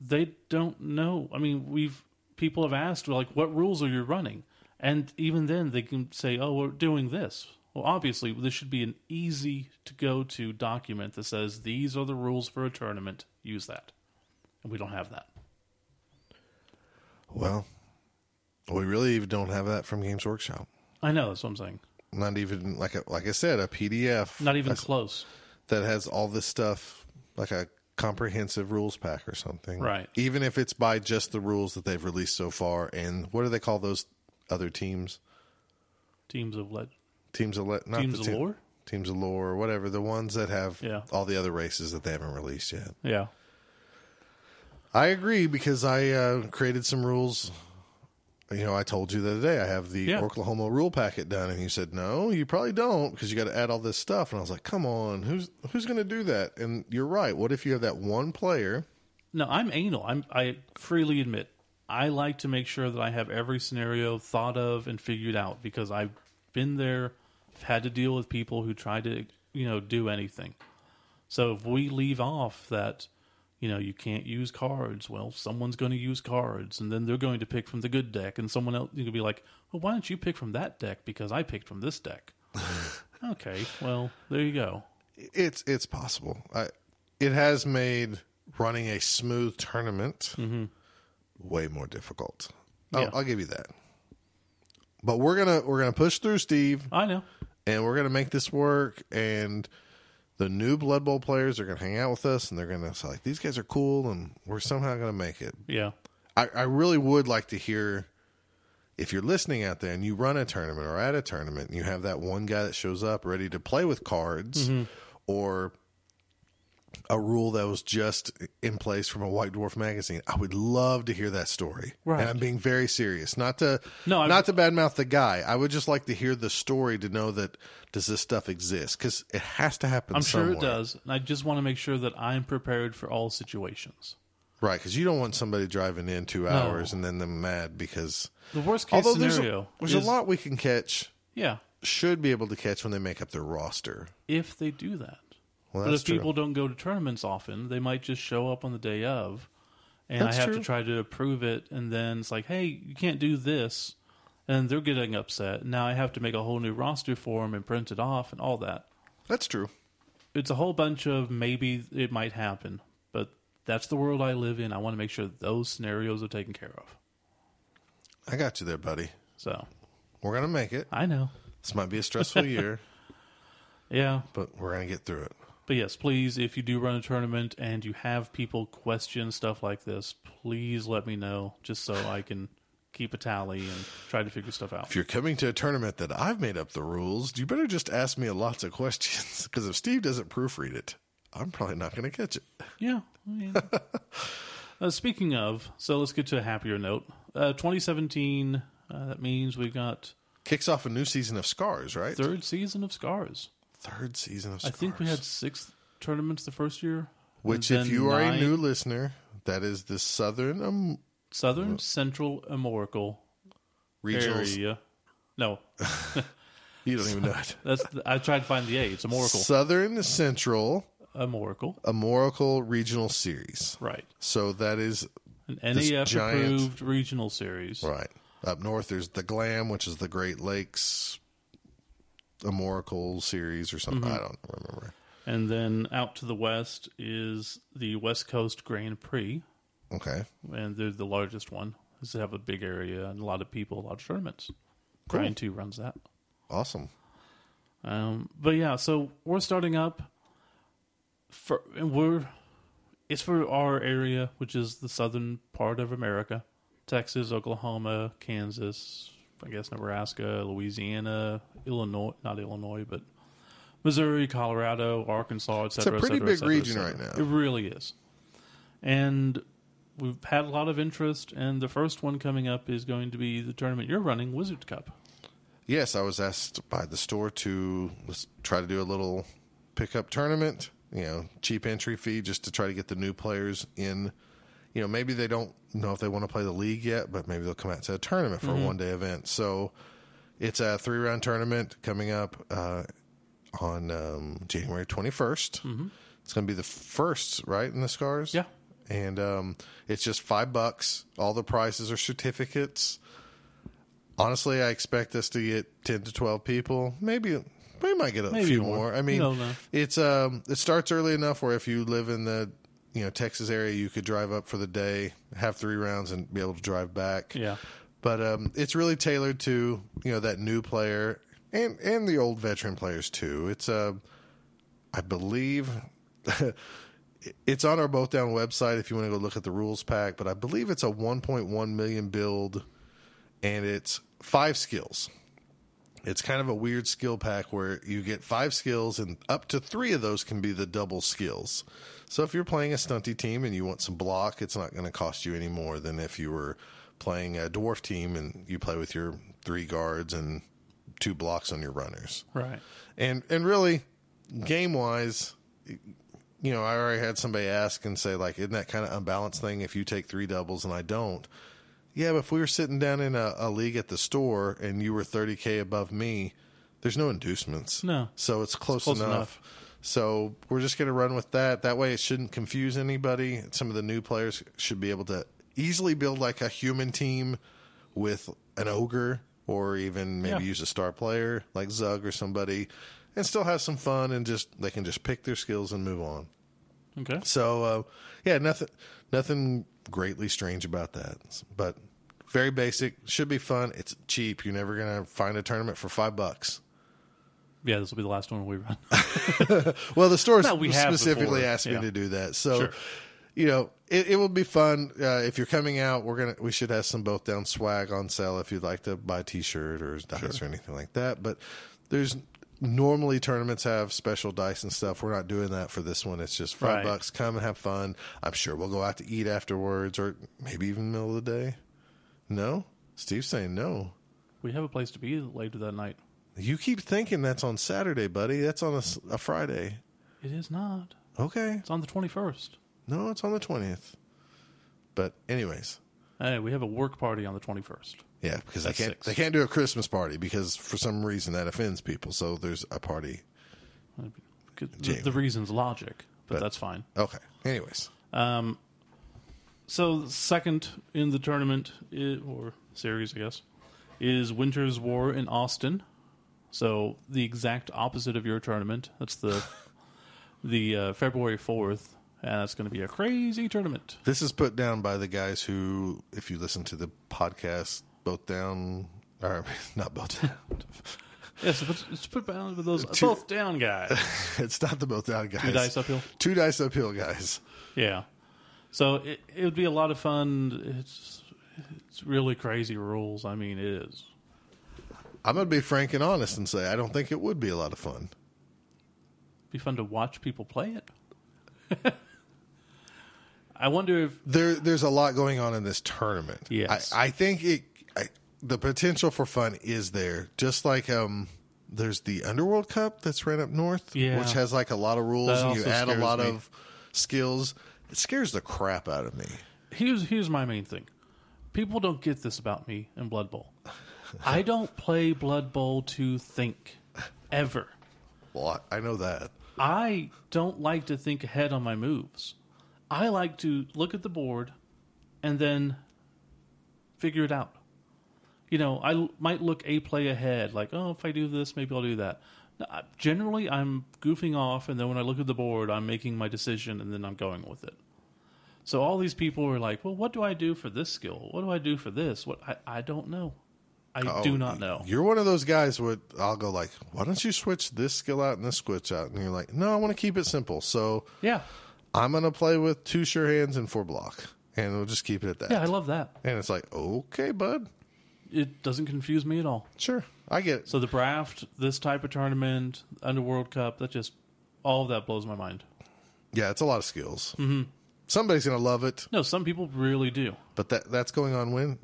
A: They don't know. I mean, we've people have asked like, "What rules are you running?" And even then, they can say, "Oh, we're doing this." Well, obviously, this should be an easy to go to document that says these are the rules for a tournament. Use that, and we don't have that.
B: Well, we really even don't have that from Games Workshop.
A: I know that's what I'm saying.
B: Not even like a, like I said, a PDF.
A: Not e- even
B: that's-
A: close.
B: that has all this stuff, like a comprehensive rules pack or something.
A: Right.
B: Even if it's by just the rules that they've released so far, and what do they call those other teams?
A: Teams of what?
B: Teams of le- not
A: Teams
B: the
A: of
B: team-
A: lore?
B: teams of lore, or whatever. The ones that have
A: Yeah.
B: all the other races that they haven't released yet.
A: Yeah.
B: I agree because I uh, created some rules. You know, I told you the other day I have the
A: Yeah.
B: Oklahoma rule packet done, and you said no, you probably don't because you got to add all this stuff. And I was like, come on, who's who's going to do that? And you're right. What if you have that one player?
A: No, I'm anal. I'm I freely admit I like to make sure that I have every scenario thought of and figured out because I've been there, had to deal with people who try to, you know, do anything. So if we leave off that, you know, you can't use cards, well, someone's going to use cards and then they're going to pick from the good deck and someone else you could be like, "Well, why don't you pick from that deck because I picked from this deck?" okay. Well, there you go.
B: it's it's possible. I, it has made running a smooth tournament way more difficult. I'll,
A: Yeah.
B: I'll give you that. But we're gonna we're gonna push through, Steve,
A: I know.
B: and we're gonna make this work. And the new Blood Bowl players are gonna hang out with us, and they're gonna say like these guys are cool, and we're somehow gonna make it.
A: Yeah.
B: I, I really would like to hear if you're listening out there and you run a tournament or at a tournament and you have that one guy that shows up ready to play with cards
A: Mm-hmm.
B: or a rule that was just in place from a White Dwarf magazine. I would love to hear that story.
A: Right.
B: And I'm being very serious. Not to
A: No, I-
B: not to badmouth the guy. I would just like to hear the story to know that does this stuff exist cuz it has to happen
A: I'm sure it
B: somewhere.
A: does, and I just want to make sure that I'm prepared for all situations.
B: Right, cuz you don't want somebody driving in 2 hours and then them mad because
A: The worst case
B: Although there's, a,
A: scenario
B: there's
A: is-
B: a lot we can catch,
A: Yeah,
B: should be able to catch when they make up their roster.
A: if they do that.
B: Well,
A: but
B: that's
A: if people don't go to tournaments often, they might just show up on the day of, and
B: That's
A: I have
B: true.
A: to try to approve it. And then it's like, hey, you can't do this, and they're getting upset. Now I have to make a whole new roster for them and print it off and all that.
B: true. That's true.
A: It's a whole bunch of maybe it might happen, but that's the world I live in. I want to make sure those scenarios are taken care of.
B: I got you there, buddy.
A: So
B: We're gonna make it.
A: I know,
B: This might be a stressful year,
A: yeah.
B: but we're gonna get through it.
A: But yes, please, if you do run a tournament and you have people question stuff like this, please let me know just so I can keep a tally and try to figure stuff out.
B: If you're coming to a tournament that I've made up the rules, you better just ask me lots of questions. Because if Steve doesn't proofread it, I'm probably not gonna catch it.
A: Yeah. I mean, Uh, speaking of, so let's get to a happier note. Uh, 2017. Uh, that means we've got
B: Kicks off a new season of Scars, right?
A: third season of Scars.
B: Third season of
A: I
B: Scars.
A: think we had six tournaments the first year.
B: Which,
A: and
B: if
A: then
B: you are a
A: nine-
B: new listener, that is the Southern um,
A: Southern Central Amorical
B: Regionals.
A: area. No,
B: You don't even know it.
A: that's I tried to find the A. It's Amorical.
B: Southern Central
A: Amorical.
B: Amorical Regional Series.
A: Right.
B: So that is
A: An
B: This
A: NAF
B: giant-
A: approved regional series.
B: right. Up north, there's the Glam, which is the Great Lakes Amorical Series or something. I don't remember.
A: And then out to the west is the West Coast Grand Prix.
B: Okay.
A: And they're the largest one. They have a big area and a lot of people, a lot of tournaments.
B: Cool.
A: Brian too runs that.
B: Awesome.
A: Um, but yeah, so we're starting up for and we're it's for our area, which is the southern part of America, Texas, Oklahoma, Kansas, I guess Nebraska, Louisiana, Illinois, not Illinois, but Missouri, Colorado, Arkansas, etc.
B: It's a pretty big region right now.
A: It really is, and we've had a lot of interest. And the first one coming up is going to be the tournament you're running, Wizard Cup.
B: Yes, I was asked by the store to let's try to do a little pickup tournament. You know, cheap entry fee just to try to get the new players in. You know, maybe they don't know if they want to play the league yet, but maybe they'll come out to a tournament for a one day event. So it's a three round tournament coming up uh, on um, January 21st. It's going to be the first, right, in the Scars?
A: Yeah.
B: And um, it's just five bucks. All the prizes are certificates. Honestly, I expect us to get ten to twelve people. Maybe we might get a
A: Maybe
B: few more.
A: more.
B: I mean,
A: No, no.
B: it's um, it starts early enough where if you live in the you know Texas area, you could drive up for the day, have three rounds, and be able to drive back.
A: Yeah.
B: But um, it's really tailored to you know that new player and and the old veteran players too. It's uh, I believe it's on our both down website if you want to go look at the rules pack. But I believe it's a 1.1 million build, and it's five skills. It's kind of a weird skill pack where you get five skills, and up to three of those can be the double skills. So if you're playing a stunty team and you want some block, it's not going to cost you any more than if you were playing a dwarf team and you play with your three guards and two blocks on your runners.
A: Right.
B: And and really, game wise, you know, I already had somebody ask and say like, isn't that kind of unbalanced thing if you take three doubles and I don't? Yeah, but if we were sitting down in a, a league at the store and you were thirty k above me, there's no inducements.
A: No.
B: so it's close,
A: close
B: enough.
A: enough.
B: So we're just going to run with that. That way, it shouldn't confuse anybody. Some of the new players should be able to easily build like a human team with an ogre, or even maybe
A: Yeah.
B: use a star player like Zug or somebody, and still have some fun and just they can just pick their skills and move on.
A: Okay.
B: So uh, yeah, nothing nothing greatly strange about that, but very basic. Should be fun. It's cheap. You're never gonna find a tournament for five bucks.
A: Yeah, this will be the last one we run.
B: Well, the store
A: No, we have
B: specifically
A: before.
B: asked me
A: Yeah.
B: to do that, so
A: Sure.
B: you know it, it will be fun. Uh, if you're coming out, we're gonna we should have some both down swag on sale if you'd like to buy a T-shirt or dice or anything like that. But there's normally tournaments have special dice and stuff. We're not doing that for this one. It's just five
A: Right.
B: bucks. Come and have fun. I'm sure we'll go out to eat afterwards, or maybe even middle of the day. No, Steve's saying no.
A: We have a place to be later that night.
B: You keep thinking that's on Saturday, buddy. That's on a s a a Friday.
A: It is not.
B: Okay.
A: It's on the 21st.
B: No, it's on the twentieth. But anyways,
A: Hey, we have a work party on the 21st.
B: yeah, because they
A: That's
B: can't
A: six.
B: they can't do a Christmas party because for some reason that offends people. So there's a party.
A: The,
B: Jamie.
A: the reason's logic, but,
B: But-
A: that's fine.
B: Okay. Anyways,
A: So, second in the tournament, i or series, I guess, is Winter's War in Austin. So, the exact opposite of your tournament. That's the the uh, February 4th, and that's going to be a crazy tournament.
B: this is put down by the guys who, if you listen to the podcast, both down or not both down.
A: Yes, but it's put down with those
B: Two-
A: both down guys.
B: it's not the both down guys.
A: Two dice uphill.
B: Two dice uphill guys.
A: Yeah. So it it would be a lot of fun. It's it's really crazy rules. I mean, it is.
B: I'm gonna be frank and honest and say I don't think it would be a lot of fun.
A: Be fun to watch people play it. I wonder if
B: there there's a lot going on in this tournament.
A: Yes.
B: I, I think it I, the potential for fun is there. Just like um there's the Underworld Cup that's right up north,
A: Yeah.
B: which has like a lot of rules
A: That
B: and you
A: also
B: add a
A: scares
B: lot
A: me.
B: of skills. It scares the crap out of me.
A: here's here's my main thing. People don't get this about me and Blood Bowl. I don't play Blood Bowl to think ever.
B: Well, I, I know that.
A: I don't like to think ahead on my moves. I like to look at the board and then figure it out. You know, I l- might look a play ahead, like, oh, if I do this, maybe I'll do that. No, I- Generally, I'm goofing off, and then when I look at the board, I'm making my decision and then I'm going with it. So all these people are like, well, what do I do for this skill? What do I do for this? What I, I don't know. I do not know.
B: Oh, You're one of those guys where I'll go like, "Why don't you switch this skill out and this switch out?" And you're like, "No, I want to keep it simple." So
A: Yeah.
B: I'm gonna play with two sure hands and four block, and we'll just keep it at that.
A: Yeah, I love that.
B: and it's like, okay, bud,
A: It doesn't confuse me at all.
B: sure, I get it.
A: So the Braft, this type of tournament, Underworld Cup, that just all of that blows my mind.
B: Yeah, it's a lot of skills. Mm-hmm. Somebody's gonna love it,
A: No, some people really do.
B: but that that's going on when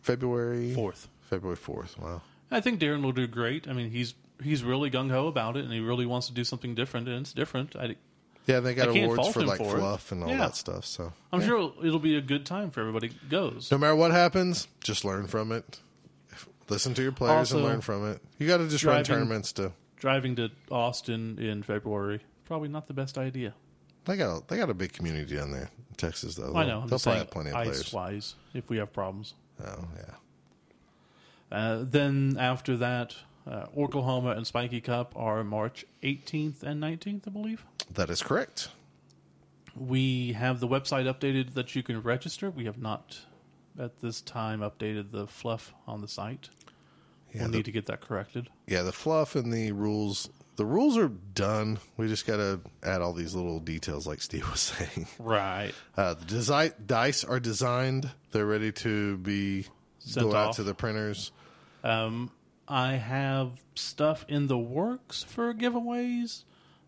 B: February
A: Fourth.
B: February fourth. Wow.
A: I think Darren will do great. I mean, he's he's really gung ho about it, and he really wants to do something different, and it's different. I,
B: Yeah, they got
A: I can't
B: awards
A: fault
B: for
A: him
B: like
A: for it.
B: fluff and all
A: Yeah.
B: that stuff. So
A: I'm
B: Yeah.
A: sure it'll, it'll be a good time for everybody that goes.
B: no matter what happens, just learn from it. Listen to your players and
A: Also,
B: learn from it. You got to just run
A: driving-
B: tournaments to.
A: Driving to Austin in February, probably not the best idea.
B: They got a, they got a big community down there in Texas though.
A: I know. I'm
B: they'll
A: just saying,
B: probably have plenty of
A: ice
B: players.
A: wise, if we have problems.
B: Oh yeah.
A: Uh, then after that, uh, Oklahoma and Spiky Cup are March 18th and 19th, I believe.
B: That is correct.
A: We have the website updated that you can register. We have not, at this time, updated the fluff on the site.
B: Yeah,
A: we'll
B: the,
A: need to get that corrected.
B: yeah, the fluff and the rules. The rules are done. We just got to add all these little details, like Steve was saying.
A: Right.
B: Uh, the desi- dice are designed. They're ready to be
A: Sent
B: go out
A: off.
B: to the printers.
A: I have stuff in the works for giveaways.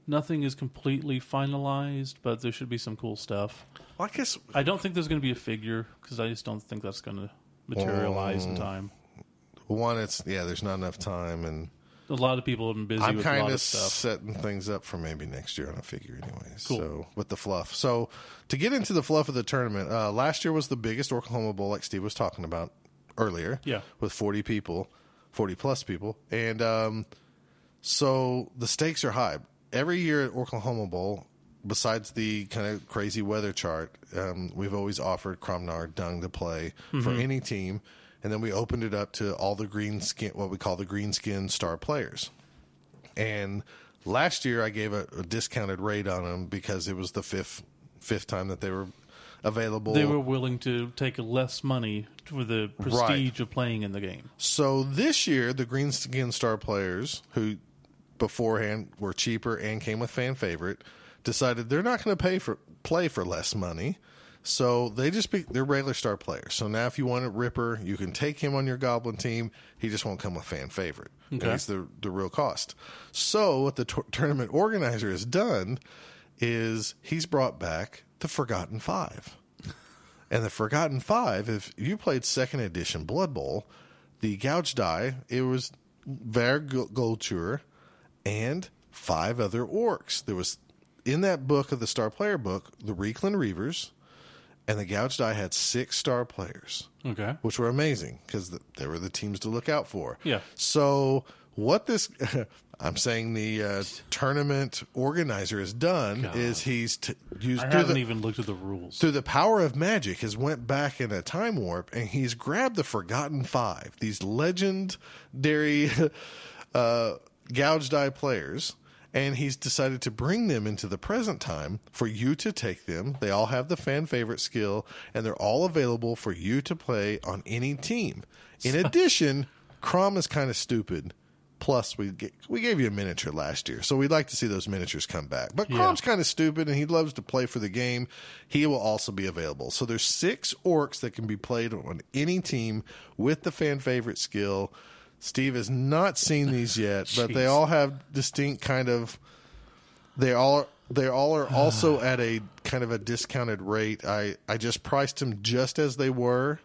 A: Nothing is completely finalized, but there should be some cool stuff.
B: Well, I guess
A: I don't think there's going to be a figure because I just don't think that's going to materialize
B: Mm.
A: in time.
B: one, it's yeah. There's not enough time, and
A: A lot of people have been busy
B: I'm
A: with a
B: kind
A: lot
B: of
A: of stuff.
B: setting things up for maybe next year on a figure, anyways. So with the fluff, so to get into the fluff of the tournament, uh, last year was the biggest Oklahoma Bowl, like Steve was talking about earlier.
A: Yeah.
B: with 40 people, 40 plus people, and um, so the stakes are high every year at Oklahoma Bowl. Besides the kind of crazy weather chart, um, we've always offered Cromnar Dung to play for
A: Mm-hmm.
B: any team, and then we opened it up to all the green skin, what we call the green skin star players. And last year, I gave a, a discounted rate on them because it was the fifth fifth time that they were available.
A: They were willing to take less money for the prestige of playing in the game.
B: so this year, the Greenskin Star players, who beforehand were cheaper and came with fan favorite, decided they're not going to pay for play for less money. So they just be, they're regular star players. So now, if you want a Ripper, you can take him on your Goblin team. He just won't come with fan favorite.
A: Okay.
B: That's the the real cost. So what the tour tournament organizer has done is he's brought back the Forgotten Five. And the Forgotten Five, if you played second edition Blood Bowl, the Gouge Die, it was Ver Goltur and five other orcs. There was in that book of the Star Player book, the Reclin Reavers, and the Gouge Die had six star players
A: Okay.
B: which were amazing because they were the teams to look out for.
A: Yeah.
B: So what this, I'm saying the uh, tournament organizer has done is he's t- used
A: I
B: through
A: haven't
B: the
A: even looked at the rules.
B: through the power of magic has went back in a time warp and he's grabbed the forgotten five these legendary uh, gouged eye players and he's decided to bring them into the present time for you to take them they all have the fan favorite skill and they're all available for you to play on any team in addition crom is kind of stupid Plus, we ga- we gave you a miniature last year, so we'd like to see those miniatures come back. But Crom's kind of stupid, and he loves to play for the game. He will also be available. So there's six orcs that can be played on any team with the fan favorite skill. Steve has not seen these yet, but they
A: Jeez.
B: all have distinct kind of. They all They all are also at a kind of a discounted rate. I I just priced them just as they were.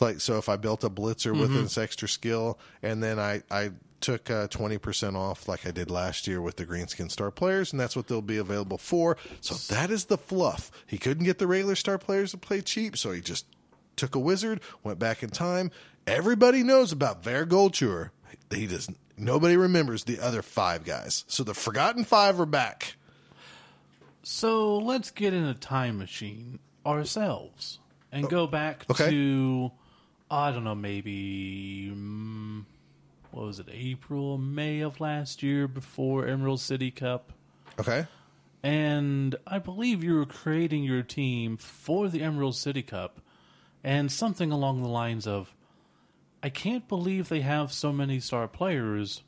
B: Like so, if I built a blitzer with this extra skill, and then I I took uh, twenty percent off, like I did last year with the Greenskin Star players, and that's what they'll be available for. So that is the fluff. He couldn't get the regular Star players to play cheap, so he just took a wizard, went back in time. Everybody knows about Ver Golchur. He doesn't. Nobody remembers the other five guys. So the forgotten five are back.
A: So let's get in a time machine ourselves and go back
B: Oh, okay.
A: to I don't know, maybe mm, what was it, April, May of last year before Emerald City Cup,
B: Okay.
A: and I believe you were creating your team for the Emerald City Cup, and something along the lines of, "I can't believe they have so many star players.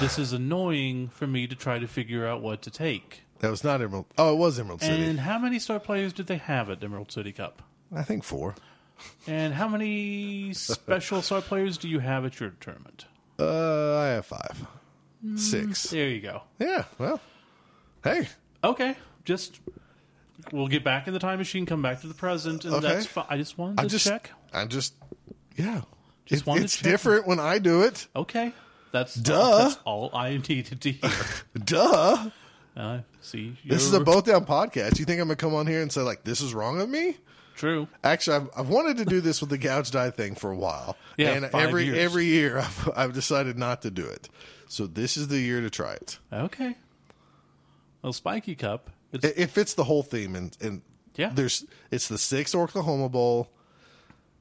A: This is annoying for me to try to figure out what to take."
B: That was not Emerald. Oh, it was Emerald City.
A: And how many star players did they have at Emerald City Cup?
B: I think four.
A: And how many special star players do you have at your tournament?
B: Uh, I have five. Six.
A: There you go.
B: Yeah. Well, hey.
A: Okay, just we'll get back in the time machine, come back to the present, and
B: Okay.
A: that's fine. I just wanted to
B: I'm just.
A: check.
B: I'm just. Yeah.
A: Just
B: It-
A: wanted to
B: it's
A: check.
B: different when I do it.
A: Okay, that's
B: Duh.
A: All, that's all I needed to hear.
B: Duh.
A: uh, see,
B: This is a both down podcast. You think I'm gonna come on here and say like this is wrong of me?
A: true.
B: Actually, I've, I've wanted to do this with the gouged eye thing for a while,
A: Yeah,
B: and
A: five
B: every
A: years.
B: every year I've, I've decided not to do it. So this is the year to try it.
A: Okay. Well, Spiky Cup. It's,
B: It, it fits the whole theme, and and
A: Yeah.
B: there's it's the sixth Oklahoma Bowl.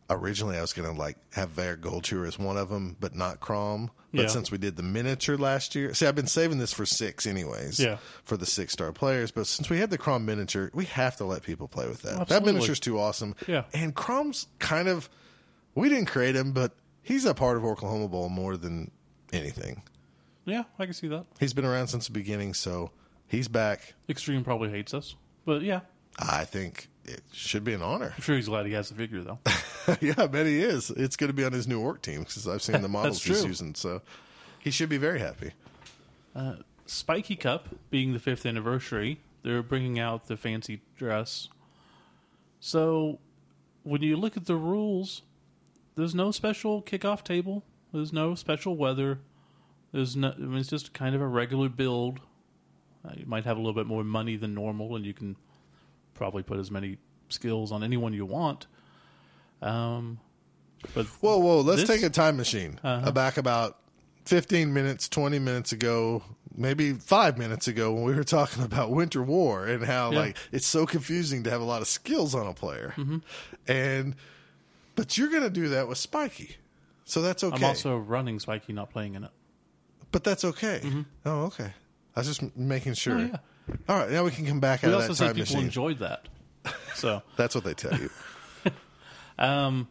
B: Originally, I was gonna like have Vair Goldshire as one of them, but not Crom. But
A: Yeah.
B: since we did the miniature last year, see, I've been saving this for six anyways.
A: Yeah.
B: for the six star players. But since we had the Crom miniature, we have to let people play with that.
A: Absolutely.
B: That miniature's too awesome.
A: Yeah.
B: and Crom's kind of we didn't create him, but he's a part of Oklahoma Bowl more than anything.
A: yeah, I can see that.
B: He's been around since the beginning, so he's back.
A: Extreme probably hates us, but yeah,
B: I think it should be an honor.
A: I'm sure he's glad he has the figure though.
B: yeah, I bet he is. It's going to be on his new orc team because I've seen the models he's
A: true.
B: using. So he should be very happy.
A: Spiky Cup, being the fifth anniversary, they're bringing out the fancy dress. So, when you look at the rules, there's no special kickoff table. There's no special weather. There's no. I mean, it's just kind of a regular build. Uh, you might have a little bit more money than normal, and you can probably put as many skills on anyone you want. Um, but
B: Whoa, whoa! Let's
A: This-
B: take a time machine Uh,
A: Uh-huh.
B: back about fifteen minutes, twenty minutes ago, maybe five minutes ago, when we were talking about Winter War and how
A: Yeah.
B: like it's so confusing to have a lot of skills on a player, and but you're going to do that with Spiky, so that's okay.
A: I'm also running Spiky, not playing in it.
B: But that's okay. Oh, okay. I was just m- making sure.
A: Mm-hmm. Oh, yeah.
B: All right, now we can come back
A: We
B: out of
A: also
B: that
A: say
B: time
A: people
B: machine.
A: enjoyed that. So.
B: that's what they tell you.
A: Um,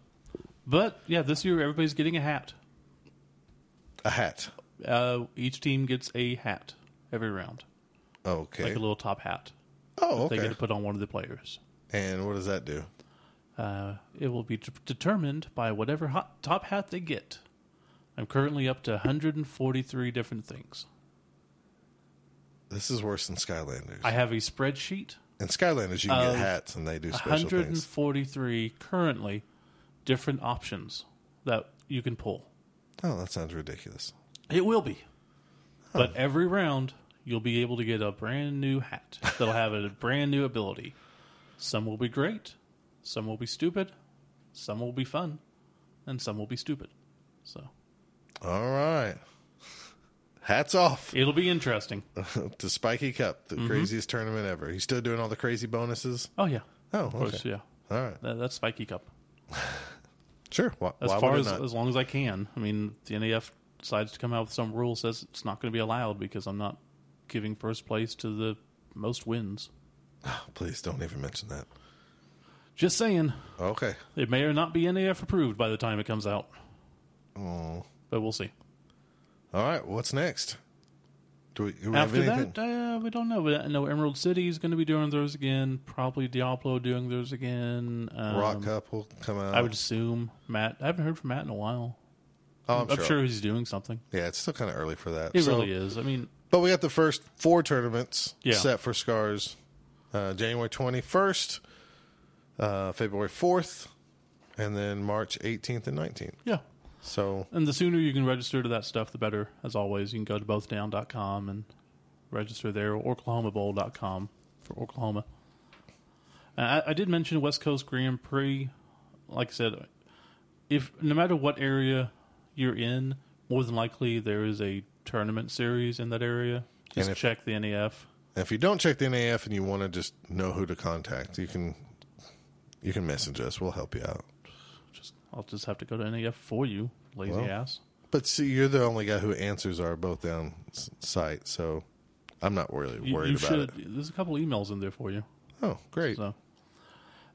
A: but yeah, this year everybody's getting a hat.
B: a hat.
A: Uh, each team gets a hat every round,
B: Okay.
A: like a little top hat.
B: oh,
A: They
B: okay.
A: get to put on one of the players.
B: and what does that do?
A: Uh, it will be de- determined by whatever hot top hat they get. I'm currently up to 143 different things.
B: This is worse than Skylanders.
A: I Um, have a spreadsheet,
B: In Skylanders, you can
A: Of
B: get hats, and they do special things.
A: 143 currently different options that you can pull.
B: Oh, that sounds ridiculous.
A: It will be. But every round, you'll be able to get a brand new hat that'll have a brand new ability. Some will be great, some will be stupid, some will be fun, and some will be stupid. So
B: All right. Hats off
A: it'll be interesting.
B: to Spiky Cup,
A: Mm-hmm.
B: the craziest tournament ever. He's still doing all the crazy bonuses.
A: Oh, yeah.
B: Oh,
A: Of course,
B: okay.
A: yeah.
B: All right.
A: That, that's Spiky Cup.
B: Sure. Why,
A: As
B: why
A: far
B: would it
A: as,
B: not?
A: as long as I can. I mean, the NAF decides to come out with some rule says it's not going to be allowed because I'm not giving first place to the most wins.
B: Please don't even mention that.
A: Just saying.
B: Okay.
A: It may or not be NAF approved by the time it comes out.
B: Oh.
A: But we'll see.
B: All right. What's next? Do we, do we
A: After
B: have anything?
A: that, uh, we don't know. But I know Emerald City is going to be doing theirs again. Probably Diablo doing theirs again. Um,
B: Rock uh, Cup will come out.
A: I would assume Matt. I haven't heard from Matt in a while.
B: oh, I'm,
A: I'm
B: sure.
A: sure he's doing something.
B: Yeah, it's still kind of early for that.
A: It
B: so
A: really is. I mean,
B: But we got the first four tournaments
A: Yeah.
B: set for Scars uh, January 21st, uh, February 4th, and then March 18th and 19th.
A: Yeah.
B: So,
A: And the sooner you can register to that stuff, the better. As always, you can go to bothdown.com and register there or oklahomabowl.com for Oklahoma. And I, I did mention West Coast Grand Prix. Like I said, if no matter what area you're in, more than likely there is a tournament series in that area. Just
B: if-
A: check the NAF.
B: if you don't check the NAF and you want to just know who to contact, you can you can message us. We'll help you out.
A: Just I'll just have to go to NAF for you, lazy
B: Well.
A: ass.
B: But see, you're the only guy who answers our both down s- site, so I'm not really
A: You,
B: worried
A: you
B: about
A: should.
B: it.
A: There's a couple emails in there for you.
B: Oh, great.
A: So,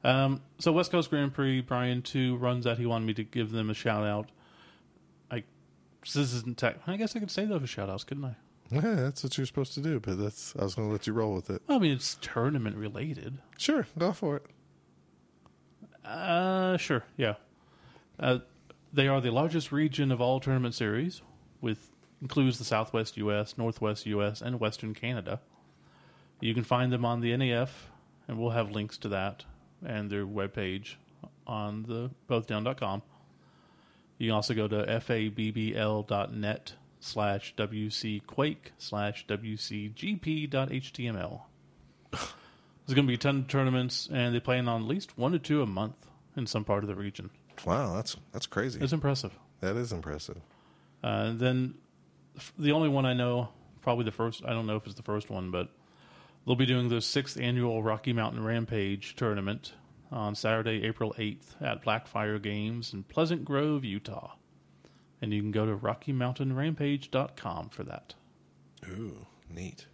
A: um, so West Coast Grand Prix, Brian two runs that he wanted me to give them a shout out. I so this isn't tech. I guess I could say those for shout outs, couldn't I?
B: Yeah, that's what you're supposed to do, but that's I was going to let you roll with it.
A: I mean, it's tournament related.
B: Sure, go for it.
A: Uh, sure, yeah. Uh, they are the largest region of all tournament series, with includes the Southwest U.S., Northwest U.S., and Western Canada. You can find them on the NAF, and we'll have links to that and their webpage on the bothdown.com. You can also go to fabbl.net slash wcquake slash wcgp.html. There's going to be a ton of tournaments, and they plan on at least one or two a month in some part of the region.
B: Wow, that's that's crazy.
A: It's impressive.
B: That is impressive.
A: Uh, and then f- the only one I know, probably the first, I don't know if it's the first one, but they'll be doing the sixth annual Rocky Mountain Rampage tournament on Saturday, April 8th at Blackfire Games in Pleasant Grove, Utah. And you can go to RockyMountainRampage.com for that.
B: Ooh, neat.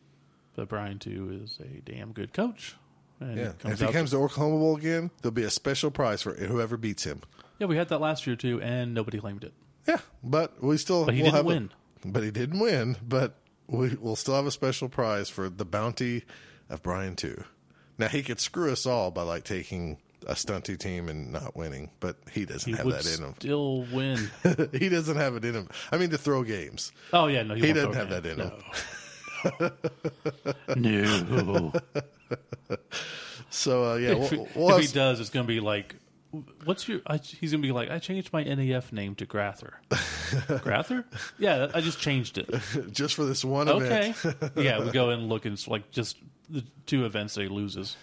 A: But Brian, too, is a damn good coach. And
B: Yeah.
A: it
B: And if
A: comes
B: he
A: out to-
B: comes to Oklahoma Bowl again, there'll be a special prize for whoever beats him.
A: yeah, we had that last year, too, and nobody claimed it.
B: Yeah, but we still
A: But he
B: we'll
A: didn't
B: have a-
A: win.
B: but he didn't win. But we, we'll still have a special prize for the bounty of Brian too. Now he could screw us all by like taking a stunty team and not winning, but he doesn't
A: He
B: have
A: would
B: that in him.
A: still win.
B: he doesn't have it in him. I mean, to throw games,
A: Oh yeah, no,
B: he
A: won't
B: doesn't
A: throw
B: have
A: it
B: that in him.
A: No.
B: So uh, yeah,
A: if
B: we'll, we'll
A: if
B: have
A: he does, it's going to be like, what's your? I, he's going to be like, I changed my NAF name to Grather. Grather? Yeah, I just changed it.
B: just for this one
A: Okay.
B: event.
A: yeah, we go in and look, and it's like just the two events that he loses.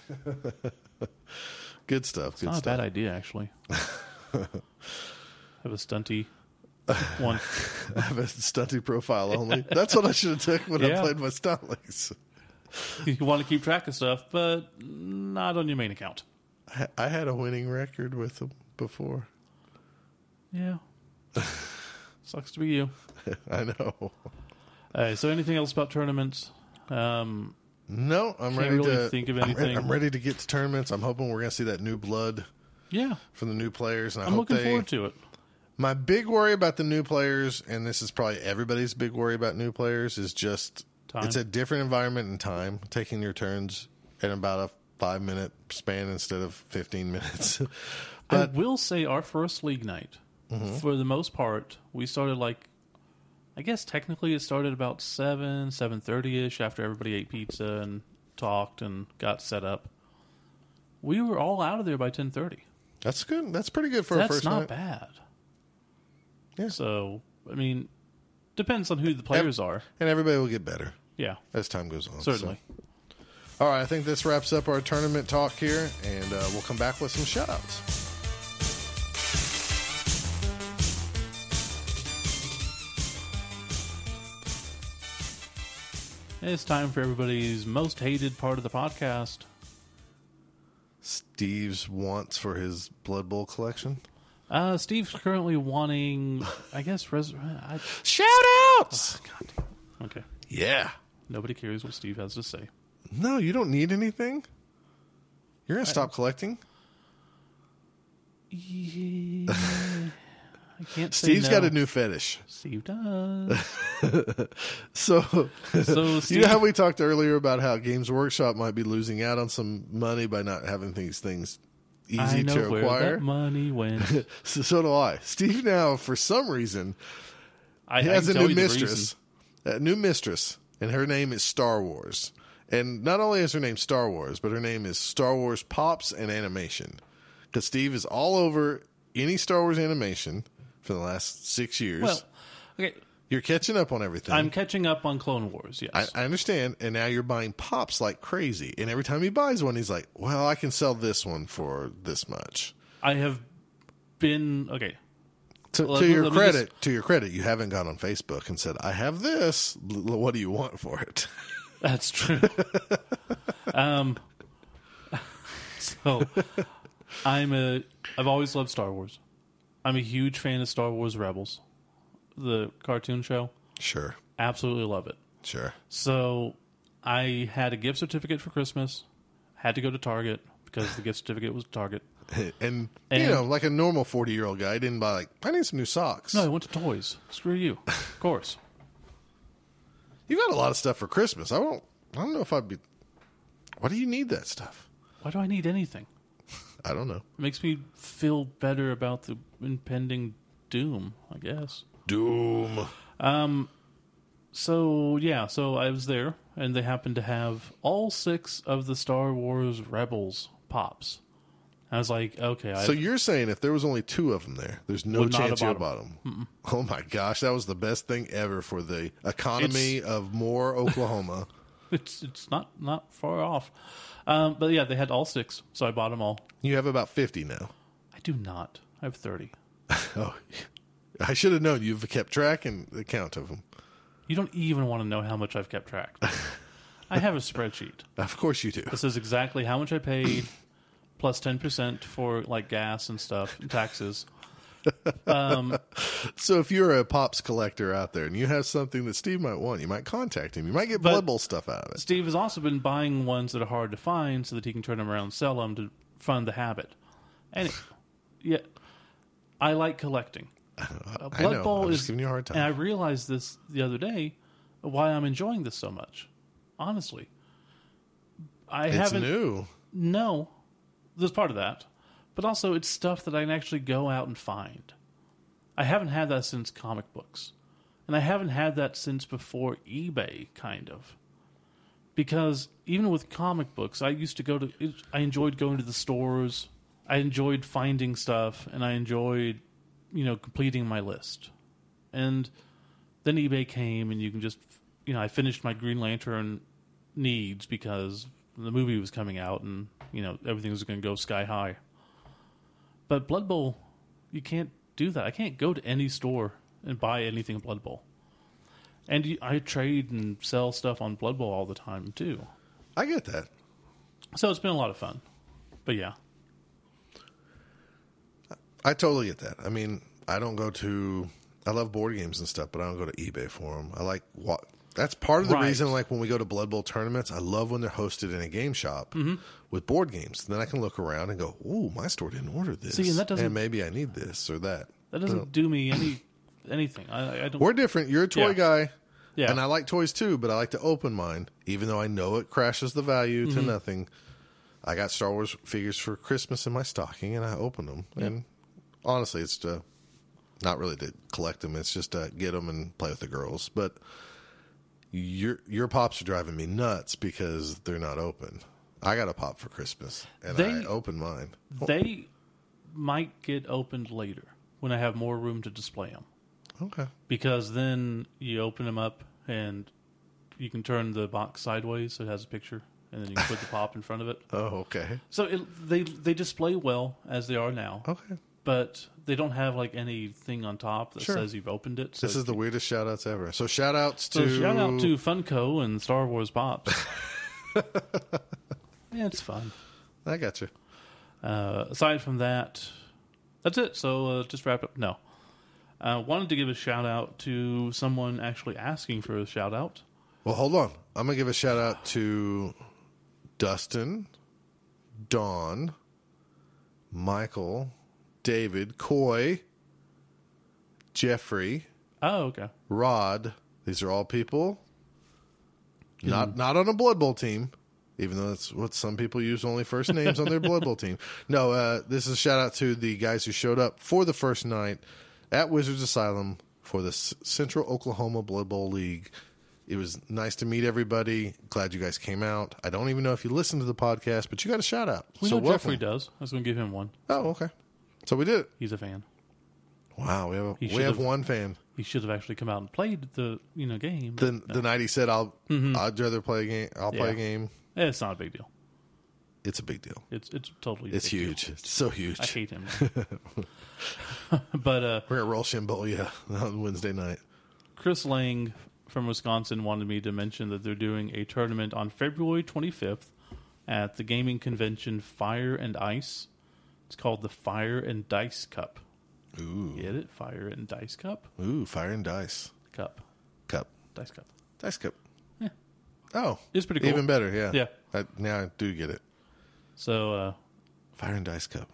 B: Good stuff. Good
A: Not a
B: stuff.
A: bad idea, actually. have a stunty one.
B: I have a stunty profile only. That's what I should have took when I
A: Yeah.
B: played my stuntleys.
A: You want to keep track of stuff, but not on your main account.
B: I- I had a winning record with them before.
A: Yeah. Sucks to be you.
B: I know.
A: Uh, so, anything else about tournaments? Um,
B: No, I'm ready
A: really
B: to
A: think of
B: I'm ready- I'm
A: anything.
B: ready, to get to tournaments. I'm hoping we're going to see that new blood
A: yeah,
B: from the new players, and I
A: I'm
B: hope
A: looking
B: they.
A: forward to it.
B: My big worry about the new players, and this is probably everybody's big worry about new players, is just
A: Time.
B: it's a different environment and time. Taking your turns in about a five minute span instead of 15 minutes.
A: I will say our first league night,
B: Mm-hmm.
A: for the most part, we started like, I guess technically it started about seven, seven thirty ish after everybody ate pizza and talked and got set up. We were all out of there by ten thirty.
B: that's good. That's pretty good for a
A: That's
B: first
A: not
B: night.
A: bad.
B: Yeah.
A: So I mean, depends on who the players are.
B: And everybody will get better
A: Yeah,
B: as time goes on. so.
A: certainly.
B: All right, I think this wraps up our tournament talk here, and uh, we'll come back with some shoutouts.
A: It's time for everybody's most hated part of the podcast.
B: Steve's wants for his Blood Bowl collection.
A: Uh, Steve's currently wanting, I guess, res- I,
B: Shoutouts!
A: okay.
B: Yeah.
A: Nobody cares what Steve has to say.
B: No, you don't need anything. You're going to stop collecting.
A: Yeah. I can't say
B: Steve's
A: no.
B: got a new fetish.
A: Steve does.
B: So,
A: So
B: you
A: Steve,
B: know how we talked earlier about how Games Workshop might be losing out on some money by not having these things
A: I
B: easy
A: know
B: to
A: where
B: acquire?
A: that money went.
B: So, so do I. Steve now, for some reason,
A: I,
B: He
A: I
B: has
A: can
B: a
A: tell
B: new
A: you the
B: mistress.
A: reason.
B: A new mistress. and her name is Star Wars. And not only is her name Star Wars, but her name is Star Wars Pops and Animation. Because Steve is all over any Star Wars animation for the last six years.
A: Well, okay.
B: You're catching up on everything.
A: I'm catching up on Clone Wars. Yes.
B: I, I understand. And now you're buying pops like crazy. And every time he buys one, he's like, well, I can sell this one for this much.
A: I have been okay.
B: To,
A: Let
B: to
A: me-
B: your
A: let me
B: credit, to your credit, you haven't gone on Facebook and said, I have this. L- what do you want for it?
A: That's true. um, so I'm a. I've always loved Star Wars. I'm a huge fan of Star Wars Rebels, the cartoon show.
B: Sure.
A: Absolutely love it.
B: Sure.
A: So I had a gift certificate for Christmas. Had to go to Target because the gift certificate was Target.
B: And, you
A: And-
B: know, like a normal 40 year old guy, I didn't buy, like, I need some new socks.
A: No, I went to Toys. Screw you. Of course.
B: You got a lot of stuff for Christmas. I don't. I don't know if I'd be. Why do you need that stuff?
A: Why do I need anything?
B: I don't know.
A: It makes me feel better about the impending doom, I guess.
B: Doom.
A: So yeah, so I was there, and they happened to have all six of the Star Wars Rebels pops. I was like, okay, I,
B: So you're saying if there was only two of them there, there's no
A: Would not
B: chance
A: have
B: you'll
A: bought
B: bought them. Oh my gosh, that was the best thing ever for the economy of Moore, Oklahoma.
A: it's it's not not far off. Um, but yeah, they had all six, so I bought them all.
B: you have about fifty now.
A: I do not. I have thirty.
B: Oh, I should have known. You've kept track and the count of them.
A: You don't even want to know how much I've kept track. I have a spreadsheet.
B: Of course you do.
A: This is exactly how much I paid, plus ten percent for like gas and stuff, and taxes.
B: So if you're a pops collector out there and you have something that Steve might want, you might contact him. You might get Blood Bowl stuff out of it.
A: Steve has also been buying ones that are hard to find so that he can turn them around and sell them to fund the habit. And yeah, I like collecting. Uh,
B: I know. I'm just giving you a hard time.
A: And I realized this the other day why I'm enjoying this so much. Honestly, I
B: It's
A: haven't.
B: new.
A: No, there's part of that, but also it's stuff that I can actually go out and find. I haven't had that since comic books, and I haven't had that since before eBay, kind of. Because even with comic books, I used to go to. it- I enjoyed going to the stores. I enjoyed finding stuff, and I enjoyed, you know, completing my list. And then eBay came, and you can just, you know, I finished my Green Lantern needs because the movie was coming out, and you know everything was going to go sky high. But Blood Bowl, you can't do that. I can't go to any store and buy anything in Blood Bowl. And you- I trade and sell stuff on Blood Bowl all the time too.
B: I get that.
A: So it's been a lot of fun. But yeah,
B: I totally get that. I mean, I don't go to. I love board games and stuff, but I don't go to eBay for them. I like what. That's part of the
A: Right.
B: reason. Like when we go to Blood Bowl tournaments, I love when they're hosted in a game shop
A: Mm-hmm.
B: with board games. Then I can look around and go, "Ooh, my store didn't order this,
A: See, and that doesn't-
B: maybe I need this or that."
A: that doesn't do me any anything. I, I don't.
B: We're different. You're a toy
A: Yeah.
B: guy,
A: Yeah.
B: and I like toys too, but I like to open mine, even though I know it crashes the value
A: Mm-hmm.
B: to nothing. I got Star Wars figures for Christmas in my stocking, and I opened them. And honestly, it's to, not really to collect them; it's just to get them and play with the girls. But your your pops are driving me nuts because they're not open. I got a pop for Christmas, and
A: They-
B: I opened mine.
A: they might get opened later when I have more room to display them.
B: Okay,
A: because then you open them up and you can turn the box sideways so it has a picture and then you can put the pop in front of it
B: oh okay,
A: so it, they they display well as they are now
B: okay.
A: but they don't have like anything on top that
B: Sure.
A: says you've opened it so,
B: This is the weirdest shout outs ever. So shout outs
A: so
B: to
A: shout out to funko and star wars pops yeah it's fun
B: I got you.
A: uh, aside from that, that's it. So uh, just wrapped up. No, I wanted to give a shout out to someone actually asking for a shout out.
B: Well, hold on. I'm gonna give a shout out to Dustin, Dawn, Michael, David, Coy, Jeffrey,
A: Oh, okay.
B: Rod. These are all people
A: Mm-hmm.
B: not not on a Blood Bowl team, even though that's what some people use only first names on their Blood Bowl team. No, uh, this is a shout out to the guys who showed up for the first night at Wizards Asylum for the S- Central Oklahoma Blood Bowl League. It was nice to meet everybody. Glad you guys came out. I don't even know if you listened to the podcast, but you got a shout out.
A: We
B: so
A: know
B: welcome.
A: Jeffrey does. I was going to give him one.
B: Oh, okay. So we did it.
A: He's a fan.
B: Wow, we have a, we
A: should
B: have
A: have-
B: one fan.
A: He should have actually come out and played the you know game. but
B: The the night he said, "I'll I'd rather play a game. I'll play a
A: Mm-hmm. Yeah.
B: game."
A: Eh, it's not a big deal.
B: It's a big deal.
A: It's it's totally. a
B: It's
A: big deal.
B: huge. It's so huge.
A: I hate him. but uh,
B: We're gonna roll Shimbolia on Wednesday night.
A: Chris Lang from Wisconsin wanted me to mention that they're doing a tournament on February 25th at the gaming convention Fire and Ice. It's called the Fire and Dice Cup.
B: Ooh,
A: Get it? Fire and Dice Cup?
B: ooh, fire and dice
A: Cup.
B: cup,
A: Dice Cup.
B: dice cup. Oh,
A: It's pretty cool.
B: Even better, yeah.
A: Yeah.
B: I, now I do get it.
A: So, uh,
B: Fire and dice cup.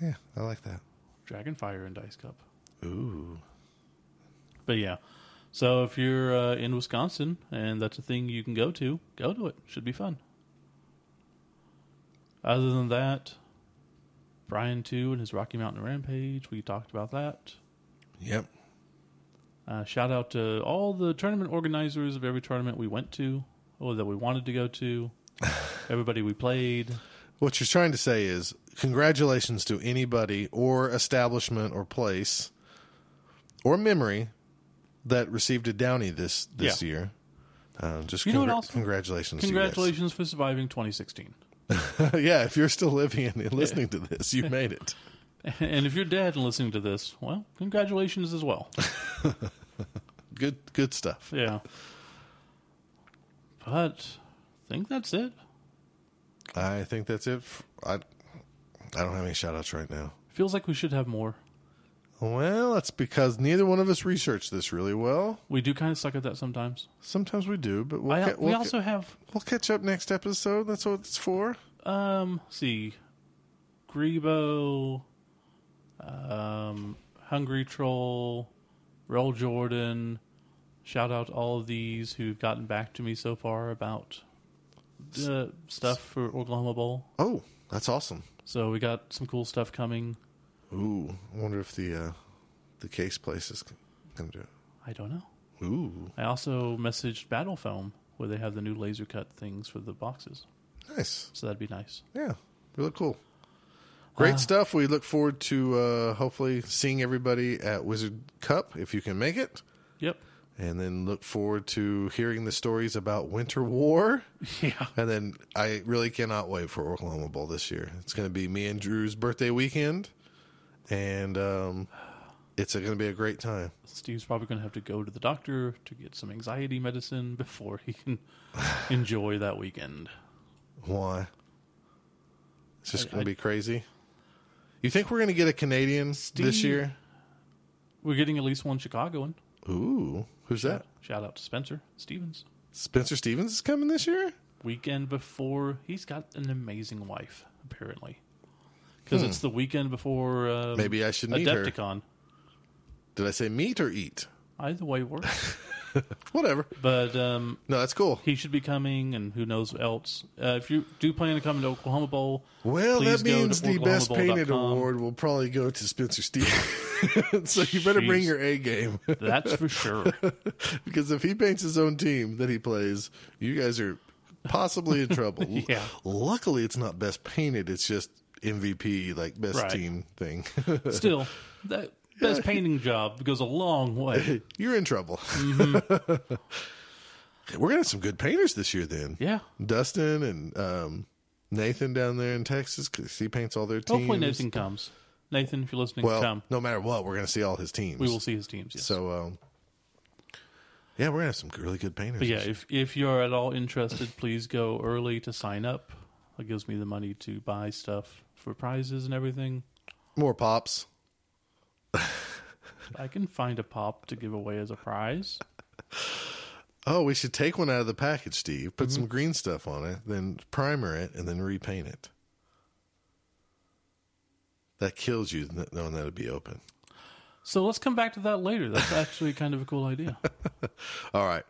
B: Yeah, I like that.
A: Dragon Fire and Dice Cup.
B: Ooh,
A: But yeah. So if you're uh, in Wisconsin and that's a thing you can go to, go to it. Should be fun. Other than that, Brian 2 and his Rocky Mountain Rampage, we talked about that.
B: yep.
A: Uh, shout out to all the tournament organizers of every tournament we went to or that we wanted to go to, everybody we played.
B: What you're trying to say is congratulations to anybody or establishment or place or memory that received a downy this this
A: Yeah.
B: year. Um, just
A: You know what
B: congra-
A: else?
B: congratulations! to you guys.
A: Congratulations for surviving 2016.
B: yeah, if you're still living and listening to this, you made it.
A: And if you're dead and listening to this, well, congratulations as well.
B: Good good stuff.
A: Yeah. But I think that's it.
B: I think that's it. f- I I don't have any shout outs right now.
A: Feels like we should have more.
B: Well, that's because neither one of us researched this really well.
A: We do kind of suck at that sometimes.
B: Sometimes we do, but we'll,
A: I,
B: ca-
A: we
B: we'll, ca-
A: also have,
B: we'll catch up next episode. That's what it's for.
A: um, let's see, Grebo, um, Hungry Troll, Roll Jordan. Shout out all of these who've gotten back to me so far about the stuff for Oklahoma Bowl.
B: Oh, that's awesome.
A: So we got some cool stuff coming.
B: Ooh, I wonder if the uh, the case place is going to do it.
A: I don't know.
B: Ooh,
A: I also messaged Battle Foam where they have the new laser cut things for the boxes.
B: nice.
A: So that'd be nice.
B: Yeah, really cool. Great stuff. We look forward to uh, hopefully seeing everybody at Wizard Cup if you can make it,
A: Yep.
B: and then look forward to hearing the stories about Winter War.
A: Yeah.
B: And then I really cannot wait for Oklahoma Bowl this year. It's going to be me and Drew's birthday weekend, and um, it's going to be a great time.
A: Steve's probably going to have to go to the doctor to get some anxiety medicine before he can enjoy that weekend.
B: Why? It's just
A: I-
B: going
A: I-
B: to be crazy. You think we're going to get a Canadian this
A: Steve-
B: year?
A: We're getting at least one Chicagoan.
B: Ooh, who's that?
A: Shout out to Spencer Stevens.
B: Spencer Stevens is coming this year.
A: Weekend before, he's got an amazing wife, apparently. Because it's the weekend before um,
B: Hmm. Maybe I should meet her.
A: Adepticon.
B: Did I say meet or eat?
A: Either way works.
B: Whatever.
A: but um,
B: No, that's cool.
A: he should be coming, and who knows else. Uh, if you do plan to come to Oklahoma Bowl,
B: Well,
A: please
B: that
A: go to
B: means the best painted
A: oklahomabowl.com.
B: award will probably go to Spencer Stevens. so you better bring
A: Jeez.
B: your A game
A: That's for sure.
B: because if he paints his own team that he plays, you guys are possibly in trouble.
A: Yeah.
B: Luckily, it's not best painted. It's just MVP, like best
A: Right.
B: team thing.
A: Still, that best painting job goes a long way.
B: You're in trouble.
A: Mm-hmm.
B: We're gonna have some good painters this year, then.
A: Yeah.
B: Dustin and um, Nathan down there in Texas because he paints all their teams.
A: Hopefully Nathan comes. Nathan, if you're listening,
B: well,
A: come.
B: no matter what, we're gonna see all his teams.
A: We will see his teams. Yes.
B: So, um, yeah, we're gonna have some really good painters.
A: but yeah,
B: this year.
A: if if you're at all interested, please go early to sign up. That gives me the money to buy stuff for prizes and everything.
B: more pops.
A: I can find a pop to give away as a prize.
B: Oh, we should take one out of the package, Steve.
A: Mm-hmm.
B: Put some green stuff on it, then primer it, and then repaint it. That kills you kn- knowing that it'd be open.
A: So let's come back to that later. That's actually kind of a cool idea.
B: All right.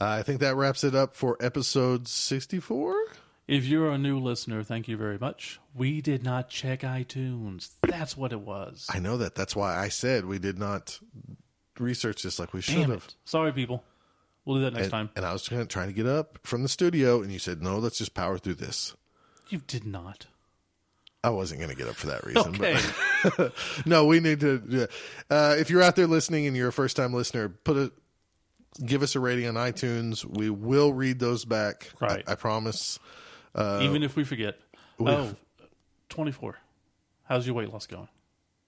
B: Uh, I think that wraps it up for episode 64.
A: If you're a new listener, thank you very much. We did not check iTunes. That's what it was.
B: I know that. That's why I said we did not research this like we should
A: Damn
B: have.
A: it. Sorry, people. We'll do that next
B: and,
A: time.
B: and I was trying, trying to get up from the studio, and you said, "No, let's just power through this."
A: You did not.
B: I wasn't going to get up for that reason.
A: Okay.
B: But no, we need to. do that. Uh, if you're out there listening and you're a first time listener, put a give us a rating on iTunes. We will read those back. I-
A: Right.
B: I, promise.
A: Even if we forget. Oh, 24. How's your weight loss going?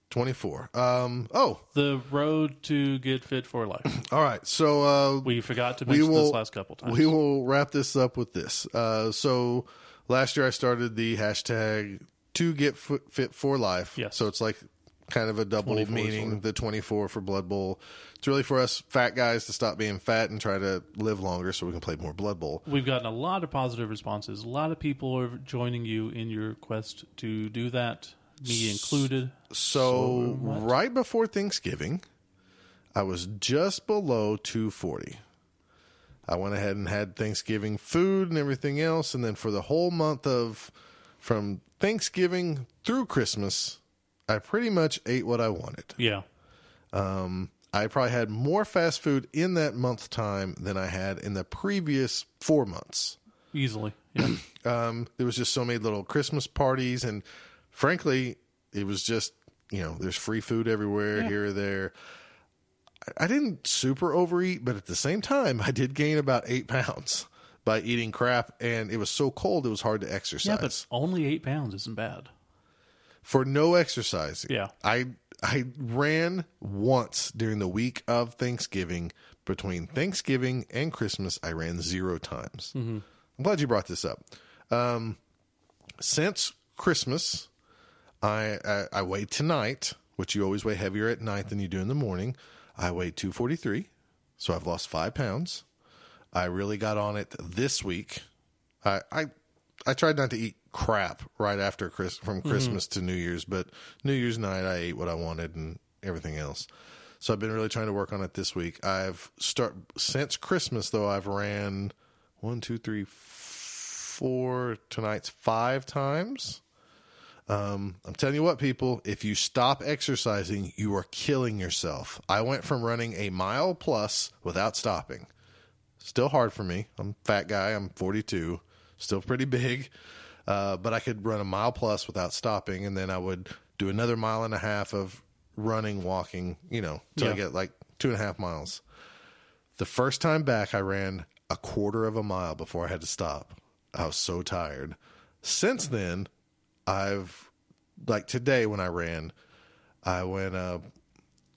B: Twenty four. Um. Oh,
A: The road to get fit for life.
B: all right. So uh,
A: We forgot to
B: we
A: mention
B: will
A: this last couple times.
B: we will wrap this up with this. Uh, so last year I started the hashtag to get fi- fit for life.
A: Yes.
B: So it's like kind of a double
A: 24 is
B: meaning.
A: sort of-
B: The twenty four for Blood Bowl. It's really for us fat guys to stop being fat and try to live longer so we can play more Blood Bowl.
A: We've gotten a lot of positive responses. A lot of people are joining you in your quest to do that, me included.
B: So right before Thanksgiving, I was just below 240. I went ahead and had Thanksgiving food and everything else, and then for the whole month of from Thanksgiving through Christmas, I pretty much ate what I wanted.
A: Yeah.
B: I probably had more fast food in that month time than I had in the previous 4 months.
A: Easily. Yeah.
B: Um, there was just so many little Christmas parties, and frankly, it was just you know there's free food everywhere here or there. I- I didn't super overeat, but at the same time, I did gain about eight pounds by eating crap, and it was so cold it was hard to
A: yeah,
B: exercise
A: but only eight pounds isn't bad.
B: for no exercising.
A: Yeah.
B: I I ran once during the week of Thanksgiving. Between Thanksgiving and Christmas, I ran zero times. I'm glad you brought this up. Um, since Christmas, I, I I weighed tonight, which you always weigh heavier at night than you do in the morning. I weighed 243, so I've lost five pounds. I really got on it this week. I I, I tried not to eat crap right after Chris from Christmas to New Year's, but New Year's night I ate what I wanted and everything else. So I've been really trying to work on it this week. I've start since Christmas though I've ran one two three four tonight's five times. Um, I'm telling you what, people, if you stop exercising, you are killing yourself. I went from running a mile plus without stopping still hard for me. I'm a fat guy. I'm 42, still pretty big, uh, but I could run a mile plus without stopping, and then I would do another mile and a half of running, walking, you know, till I
A: Yeah.
B: get like two and a half miles. The first time back, I ran a quarter of a mile before I had to stop. I was so tired. Since then, I've like today when I ran, I went uh,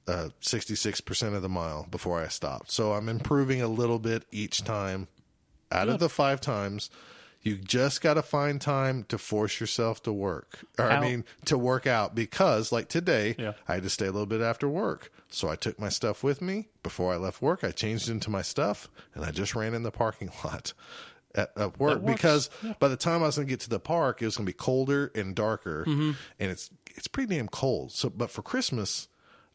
B: uh, 66% of the mile before I stopped. So I'm improving a little bit each time out of the five times. You just got to find time to force yourself to work. Or, I
A: How-
B: mean, to work out because, like today,
A: Yeah.
B: I had to stay a little bit after work. So I took my stuff with me. Before I left work, I changed into my stuff and I just ran in the parking lot at, at work
A: works.
B: because by the time I was going to get to the park, it was going to be colder and darker,
A: Mm-hmm.
B: and it's it's pretty damn cold. So, but for Christmas,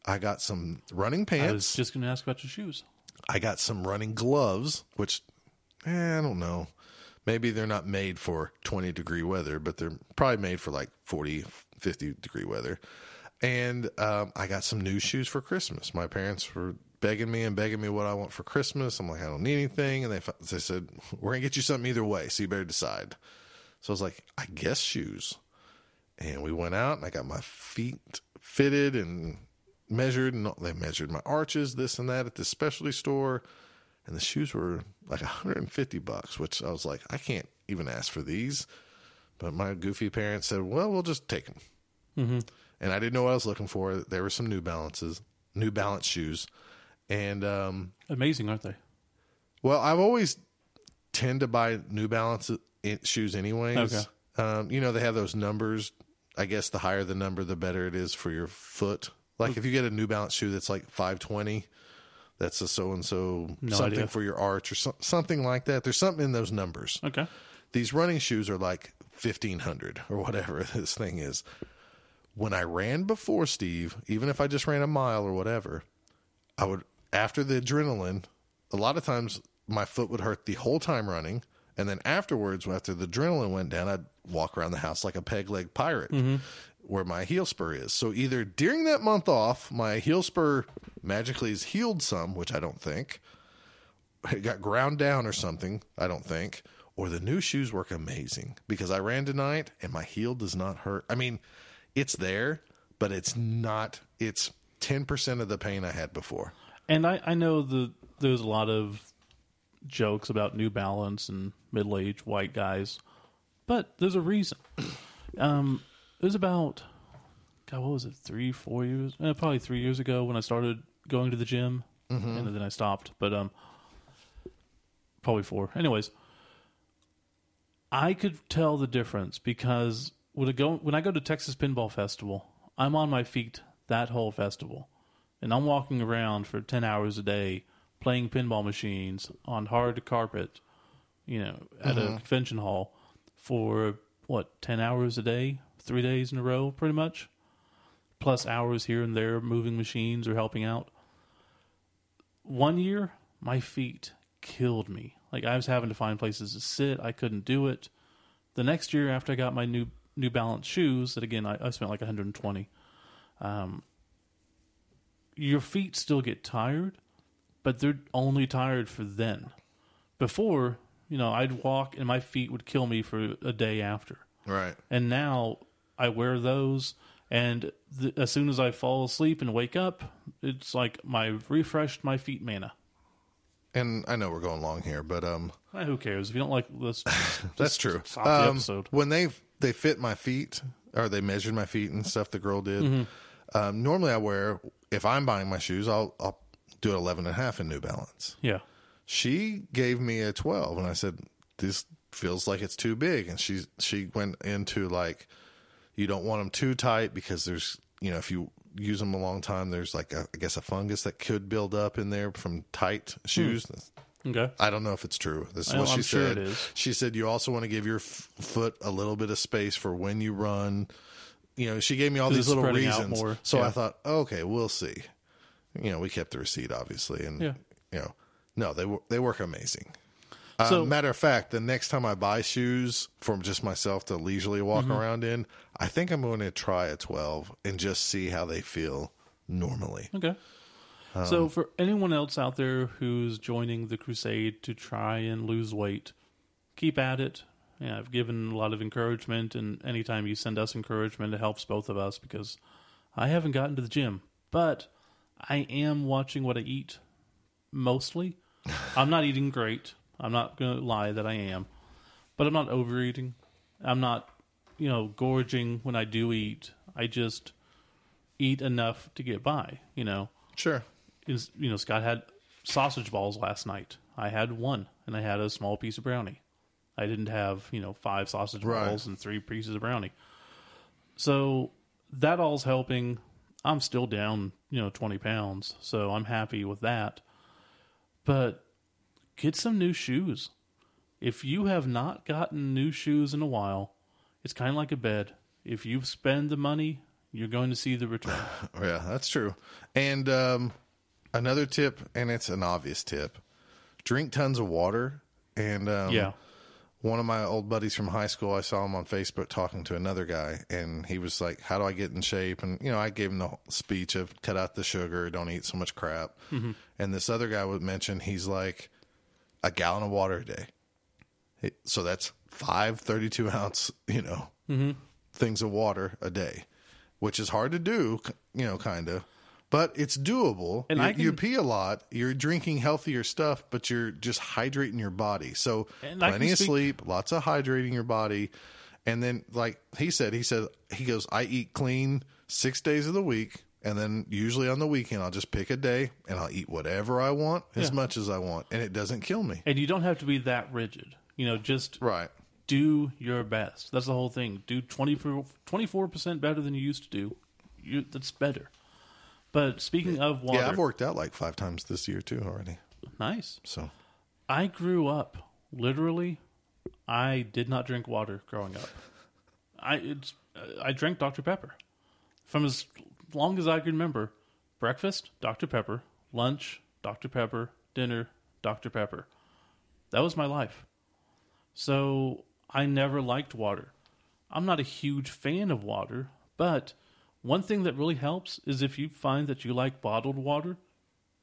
B: I got some running
A: I was
B: pants.
A: just going to ask about your shoes.
B: I got some running gloves, which eh, I don't know. Maybe they're not made for 20 degree weather, but they're probably made for like 40, 50 degree weather. And um, I got some new shoes for Christmas. My parents were begging me and begging me what I want for Christmas. I'm like, I don't need anything. And they, fi- they said, We're going to get you something either way. So you better decide. So I was like, I guess shoes. And we went out and I got my feet fitted and measured and all- they measured my arches, this and that at this specialty store. And the shoes were like 150 bucks, which I was like, I can't even ask for these. But my goofy parents said, well, we'll just take them. And I didn't know what I was looking for. There were some New Balances, New Balance shoes. And um,
A: Amazing, aren't they?
B: well, I've always tend to buy New Balance i- shoes anyways.
A: Okay.
B: Um, you know, they have those numbers. I guess the higher the number, the better it is for your foot. Like if you get a New Balance shoe that's like 520, that's a so and so
A: No
B: something
A: idea.
B: for your arch or so- something like that. There's something in those numbers
A: Okay.
B: these running shoes are like 1500 or whatever this thing is when i ran before steve even if i just ran a mile or whatever i would after the adrenaline a lot of times my foot would hurt the whole time running and then afterwards after the adrenaline went down i'd walk around the house like a peg leg pirate where my heel spur is so either during that month off my heel spur magically is healed some which i don't think it got ground down or something, I don't think, or the new shoes work amazing because I ran tonight and my heel does not hurt. I mean, it's there, but it's not, it's 10% of the pain I had before.
A: And I, I know the there's a lot of jokes about New Balance and middle aged white guys, but there's a reason. Um, it was about, God, what was it, three, four years? Eh, probably three years ago when I started going to the gym, and then I stopped. But um, probably four. Anyways, I could tell the difference because when I go when I go to Texas Pinball Festival, I'm on my feet that whole festival, and I'm walking around for ten hours a day playing pinball machines on hard carpet, you know, at a convention hall for what ten hours a day, three days in a row, pretty much, plus hours here and there moving machines or helping out one year my feet killed me like i was having to find places to sit i couldn't do it the next year after i got my new new balance shoes that again i, I spent like 120 um, your feet still get tired but they're only tired for then before you know i'd walk and my feet would kill me for a day after
B: Right.
A: and now I wear those. And th- as soon as I fall asleep and wake up, it's like my refreshed my feet mana.
B: And I know we're going long here, but um,
A: Eh, who cares if you don't like this?
B: That's true. Um,
A: stop the episode.
B: When they they fit my feet or they measured my feet and stuff, the girl did.
A: Mm-hmm.
B: Um, normally, I wear if I'm buying my shoes, I'll I'll do an 11 and a half in New Balance.
A: Yeah,
B: She gave me a 12, and I said this feels like it's too big. And she she went into like you don't want them too tight because there's you know if you use them a long time, there's like a, I guess a fungus that could build up in there from tight shoes.
A: okay.
B: I don't know if it's true. This is
A: I-
B: what she
A: I'm sure
B: said.
A: it is.
B: She said you also want to give your f- foot a little bit of space for when you run. You know, she gave me all
A: 'Cause
B: these
A: it's
B: little
A: spreading out
B: reasons.
A: more.
B: So
A: Yeah.
B: I thought, okay, we'll see. You know, we kept the receipt obviously, and
A: Yeah.
B: you know, no, they wo- they work amazing. Uh,
A: So-
B: matter of fact, the next time I buy shoes for just myself to leisurely walk
A: Mm-hmm.
B: around in, I think I'm going to try a 12 and just see how they feel normally.
A: Okay. so, for anyone else out there who's joining the crusade to try and lose weight, keep at it. Yeah, I've given a lot of encouragement, and anytime you send us encouragement, it helps both of us because I haven't gotten to the gym, but I am watching what I eat mostly. I'm not eating great. I'm not going to lie that I am, but I'm not overeating. I'm not, you know, gorging when I do eat. I just eat enough to get by, you know
B: Sure.
A: is you know Scott had sausage balls last night. I had one, and I had a small piece of brownie. I didn't have you know five sausage
B: Right.
A: balls and three pieces of brownie. So that all's helping. I'm still down you know 20 pounds, so I'm happy with that. But get some new shoes. If you have not gotten new shoes in a while, it's kind of like a bed. If you spend the money, you're going to see the return.
B: Oh, Yeah, that's true. And um, another tip, and it's an obvious tip: drink tons of water. And um,
A: yeah.
B: one of my old buddies from high school, I saw him on Facebook talking to another guy, and he was like, "How do I get in shape?" And you know, I gave him the whole speech of cut out the sugar, don't eat so much crap. And this other guy would mention he's like a gallon of water a day. It- So that's five 32 ounce, you know,
A: Mm-hmm.
B: things of water a day, which is hard to do, k- you know, kind of, but it's doable.
A: And
B: you,
A: I can-
B: you pee a lot, you're drinking healthier stuff, but you're just hydrating your body. So
A: And I can
B: plenty of
A: speak-
B: sleep, lots of hydrating your body. And then, like he said, he said, he goes, I eat clean six days of the week. And then usually on the weekend, I'll just pick a day and I'll eat whatever I want as
A: Yeah.
B: much as I want. And it doesn't kill me.
A: And you don't have to be that rigid. You know, just
B: Right.
A: do your best. That's the whole thing. Do 24 percent better than you used to do. You, that's better. But speaking of water,
B: Yeah, I've worked out like five times this year too already.
A: nice.
B: So
A: I grew up literally. I did not drink water growing up. I it's uh, I drank Dr Pepper from as long as I can remember. Breakfast Dr Pepper, lunch Dr Pepper, dinner Dr Pepper. That was my life. So I never liked water. I'm not a huge fan of water, but one thing that really helps is if you find that you like bottled water,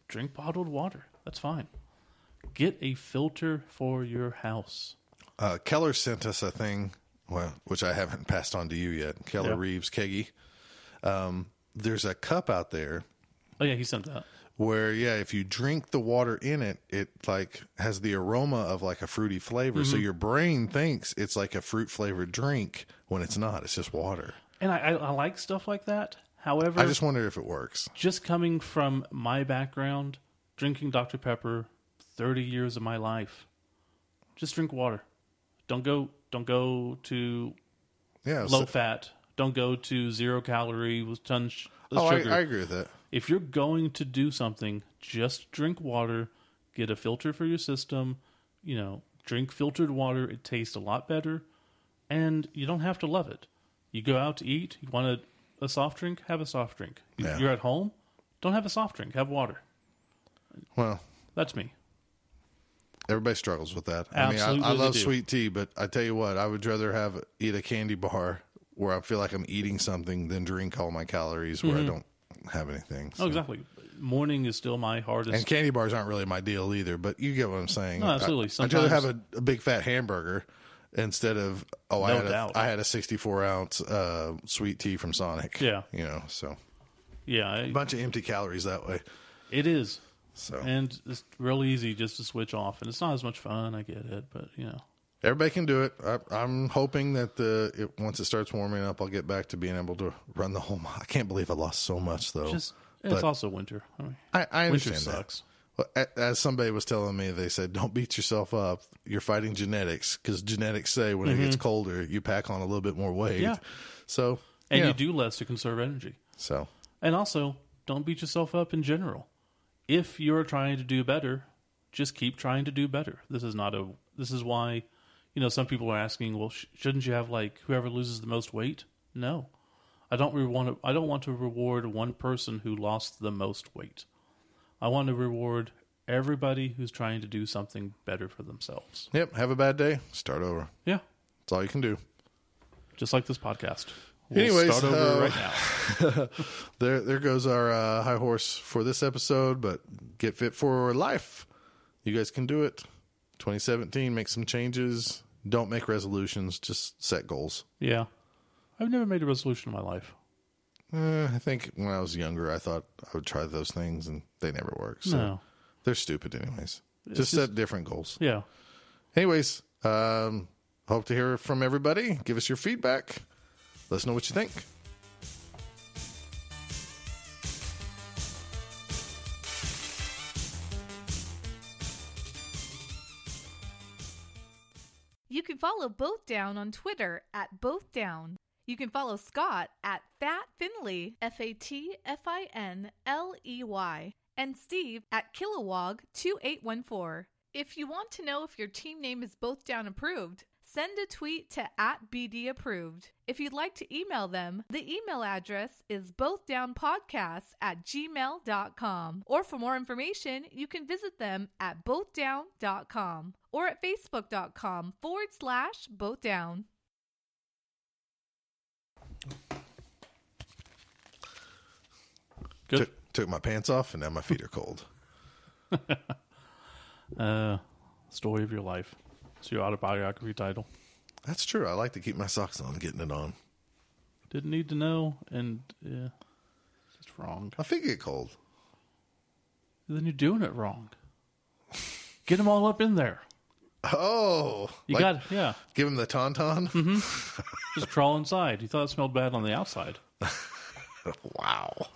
A: drink bottled water. That's fine Get a filter for your house.
B: Uh, Keller sent us a thing, well, which I haven't passed on to you yet. Keller
A: Yeah.
B: Reeves Keggy. Um, there's a cup out there
A: Oh yeah, he sent that.
B: where, yeah, if you drink the water in it, it like has the aroma of like a fruity flavor.
A: Mm-hmm.
B: So your brain thinks it's like a fruit flavored drink when it's not. It's just water.
A: And I, I, I like stuff like that. However,
B: I
A: just,
B: just wonder if it works.
A: coming from my background, drinking Dr Pepper, thirty years of my life, just drink water. Don't go. Don't go to
B: Yeah.
A: low
B: so-
A: fat. Don't go to zero calorie with tons sh- of
B: oh, I,
A: sugar.
B: I agree with that.
A: if you're going to do something, just drink water, get a filter for your system, you know, drink filtered water, it tastes a lot better, and you don't have to love it. You go out to eat, you want a, a soft drink, have a soft drink. You-
B: Yeah.
A: You're at home, don't have a soft drink, have water.
B: Well,
A: That's me.
B: Everybody struggles with that. I
A: Absolutely
B: mean, I, I
A: they
B: love
A: do.
B: sweet tea, but I tell you what, I would rather have eat a candy bar where I feel like I'm eating something than drink all my calories where I don't have anything.
A: Mm-hmm. Oh,
B: so.
A: exactly. Morning is still my hardest.
B: And candy bars aren't really my deal either, but you get what I'm saying.
A: No, absolutely.
B: I, would rather have a,
A: Sometimes-
B: a big fat hamburger instead of oh, I
A: No
B: had a,
A: doubt.
B: I had a 64 ounce uh, sweet tea from Sonic.
A: Yeah.
B: you know, so
A: yeah, I-
B: a bunch of empty calories that way.
A: it is.
B: So
A: And it's real easy just to switch off. And it's not as much fun, I get it, but, you know.
B: Everybody can do it. I, I'm hoping that the it, once it starts warming up, I'll get back to being able to run the whole. mi- I can't believe I lost so much though.
A: Just, it's
B: But-
A: also winter. I mean,
B: I, I
A: winter
B: understand that.
A: sucks.
B: Well, a- As somebody was telling me, they said, "Don't beat yourself up. You're fighting genetics because genetics say when it gets colder, you pack on a little bit more weight.
A: Mm-hmm. Yeah.
B: So
A: and
B: yeah.
A: you do less to conserve energy.
B: So
A: And also, don't beat yourself up in general. If you're trying to do better, just keep trying to do better. This is not a. This is why, you know, some people are asking, well, sh- shouldn't you have like whoever loses the most weight? No, I don't re- want to. I don't want to reward one person who lost the most weight. I want to reward everybody who's trying to do something better for themselves.
B: yep. Have a bad day. Start over.
A: Yeah,
B: That's all you can do.
A: just like this podcast.
B: Anyways,
A: start over
B: uh,
A: right now.
B: There there goes our uh, high horse for this episode. But get fit for life. You guys can do it. 2017. Make some changes. Don't make resolutions. Just set goals.
A: Yeah, I've never made a resolution in my life.
B: Uh, I think when I was younger, I thought I would try those things, and they never work. So.
A: No.
B: They're stupid, anyways. Just,
A: just-
B: set different goals.
A: Yeah.
B: Anyways, um, hope to hear from everybody. Give us your feedback. Let us know what you think.
D: You can follow Both Down on Twitter at Both Down. You can follow Scott at Fat Finley, F A T F I N L E Y, and Steve at Kilowog2814. If you want to know if your team name is Both Down approved, send a tweet to at BD approved. If you'd like to email them, the email address is bothdownpodcasts at gmail.com. Or for more information, you can visit them at bothdown.com or at facebook.com forward slash bothdown.
A: Good.
B: Took, took my pants off, and now my feet are cold.
A: Uh, story of your life. It's your autobiography title.
B: That's true. I like to keep my socks on, getting it on.
A: Didn't need to know, and yeah, it's just wrong.
B: My feet get cold.
A: Then you're doing it wrong. Get them all up in there.
B: Oh,
A: You
B: like,
A: got Mm-hmm. yeah.
B: give him the tauntaun.
A: Just crawl inside. You thought it smelled bad on the outside.
B: wow.